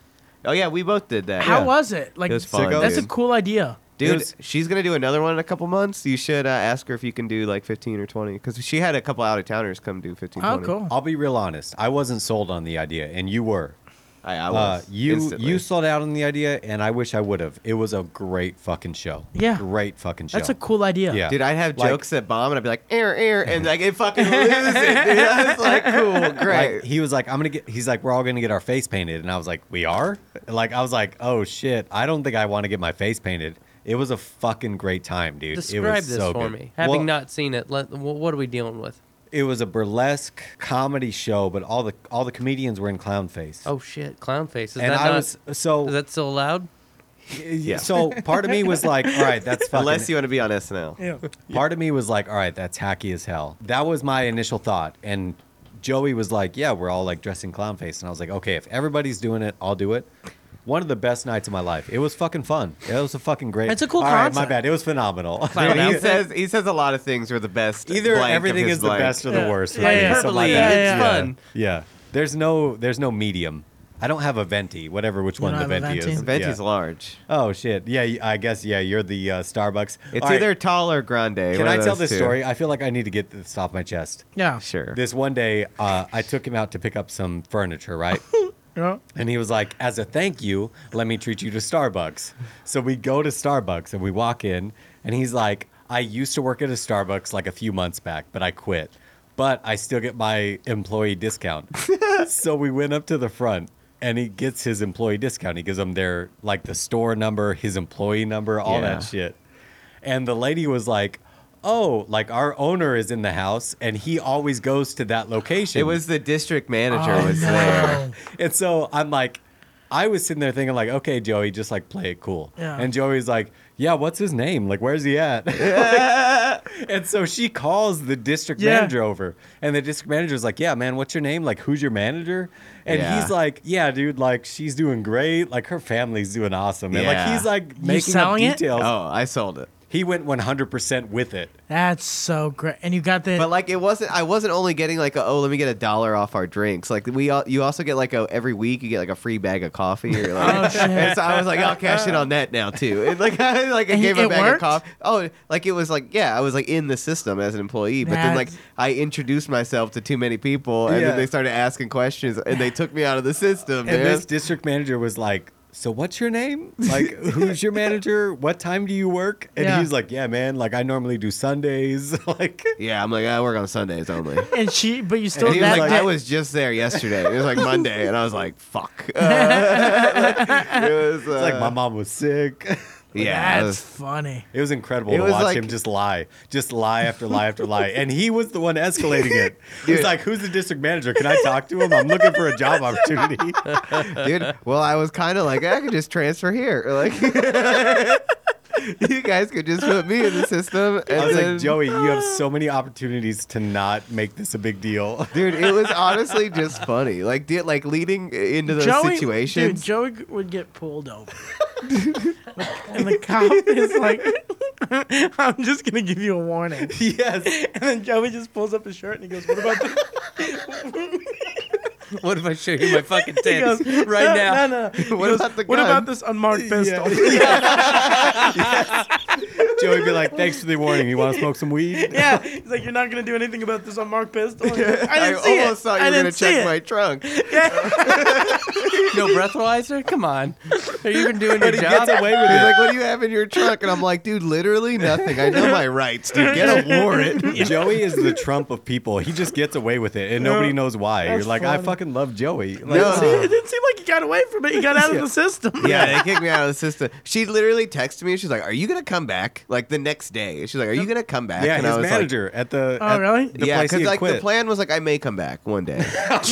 [SPEAKER 4] Oh yeah, we both did that.
[SPEAKER 1] Um, How
[SPEAKER 2] Yeah.
[SPEAKER 1] was it? Like,
[SPEAKER 4] It was fun.
[SPEAKER 2] Sicko?
[SPEAKER 1] that's
[SPEAKER 4] dude.
[SPEAKER 1] a cool idea.
[SPEAKER 4] Dude,
[SPEAKER 2] It was-
[SPEAKER 4] she's gonna do another one in a couple months. You should uh, ask her if you can do like fifteen or twenty, because she had a couple out of towners come do 15,
[SPEAKER 1] Oh,
[SPEAKER 4] 20.
[SPEAKER 1] cool.
[SPEAKER 2] I'll be real honest. I wasn't sold on the idea, and you were.
[SPEAKER 4] I, I
[SPEAKER 2] Uh,
[SPEAKER 4] was
[SPEAKER 2] you
[SPEAKER 4] instantly.
[SPEAKER 2] you sold out on the idea, and I wish I would have. It was a great fucking show.
[SPEAKER 1] Yeah.
[SPEAKER 2] great fucking show.
[SPEAKER 1] That's a cool idea.
[SPEAKER 2] Yeah.
[SPEAKER 4] Dude, I'd have
[SPEAKER 2] Like-
[SPEAKER 4] jokes that bomb, and I'd be like, air, air, and like it fucking loses it. Dude. I was like, cool, great.
[SPEAKER 2] Like, he was like, I'm gonna get. He's like, we're all gonna get our face painted, and I was like, we are. Like, I was like, oh shit, I don't think I want to get my face painted. It was a fucking great time, dude. it
[SPEAKER 3] Describe
[SPEAKER 2] was
[SPEAKER 3] this
[SPEAKER 2] so
[SPEAKER 3] for
[SPEAKER 2] good.
[SPEAKER 3] me, having
[SPEAKER 2] Well,
[SPEAKER 3] not seen it. Let, wh- what are we dealing with?
[SPEAKER 2] It was a burlesque comedy show, but all the all the comedians were in clown face.
[SPEAKER 3] Oh shit, clown face. Is
[SPEAKER 2] and
[SPEAKER 3] that
[SPEAKER 2] I
[SPEAKER 3] not,
[SPEAKER 2] was so
[SPEAKER 3] Is that still allowed?
[SPEAKER 2] yeah. So part of me was like, all right, that's fucking.
[SPEAKER 4] Unless you want to be on SNL.
[SPEAKER 1] Yeah.
[SPEAKER 2] Part of me was like, all right, that's hacky as hell. That was my initial thought. And Joey was like, yeah, we're all like dressed in clown face. And I was like, okay, if everybody's doing it, I'll do it. One of the best nights of my life. It was fucking fun. It was a fucking great.
[SPEAKER 1] It's a cool
[SPEAKER 2] All right, my
[SPEAKER 1] concept.
[SPEAKER 2] bad. It was phenomenal.
[SPEAKER 4] Dude, he
[SPEAKER 3] outfit?
[SPEAKER 4] says he says a lot of things were the best.
[SPEAKER 2] Either
[SPEAKER 4] blank of
[SPEAKER 2] everything
[SPEAKER 4] his
[SPEAKER 2] is the
[SPEAKER 4] blank.
[SPEAKER 2] best or the
[SPEAKER 1] Yeah.
[SPEAKER 2] worst.
[SPEAKER 1] Yeah, yeah.
[SPEAKER 2] something like
[SPEAKER 3] Hyperbole,
[SPEAKER 2] that.
[SPEAKER 1] it's
[SPEAKER 2] yeah.
[SPEAKER 3] fun.
[SPEAKER 2] Yeah. There's no there's no medium. I don't have a venti, whatever which
[SPEAKER 1] You
[SPEAKER 2] one
[SPEAKER 1] don't
[SPEAKER 2] the
[SPEAKER 1] have a
[SPEAKER 2] venti,
[SPEAKER 1] venti?
[SPEAKER 2] is.
[SPEAKER 4] Venti's
[SPEAKER 2] yeah.
[SPEAKER 4] large.
[SPEAKER 2] Oh shit. Yeah, y- I guess yeah, you're the uh, Starbucks.
[SPEAKER 4] It's
[SPEAKER 2] All right,
[SPEAKER 4] either tall or grande.
[SPEAKER 2] Can I tell this story? I feel like I need to get this off my chest.
[SPEAKER 1] Yeah.
[SPEAKER 4] Sure.
[SPEAKER 2] This one day, uh, I took him out to pick up some furniture, right?
[SPEAKER 1] Yeah.
[SPEAKER 2] and he was like, as a thank you, let me treat you to Starbucks. So we go to Starbucks and we walk in, and he's like, I used to work at a Starbucks like a few months back, but I quit. But I still get my employee discount. so we went up to the front and he gets his employee discount. He gives them their, like, the store number, his employee number, all
[SPEAKER 4] Yeah.
[SPEAKER 2] that shit. And the lady was like, Oh, like our owner is in the house and he always goes to that location.
[SPEAKER 4] It was the district manager
[SPEAKER 1] Oh,
[SPEAKER 4] was
[SPEAKER 1] no.
[SPEAKER 4] there.
[SPEAKER 2] And so I'm like, I was sitting there thinking like, okay, Joey, just like play it cool.
[SPEAKER 1] Yeah.
[SPEAKER 2] And Joey's like, yeah, what's his name? Like, where's he at? and so she calls the district
[SPEAKER 1] Yeah.
[SPEAKER 2] manager over, and the district manager's like, yeah, man, what's your name? Like, who's your manager? And
[SPEAKER 4] Yeah.
[SPEAKER 2] he's like, yeah, dude, like she's doing great. Like her family's doing awesome. And like
[SPEAKER 4] Yeah.
[SPEAKER 2] he's like making up
[SPEAKER 1] selling it?
[SPEAKER 2] details.
[SPEAKER 4] Oh, I sold it.
[SPEAKER 2] He went 100% with it.
[SPEAKER 1] That's so great. And you got the.
[SPEAKER 4] But like it wasn't I wasn't only getting like a, oh let me get a dollar off our drinks. Like we all, you also get like a every week you get like a free bag of coffee or like
[SPEAKER 1] Oh, shit.
[SPEAKER 4] and so I was like I'll cash in on that now too. And like I like I
[SPEAKER 1] And
[SPEAKER 4] gave
[SPEAKER 1] it
[SPEAKER 4] a bag
[SPEAKER 1] worked?
[SPEAKER 4] of coffee. Oh, like it was like yeah, I was like in the system as an employee, but then like
[SPEAKER 1] That's-
[SPEAKER 4] I introduced myself to too many people and
[SPEAKER 2] Yeah.
[SPEAKER 4] then they started asking questions and they took me out of the
[SPEAKER 2] And
[SPEAKER 4] system. man.
[SPEAKER 2] this district manager was like, "So what's your name? Like, who's your manager? What time do you work?" And
[SPEAKER 1] Yeah.
[SPEAKER 2] he's like, "Yeah, man. Like, I normally do Sundays. like,
[SPEAKER 4] yeah, I'm like I work on Sundays only.
[SPEAKER 1] and she, but you still
[SPEAKER 4] And he was
[SPEAKER 1] that
[SPEAKER 4] like,
[SPEAKER 1] day-
[SPEAKER 4] I was just there yesterday. It was like Monday, and I was like, "Fuck." Uh, it was
[SPEAKER 2] it's like my mom was sick.
[SPEAKER 4] Yeah, it
[SPEAKER 1] That's
[SPEAKER 4] was-
[SPEAKER 1] funny.
[SPEAKER 2] It was incredible
[SPEAKER 4] It
[SPEAKER 2] to
[SPEAKER 4] was
[SPEAKER 2] watch
[SPEAKER 4] like-
[SPEAKER 2] him just lie, just lie after lie after lie. And he was the one escalating it. He's
[SPEAKER 4] Dude.
[SPEAKER 2] like, "Who's the district manager? Can I talk to him? I'm looking for a job opportunity."
[SPEAKER 4] dude. Well, I was kind of like, I could just transfer here. Like, you guys could just put me in the system. And
[SPEAKER 2] I was
[SPEAKER 4] then,
[SPEAKER 2] like, "Joey, you have so many opportunities to not make this a big deal."
[SPEAKER 4] dude, it was honestly just funny. Like, dude, like leading into those
[SPEAKER 1] Joey,
[SPEAKER 4] situations.
[SPEAKER 1] Dude, Joey g- would get pulled over. and the cop is like, I'm just going to give you a warning.
[SPEAKER 2] yes.
[SPEAKER 1] And then Joey just pulls up his shirt and he goes, What about the.
[SPEAKER 3] What if I show you my fucking tits
[SPEAKER 1] goes,
[SPEAKER 3] right
[SPEAKER 1] "No, no,
[SPEAKER 3] now?
[SPEAKER 1] no."
[SPEAKER 4] What about the
[SPEAKER 1] What
[SPEAKER 4] gun?
[SPEAKER 1] about this unmarked pistol?
[SPEAKER 2] Joey'd be like, "Thanks for the warning. You want to smoke some weed?"
[SPEAKER 1] yeah, he's like, you're not gonna do anything about this unmarked pistol. I didn't
[SPEAKER 4] I
[SPEAKER 1] see it.
[SPEAKER 4] almost thought you
[SPEAKER 1] I
[SPEAKER 4] were
[SPEAKER 1] didn't
[SPEAKER 4] gonna
[SPEAKER 1] see
[SPEAKER 4] check
[SPEAKER 1] it.
[SPEAKER 4] my trunk.
[SPEAKER 3] No breathalyzer? Come on. Are you even doing your
[SPEAKER 2] But he
[SPEAKER 3] job?
[SPEAKER 2] gets away with
[SPEAKER 4] He's
[SPEAKER 2] it.
[SPEAKER 4] like, "What do you have in your trunk?" And I'm like, "Dude, literally nothing. I know my rights, dude. Get a warrant."
[SPEAKER 2] Joey is the Trump of people. He just gets away with it, and nobody knows why. You're
[SPEAKER 1] That's
[SPEAKER 2] like, I
[SPEAKER 1] funny.
[SPEAKER 2] fucking love Joey. Like,
[SPEAKER 4] No.
[SPEAKER 1] See, it didn't seem like he got away from it. He got out of the system.
[SPEAKER 4] Yeah, they kicked me out of the system. She literally texted me. She's like, "Are you gonna come back?" Like the next day, she's like, "Are you gonna come back?"
[SPEAKER 2] Yeah,
[SPEAKER 4] and I
[SPEAKER 2] his
[SPEAKER 4] was
[SPEAKER 2] manager at the
[SPEAKER 1] Oh,
[SPEAKER 2] at
[SPEAKER 1] really?
[SPEAKER 2] the
[SPEAKER 4] like, "Yeah,"
[SPEAKER 2] place he
[SPEAKER 4] because
[SPEAKER 2] had
[SPEAKER 4] like the
[SPEAKER 2] quit.
[SPEAKER 4] plan was like, "I may come back one day,"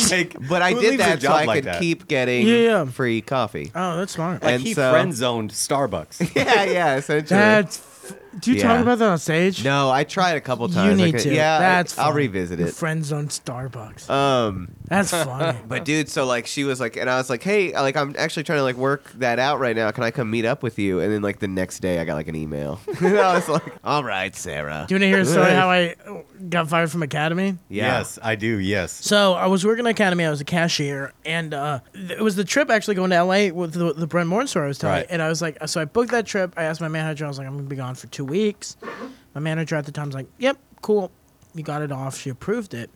[SPEAKER 2] Like,
[SPEAKER 4] but I
[SPEAKER 2] who
[SPEAKER 4] did
[SPEAKER 2] leaves a
[SPEAKER 4] that so
[SPEAKER 2] job
[SPEAKER 4] I
[SPEAKER 2] like
[SPEAKER 4] could
[SPEAKER 2] that?
[SPEAKER 4] keep getting
[SPEAKER 1] Yeah, yeah.
[SPEAKER 4] free coffee.
[SPEAKER 1] Oh, that's smart.
[SPEAKER 2] Like
[SPEAKER 4] and
[SPEAKER 2] he
[SPEAKER 4] so-
[SPEAKER 2] friend zoned Starbucks.
[SPEAKER 4] yeah, yeah, essentially.
[SPEAKER 1] That's. f- Do you talk
[SPEAKER 4] Yeah.
[SPEAKER 1] about that on stage?
[SPEAKER 4] no, I tried a couple
[SPEAKER 1] You
[SPEAKER 4] times. I
[SPEAKER 1] need
[SPEAKER 4] could-
[SPEAKER 1] to.
[SPEAKER 4] Yeah, I-
[SPEAKER 1] That's
[SPEAKER 4] I'll
[SPEAKER 1] fun.
[SPEAKER 4] revisit it.
[SPEAKER 1] Friend zone Starbucks.
[SPEAKER 4] Um,
[SPEAKER 1] That's funny.
[SPEAKER 4] But dude, so like she was like, and I was like, hey, like I'm actually trying to like work that out right now. Can I come meet up with you? And then like the next day, I got like an email. and I was like, all right, Sarah.
[SPEAKER 1] Do you want to hear a story how I got fired from Academy?
[SPEAKER 4] Yeah.
[SPEAKER 2] Yes, I do. Yes.
[SPEAKER 1] So I was working at Academy. I was a cashier, and uh, th- it was the trip actually going to LA with the, the Brent Morin story I was telling.
[SPEAKER 2] Right.
[SPEAKER 1] you. And I was like, so I booked that trip. I asked my manager. I was like, I'm gonna be gone for two weeks. My manager at the time was like, Yep, cool. You got it off. She approved it.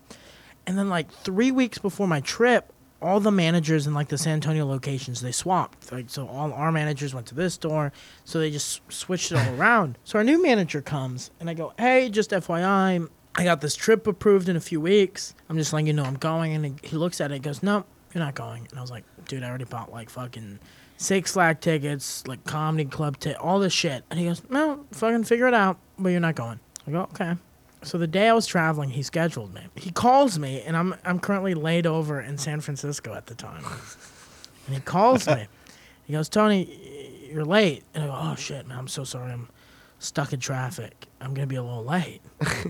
[SPEAKER 1] And then like three weeks before my trip, all the managers in like the San Antonio locations they swapped. Like so, all our managers went to this store, so they just switched it all around. So our new manager comes, and I go, "Hey, just FYI, I got this trip approved in a few weeks. I'm just letting you know I'm going." And he looks at it, and goes, "No, you're not going." And I was like, "Dude, I already bought like fucking." Six Flag tickets, like comedy club, t- all this shit. And he goes, No, fucking figure it out, but you're not going. I go, Okay. So the day I was traveling, he scheduled me. He calls me, and I'm I'm currently laid over in San Francisco at the time. and he calls me. He goes, Tony, you're late. And I go, Oh shit, man, I'm so sorry. I'm stuck in traffic. I'm gonna be a little late. and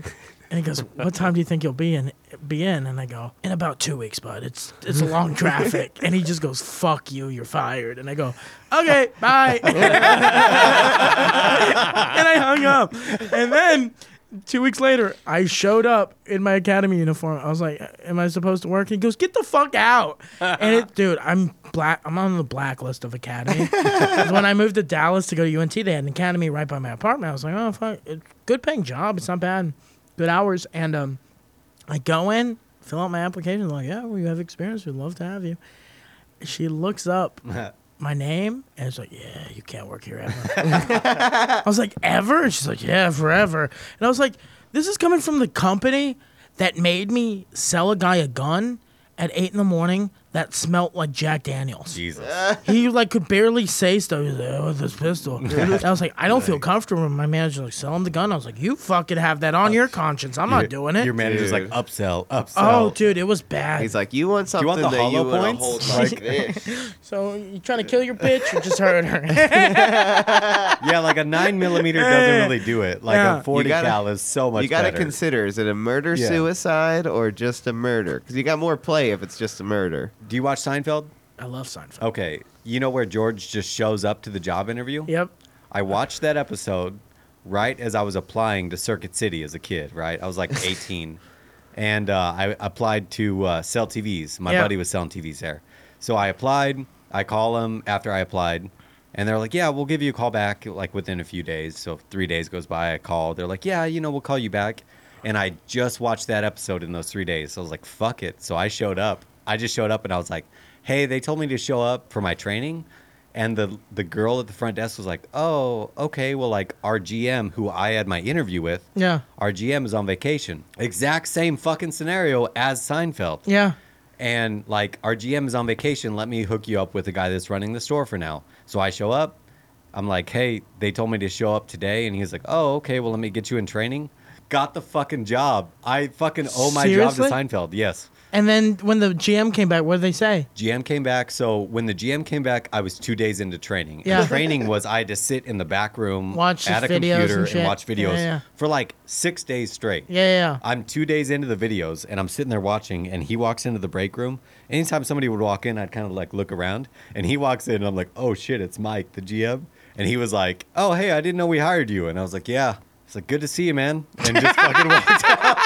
[SPEAKER 1] he goes, What time do you think you'll be in? Be in? And I go, In about two weeks, bud. It's it's a long traffic. and he just goes, Fuck you, you're fired. And I go, Okay, bye. and I hung up. And then two weeks later, I showed up in my academy uniform. I was like, "Am I supposed to work?" And he goes, "Get the fuck out!" And it, dude, I'm black. I'm on the blacklist of academy. 'Cause when I moved to Dallas to go to UNT, they had an academy right by my apartment. I was like, "Oh fuck, it's a good paying job. It's not bad, good hours." And um, I go in, fill out my application. They're like, "Yeah, well, you have experience. We'd love to have you." She looks up my name? And it's like, yeah, you can't work here ever. I was like, ever? And she's like, yeah, forever. And I was like, this is coming from the company that made me sell a guy a gun at eight in the morning that smelt like Jack Daniels.
[SPEAKER 2] Jesus.
[SPEAKER 1] He like could barely say stuff. He was like, oh, this pistol. I was like, I don't feel comfortable. My manager was like, sell him the gun. I was like, you fucking have that on your conscience. I'm not doing it.
[SPEAKER 2] Your manager's like upsell, upsell.
[SPEAKER 1] Oh, dude, it was bad.
[SPEAKER 4] He's like, you want something
[SPEAKER 2] want the
[SPEAKER 4] that you
[SPEAKER 2] hollow
[SPEAKER 4] want to
[SPEAKER 2] points?
[SPEAKER 4] hold
[SPEAKER 2] Like-
[SPEAKER 4] like this?
[SPEAKER 1] so you trying to kill your bitch or just hurt her?
[SPEAKER 2] Yeah, like a nine millimeter doesn't really do it. Like
[SPEAKER 1] Yeah.
[SPEAKER 2] a forty
[SPEAKER 4] You gotta-
[SPEAKER 2] cal is so much
[SPEAKER 4] you got to
[SPEAKER 2] better.
[SPEAKER 4] consider: is it a murder
[SPEAKER 2] Yeah.
[SPEAKER 4] suicide or just a murder? Because you got more play if it's just a murder.
[SPEAKER 2] do you watch Seinfeld?
[SPEAKER 1] I love Seinfeld.
[SPEAKER 2] Okay, you know where George just shows up to the job interview?
[SPEAKER 1] Yep.
[SPEAKER 2] I watched that episode right as I was applying to Circuit City as a kid, right? I was like 18. and uh, I applied to uh, sell TVs. My
[SPEAKER 1] Yeah.
[SPEAKER 2] buddy was selling TVs there. So I applied. I call him after I applied. And they're like, yeah, we'll give you a call back like within a few days. So three days goes by. I call. They're like, yeah, you know, we'll call you back. And I just watched that episode in those three days. So I was like, fuck it. So I showed up. I just showed up and I was like, hey, they told me to show up for my training. And the the girl at the front desk was like, "Oh, okay. Well, like our GM, who I had my interview with,
[SPEAKER 1] Yeah.
[SPEAKER 2] our GM is on vacation. Exact same fucking scenario as Seinfeld.
[SPEAKER 1] Yeah.
[SPEAKER 2] And like our GM is on vacation. Let me hook you up with the guy that's running the store for now. So I show up. I'm like, hey, they told me to show up today, and he's like, oh, okay. Well, let me get you in training. Got the fucking job. I fucking owe my
[SPEAKER 1] Seriously?
[SPEAKER 2] job to Seinfeld. Yes.
[SPEAKER 1] And then when the GM came back, what did they say?
[SPEAKER 2] GM came back. So when the GM came back, I was two days into training. And
[SPEAKER 1] Yeah.
[SPEAKER 2] training was I had to sit in the back room,
[SPEAKER 1] Watch
[SPEAKER 2] at a
[SPEAKER 1] videos and
[SPEAKER 2] computer, and,
[SPEAKER 1] shit.
[SPEAKER 2] watch videos
[SPEAKER 1] Yeah, yeah.
[SPEAKER 2] for like six days straight.
[SPEAKER 1] Yeah, yeah, yeah.
[SPEAKER 2] I'm two days into the videos and I'm sitting there watching, and he walks into the break room. Anytime somebody would walk in, I'd kind of like look around, and he walks in, and I'm like, oh shit, it's Mike, the GM. And he was like, oh, hey, I didn't know we hired you. And I was like, yeah. It's like, good to see you, man. And just fucking walked out.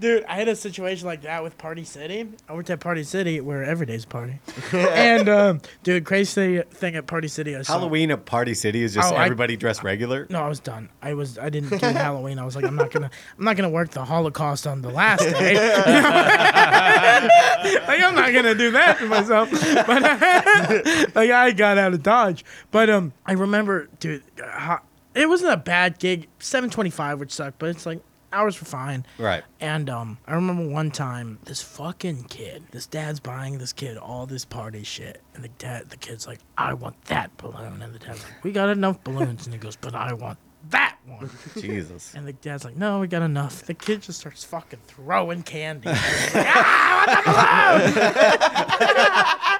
[SPEAKER 1] Dude, I had a situation like that with Party City. I worked at Party City where every day's a party. and um, dude, crazy thing at Party City. I saw,
[SPEAKER 2] Halloween at Party City is just
[SPEAKER 1] Oh, I-
[SPEAKER 2] everybody dressed regular.
[SPEAKER 1] No, I was done. I was. I didn't do Halloween. I was like, I'm not gonna. I'm not gonna work the Holocaust on the last day. like I'm not gonna do that to myself. But like I got out of Dodge. But um, I remember, dude. uh, ho- It wasn't a bad gig. 725, which sucked, but it's like hours were fine.
[SPEAKER 2] Right.
[SPEAKER 1] And um, I remember one time this fucking kid, this dad's buying this kid all this party shit, and the dad, the kid's like, "I want that balloon," and the dad's like, "We got enough balloons," and he goes, "But I want that one."
[SPEAKER 2] Jesus.
[SPEAKER 1] And the dad's like, "No, we got enough." The kid just starts fucking throwing candy.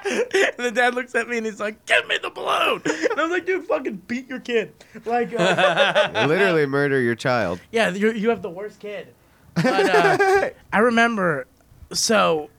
[SPEAKER 1] And the dad looks at me and he's like, "Give me the balloon!" And I was like, "Dude, fucking beat your kid!" Like, uh,
[SPEAKER 4] Literally murder your child.
[SPEAKER 1] Yeah, you you have the worst kid. But, uh, I remember, so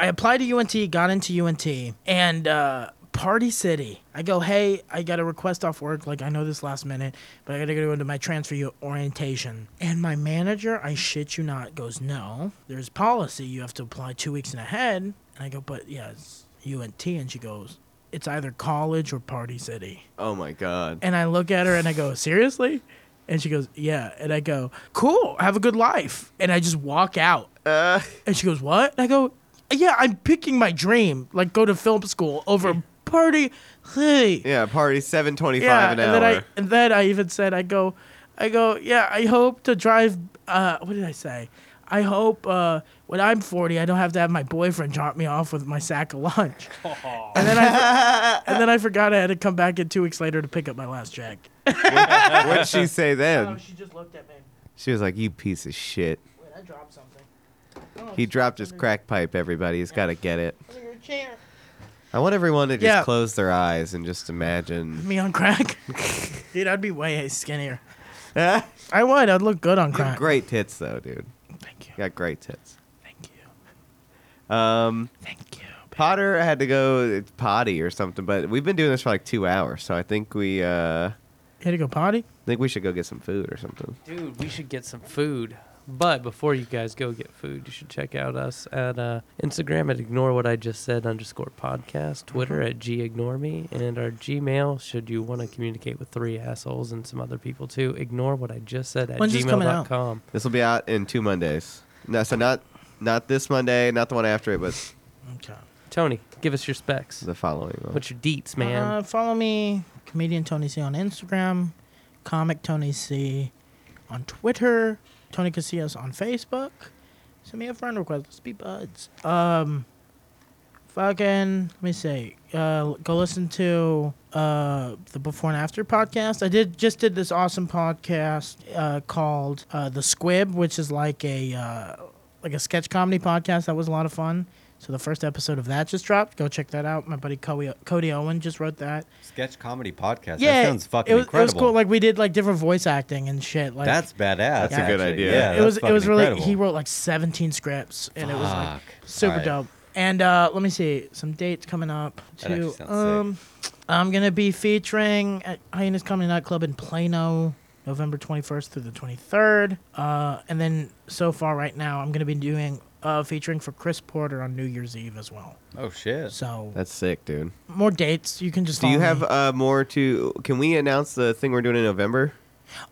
[SPEAKER 1] I applied to UNT, got into UNT, and uh, Party City. I go, hey, I got a request off work. Like I know this last minute, but I gotta go to my transfer u- orientation. And my manager, I shit you not, goes, no, there's policy. You have to apply two weeks in ahead. And I go, but yeah, it's UNT, and she goes. It's either college or Party City.
[SPEAKER 4] Oh my god.
[SPEAKER 1] And I look at her and I go, seriously? And she goes, yeah. And I go, cool, have a good life. And I just walk out.
[SPEAKER 4] Uh,
[SPEAKER 1] And she goes, what? And I go, yeah, I'm picking my dream, like go to film school over party. Hey.
[SPEAKER 4] yeah, party seven twenty five
[SPEAKER 1] Yeah, and
[SPEAKER 4] an hour.
[SPEAKER 1] then I and then I even said I go, I go, yeah, I hope to drive. Uh, what did I say? I hope uh, when I'm 40, I don't have to have my boyfriend drop me off with my sack of lunch. And then I and then I forgot I had to come back in two weeks later to pick up my last check.
[SPEAKER 4] what did she say
[SPEAKER 1] Oh,
[SPEAKER 4] then?
[SPEAKER 1] she just looked at me.
[SPEAKER 4] She was like, "You piece of shit."
[SPEAKER 1] Wait, I dropped something.
[SPEAKER 4] He dropped his crack pipe. Everybody, he's got to get it.
[SPEAKER 1] Under your chair.
[SPEAKER 4] I want everyone to just
[SPEAKER 1] Yeah.
[SPEAKER 4] close their eyes and just imagine.
[SPEAKER 1] Me on crack? Dude, I'd be way skinnier. I would. I'd look good on crack.
[SPEAKER 4] great tits though, dude.
[SPEAKER 1] Thank
[SPEAKER 4] You
[SPEAKER 1] you.
[SPEAKER 4] got great tits.
[SPEAKER 1] Thank you.
[SPEAKER 4] Um,
[SPEAKER 1] Thank you.
[SPEAKER 4] Potter had to go potty or something, but we've been doing this for like two hours, so I think we uh,
[SPEAKER 1] You had to go potty?
[SPEAKER 4] think we should go get some food or something.
[SPEAKER 3] Dude, we should get some food. But before you guys go get food, you should check out us at uh, Instagram at ignore what I just said underscore podcast, Twitter at g ignore me, and our Gmail should you want to communicate with three assholes and some other people too. Ignore what I just said at
[SPEAKER 1] When's this coming out?
[SPEAKER 3] gmail.com.
[SPEAKER 4] This will be out in two Mondays. No, so not not this Monday, not the one after it, but
[SPEAKER 1] Okay.
[SPEAKER 3] Tony, give us your specs.
[SPEAKER 4] the following one.
[SPEAKER 3] What's your deets, man?
[SPEAKER 1] Uh, follow me, comedian Tony C on Instagram, comic Tony C on Twitter, Tony Casillas on Facebook. Send me a friend request. Let's be buds. Um, fucking let me see. Uh, go listen to uh the before and after podcast. I did just did this awesome podcast uh called uh the Squib, which is like a uh like a sketch comedy podcast. That was a lot of fun. So the first episode of that just dropped. Go check that out. My buddy Cody, Cody Owen just wrote that.
[SPEAKER 2] Sketch comedy podcast.
[SPEAKER 1] yeah,
[SPEAKER 2] that sounds fucking
[SPEAKER 1] it was,
[SPEAKER 2] incredible.
[SPEAKER 1] It was cool. Like we did like different voice acting and shit. Like
[SPEAKER 2] that's badass. That's
[SPEAKER 1] a
[SPEAKER 4] good idea.
[SPEAKER 2] Yeah,
[SPEAKER 1] it was
[SPEAKER 2] that's
[SPEAKER 1] it was
[SPEAKER 2] fucking
[SPEAKER 1] really
[SPEAKER 2] incredible.
[SPEAKER 1] he wrote like 17 scripts and it was like
[SPEAKER 2] Fuck.
[SPEAKER 1] super
[SPEAKER 2] Alright.
[SPEAKER 1] dope. And uh, let me see some dates coming up
[SPEAKER 2] That actually
[SPEAKER 1] too.
[SPEAKER 2] sounds
[SPEAKER 1] Um, I'm gonna be featuring at Hyenas Comedy Nightclub in Plano, November 21st through the 23rd. Uh, and then so far right now, I'm gonna be doing uh, featuring for Chris Porter on New Year's Eve as well.
[SPEAKER 2] Oh shit.
[SPEAKER 1] So
[SPEAKER 4] That's sick, dude.
[SPEAKER 1] more dates. You can just.
[SPEAKER 4] Do you
[SPEAKER 1] follow
[SPEAKER 4] have
[SPEAKER 1] me.
[SPEAKER 4] uh, more to? Can we announce the thing we're doing in November?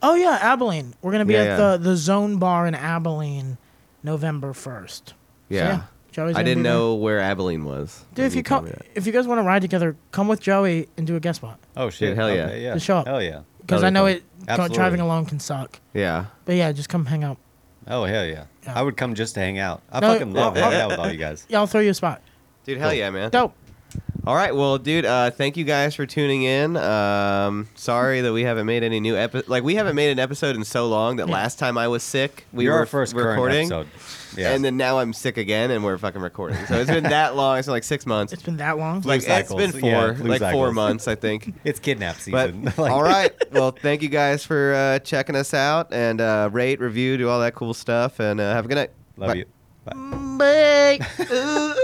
[SPEAKER 1] oh yeah, Abilene. We're gonna be
[SPEAKER 4] Yeah,
[SPEAKER 1] at
[SPEAKER 4] yeah.
[SPEAKER 1] the the Zone Bar in Abilene, November 1st. So,
[SPEAKER 4] Yeah.
[SPEAKER 1] Joey's
[SPEAKER 4] I
[SPEAKER 1] gonna
[SPEAKER 4] didn't
[SPEAKER 1] be there.
[SPEAKER 4] know where Abilene was.
[SPEAKER 1] Dude,
[SPEAKER 4] when
[SPEAKER 1] if you come,
[SPEAKER 4] told me that.
[SPEAKER 1] if you guys want to ride together, come with Joey and do a guest spot.
[SPEAKER 2] Oh shit.
[SPEAKER 4] hell yeah.
[SPEAKER 2] Okay, yeah.
[SPEAKER 1] Just show up.
[SPEAKER 2] Hell yeah.
[SPEAKER 1] Because
[SPEAKER 4] That'll
[SPEAKER 1] I
[SPEAKER 4] be
[SPEAKER 1] know
[SPEAKER 4] fun.
[SPEAKER 1] it go,
[SPEAKER 2] Absolutely.
[SPEAKER 1] driving alone can suck.
[SPEAKER 4] yeah,
[SPEAKER 1] But yeah, just come hang out.
[SPEAKER 2] Oh hell yeah.
[SPEAKER 1] Yeah.
[SPEAKER 2] I would come just to hang out. I
[SPEAKER 1] No,
[SPEAKER 2] fucking love
[SPEAKER 1] oh,
[SPEAKER 2] hanging
[SPEAKER 1] oh.
[SPEAKER 2] out with all you guys.
[SPEAKER 1] Yeah, I'll throw you a spot.
[SPEAKER 4] dude, hell yeah, man.
[SPEAKER 1] Dope.
[SPEAKER 4] All right, well, dude, uh, thank you guys for tuning in. Um, sorry that we haven't made any new epi- like we haven't made an episode in so long that
[SPEAKER 1] Yeah.
[SPEAKER 4] last time I was sick, we
[SPEAKER 2] You're
[SPEAKER 4] were
[SPEAKER 2] our first current
[SPEAKER 4] recording,
[SPEAKER 2] episode. Yeah.
[SPEAKER 4] and then now I'm sick again, and we're fucking recording. So it's been that long. It's been like six months.
[SPEAKER 1] It's been that long.
[SPEAKER 4] like it's
[SPEAKER 2] cycles,
[SPEAKER 4] been
[SPEAKER 2] yeah,
[SPEAKER 4] four,
[SPEAKER 2] flu
[SPEAKER 4] like four
[SPEAKER 2] cycles.
[SPEAKER 4] months, I think.
[SPEAKER 2] it's kidnap
[SPEAKER 4] But
[SPEAKER 2] season. Like-
[SPEAKER 4] all right, well, thank you guys for uh, checking us out and uh, rate, review, do all that cool stuff, and uh, have a good night.
[SPEAKER 2] Love
[SPEAKER 4] Bye.
[SPEAKER 2] you. Bye.
[SPEAKER 1] Bye.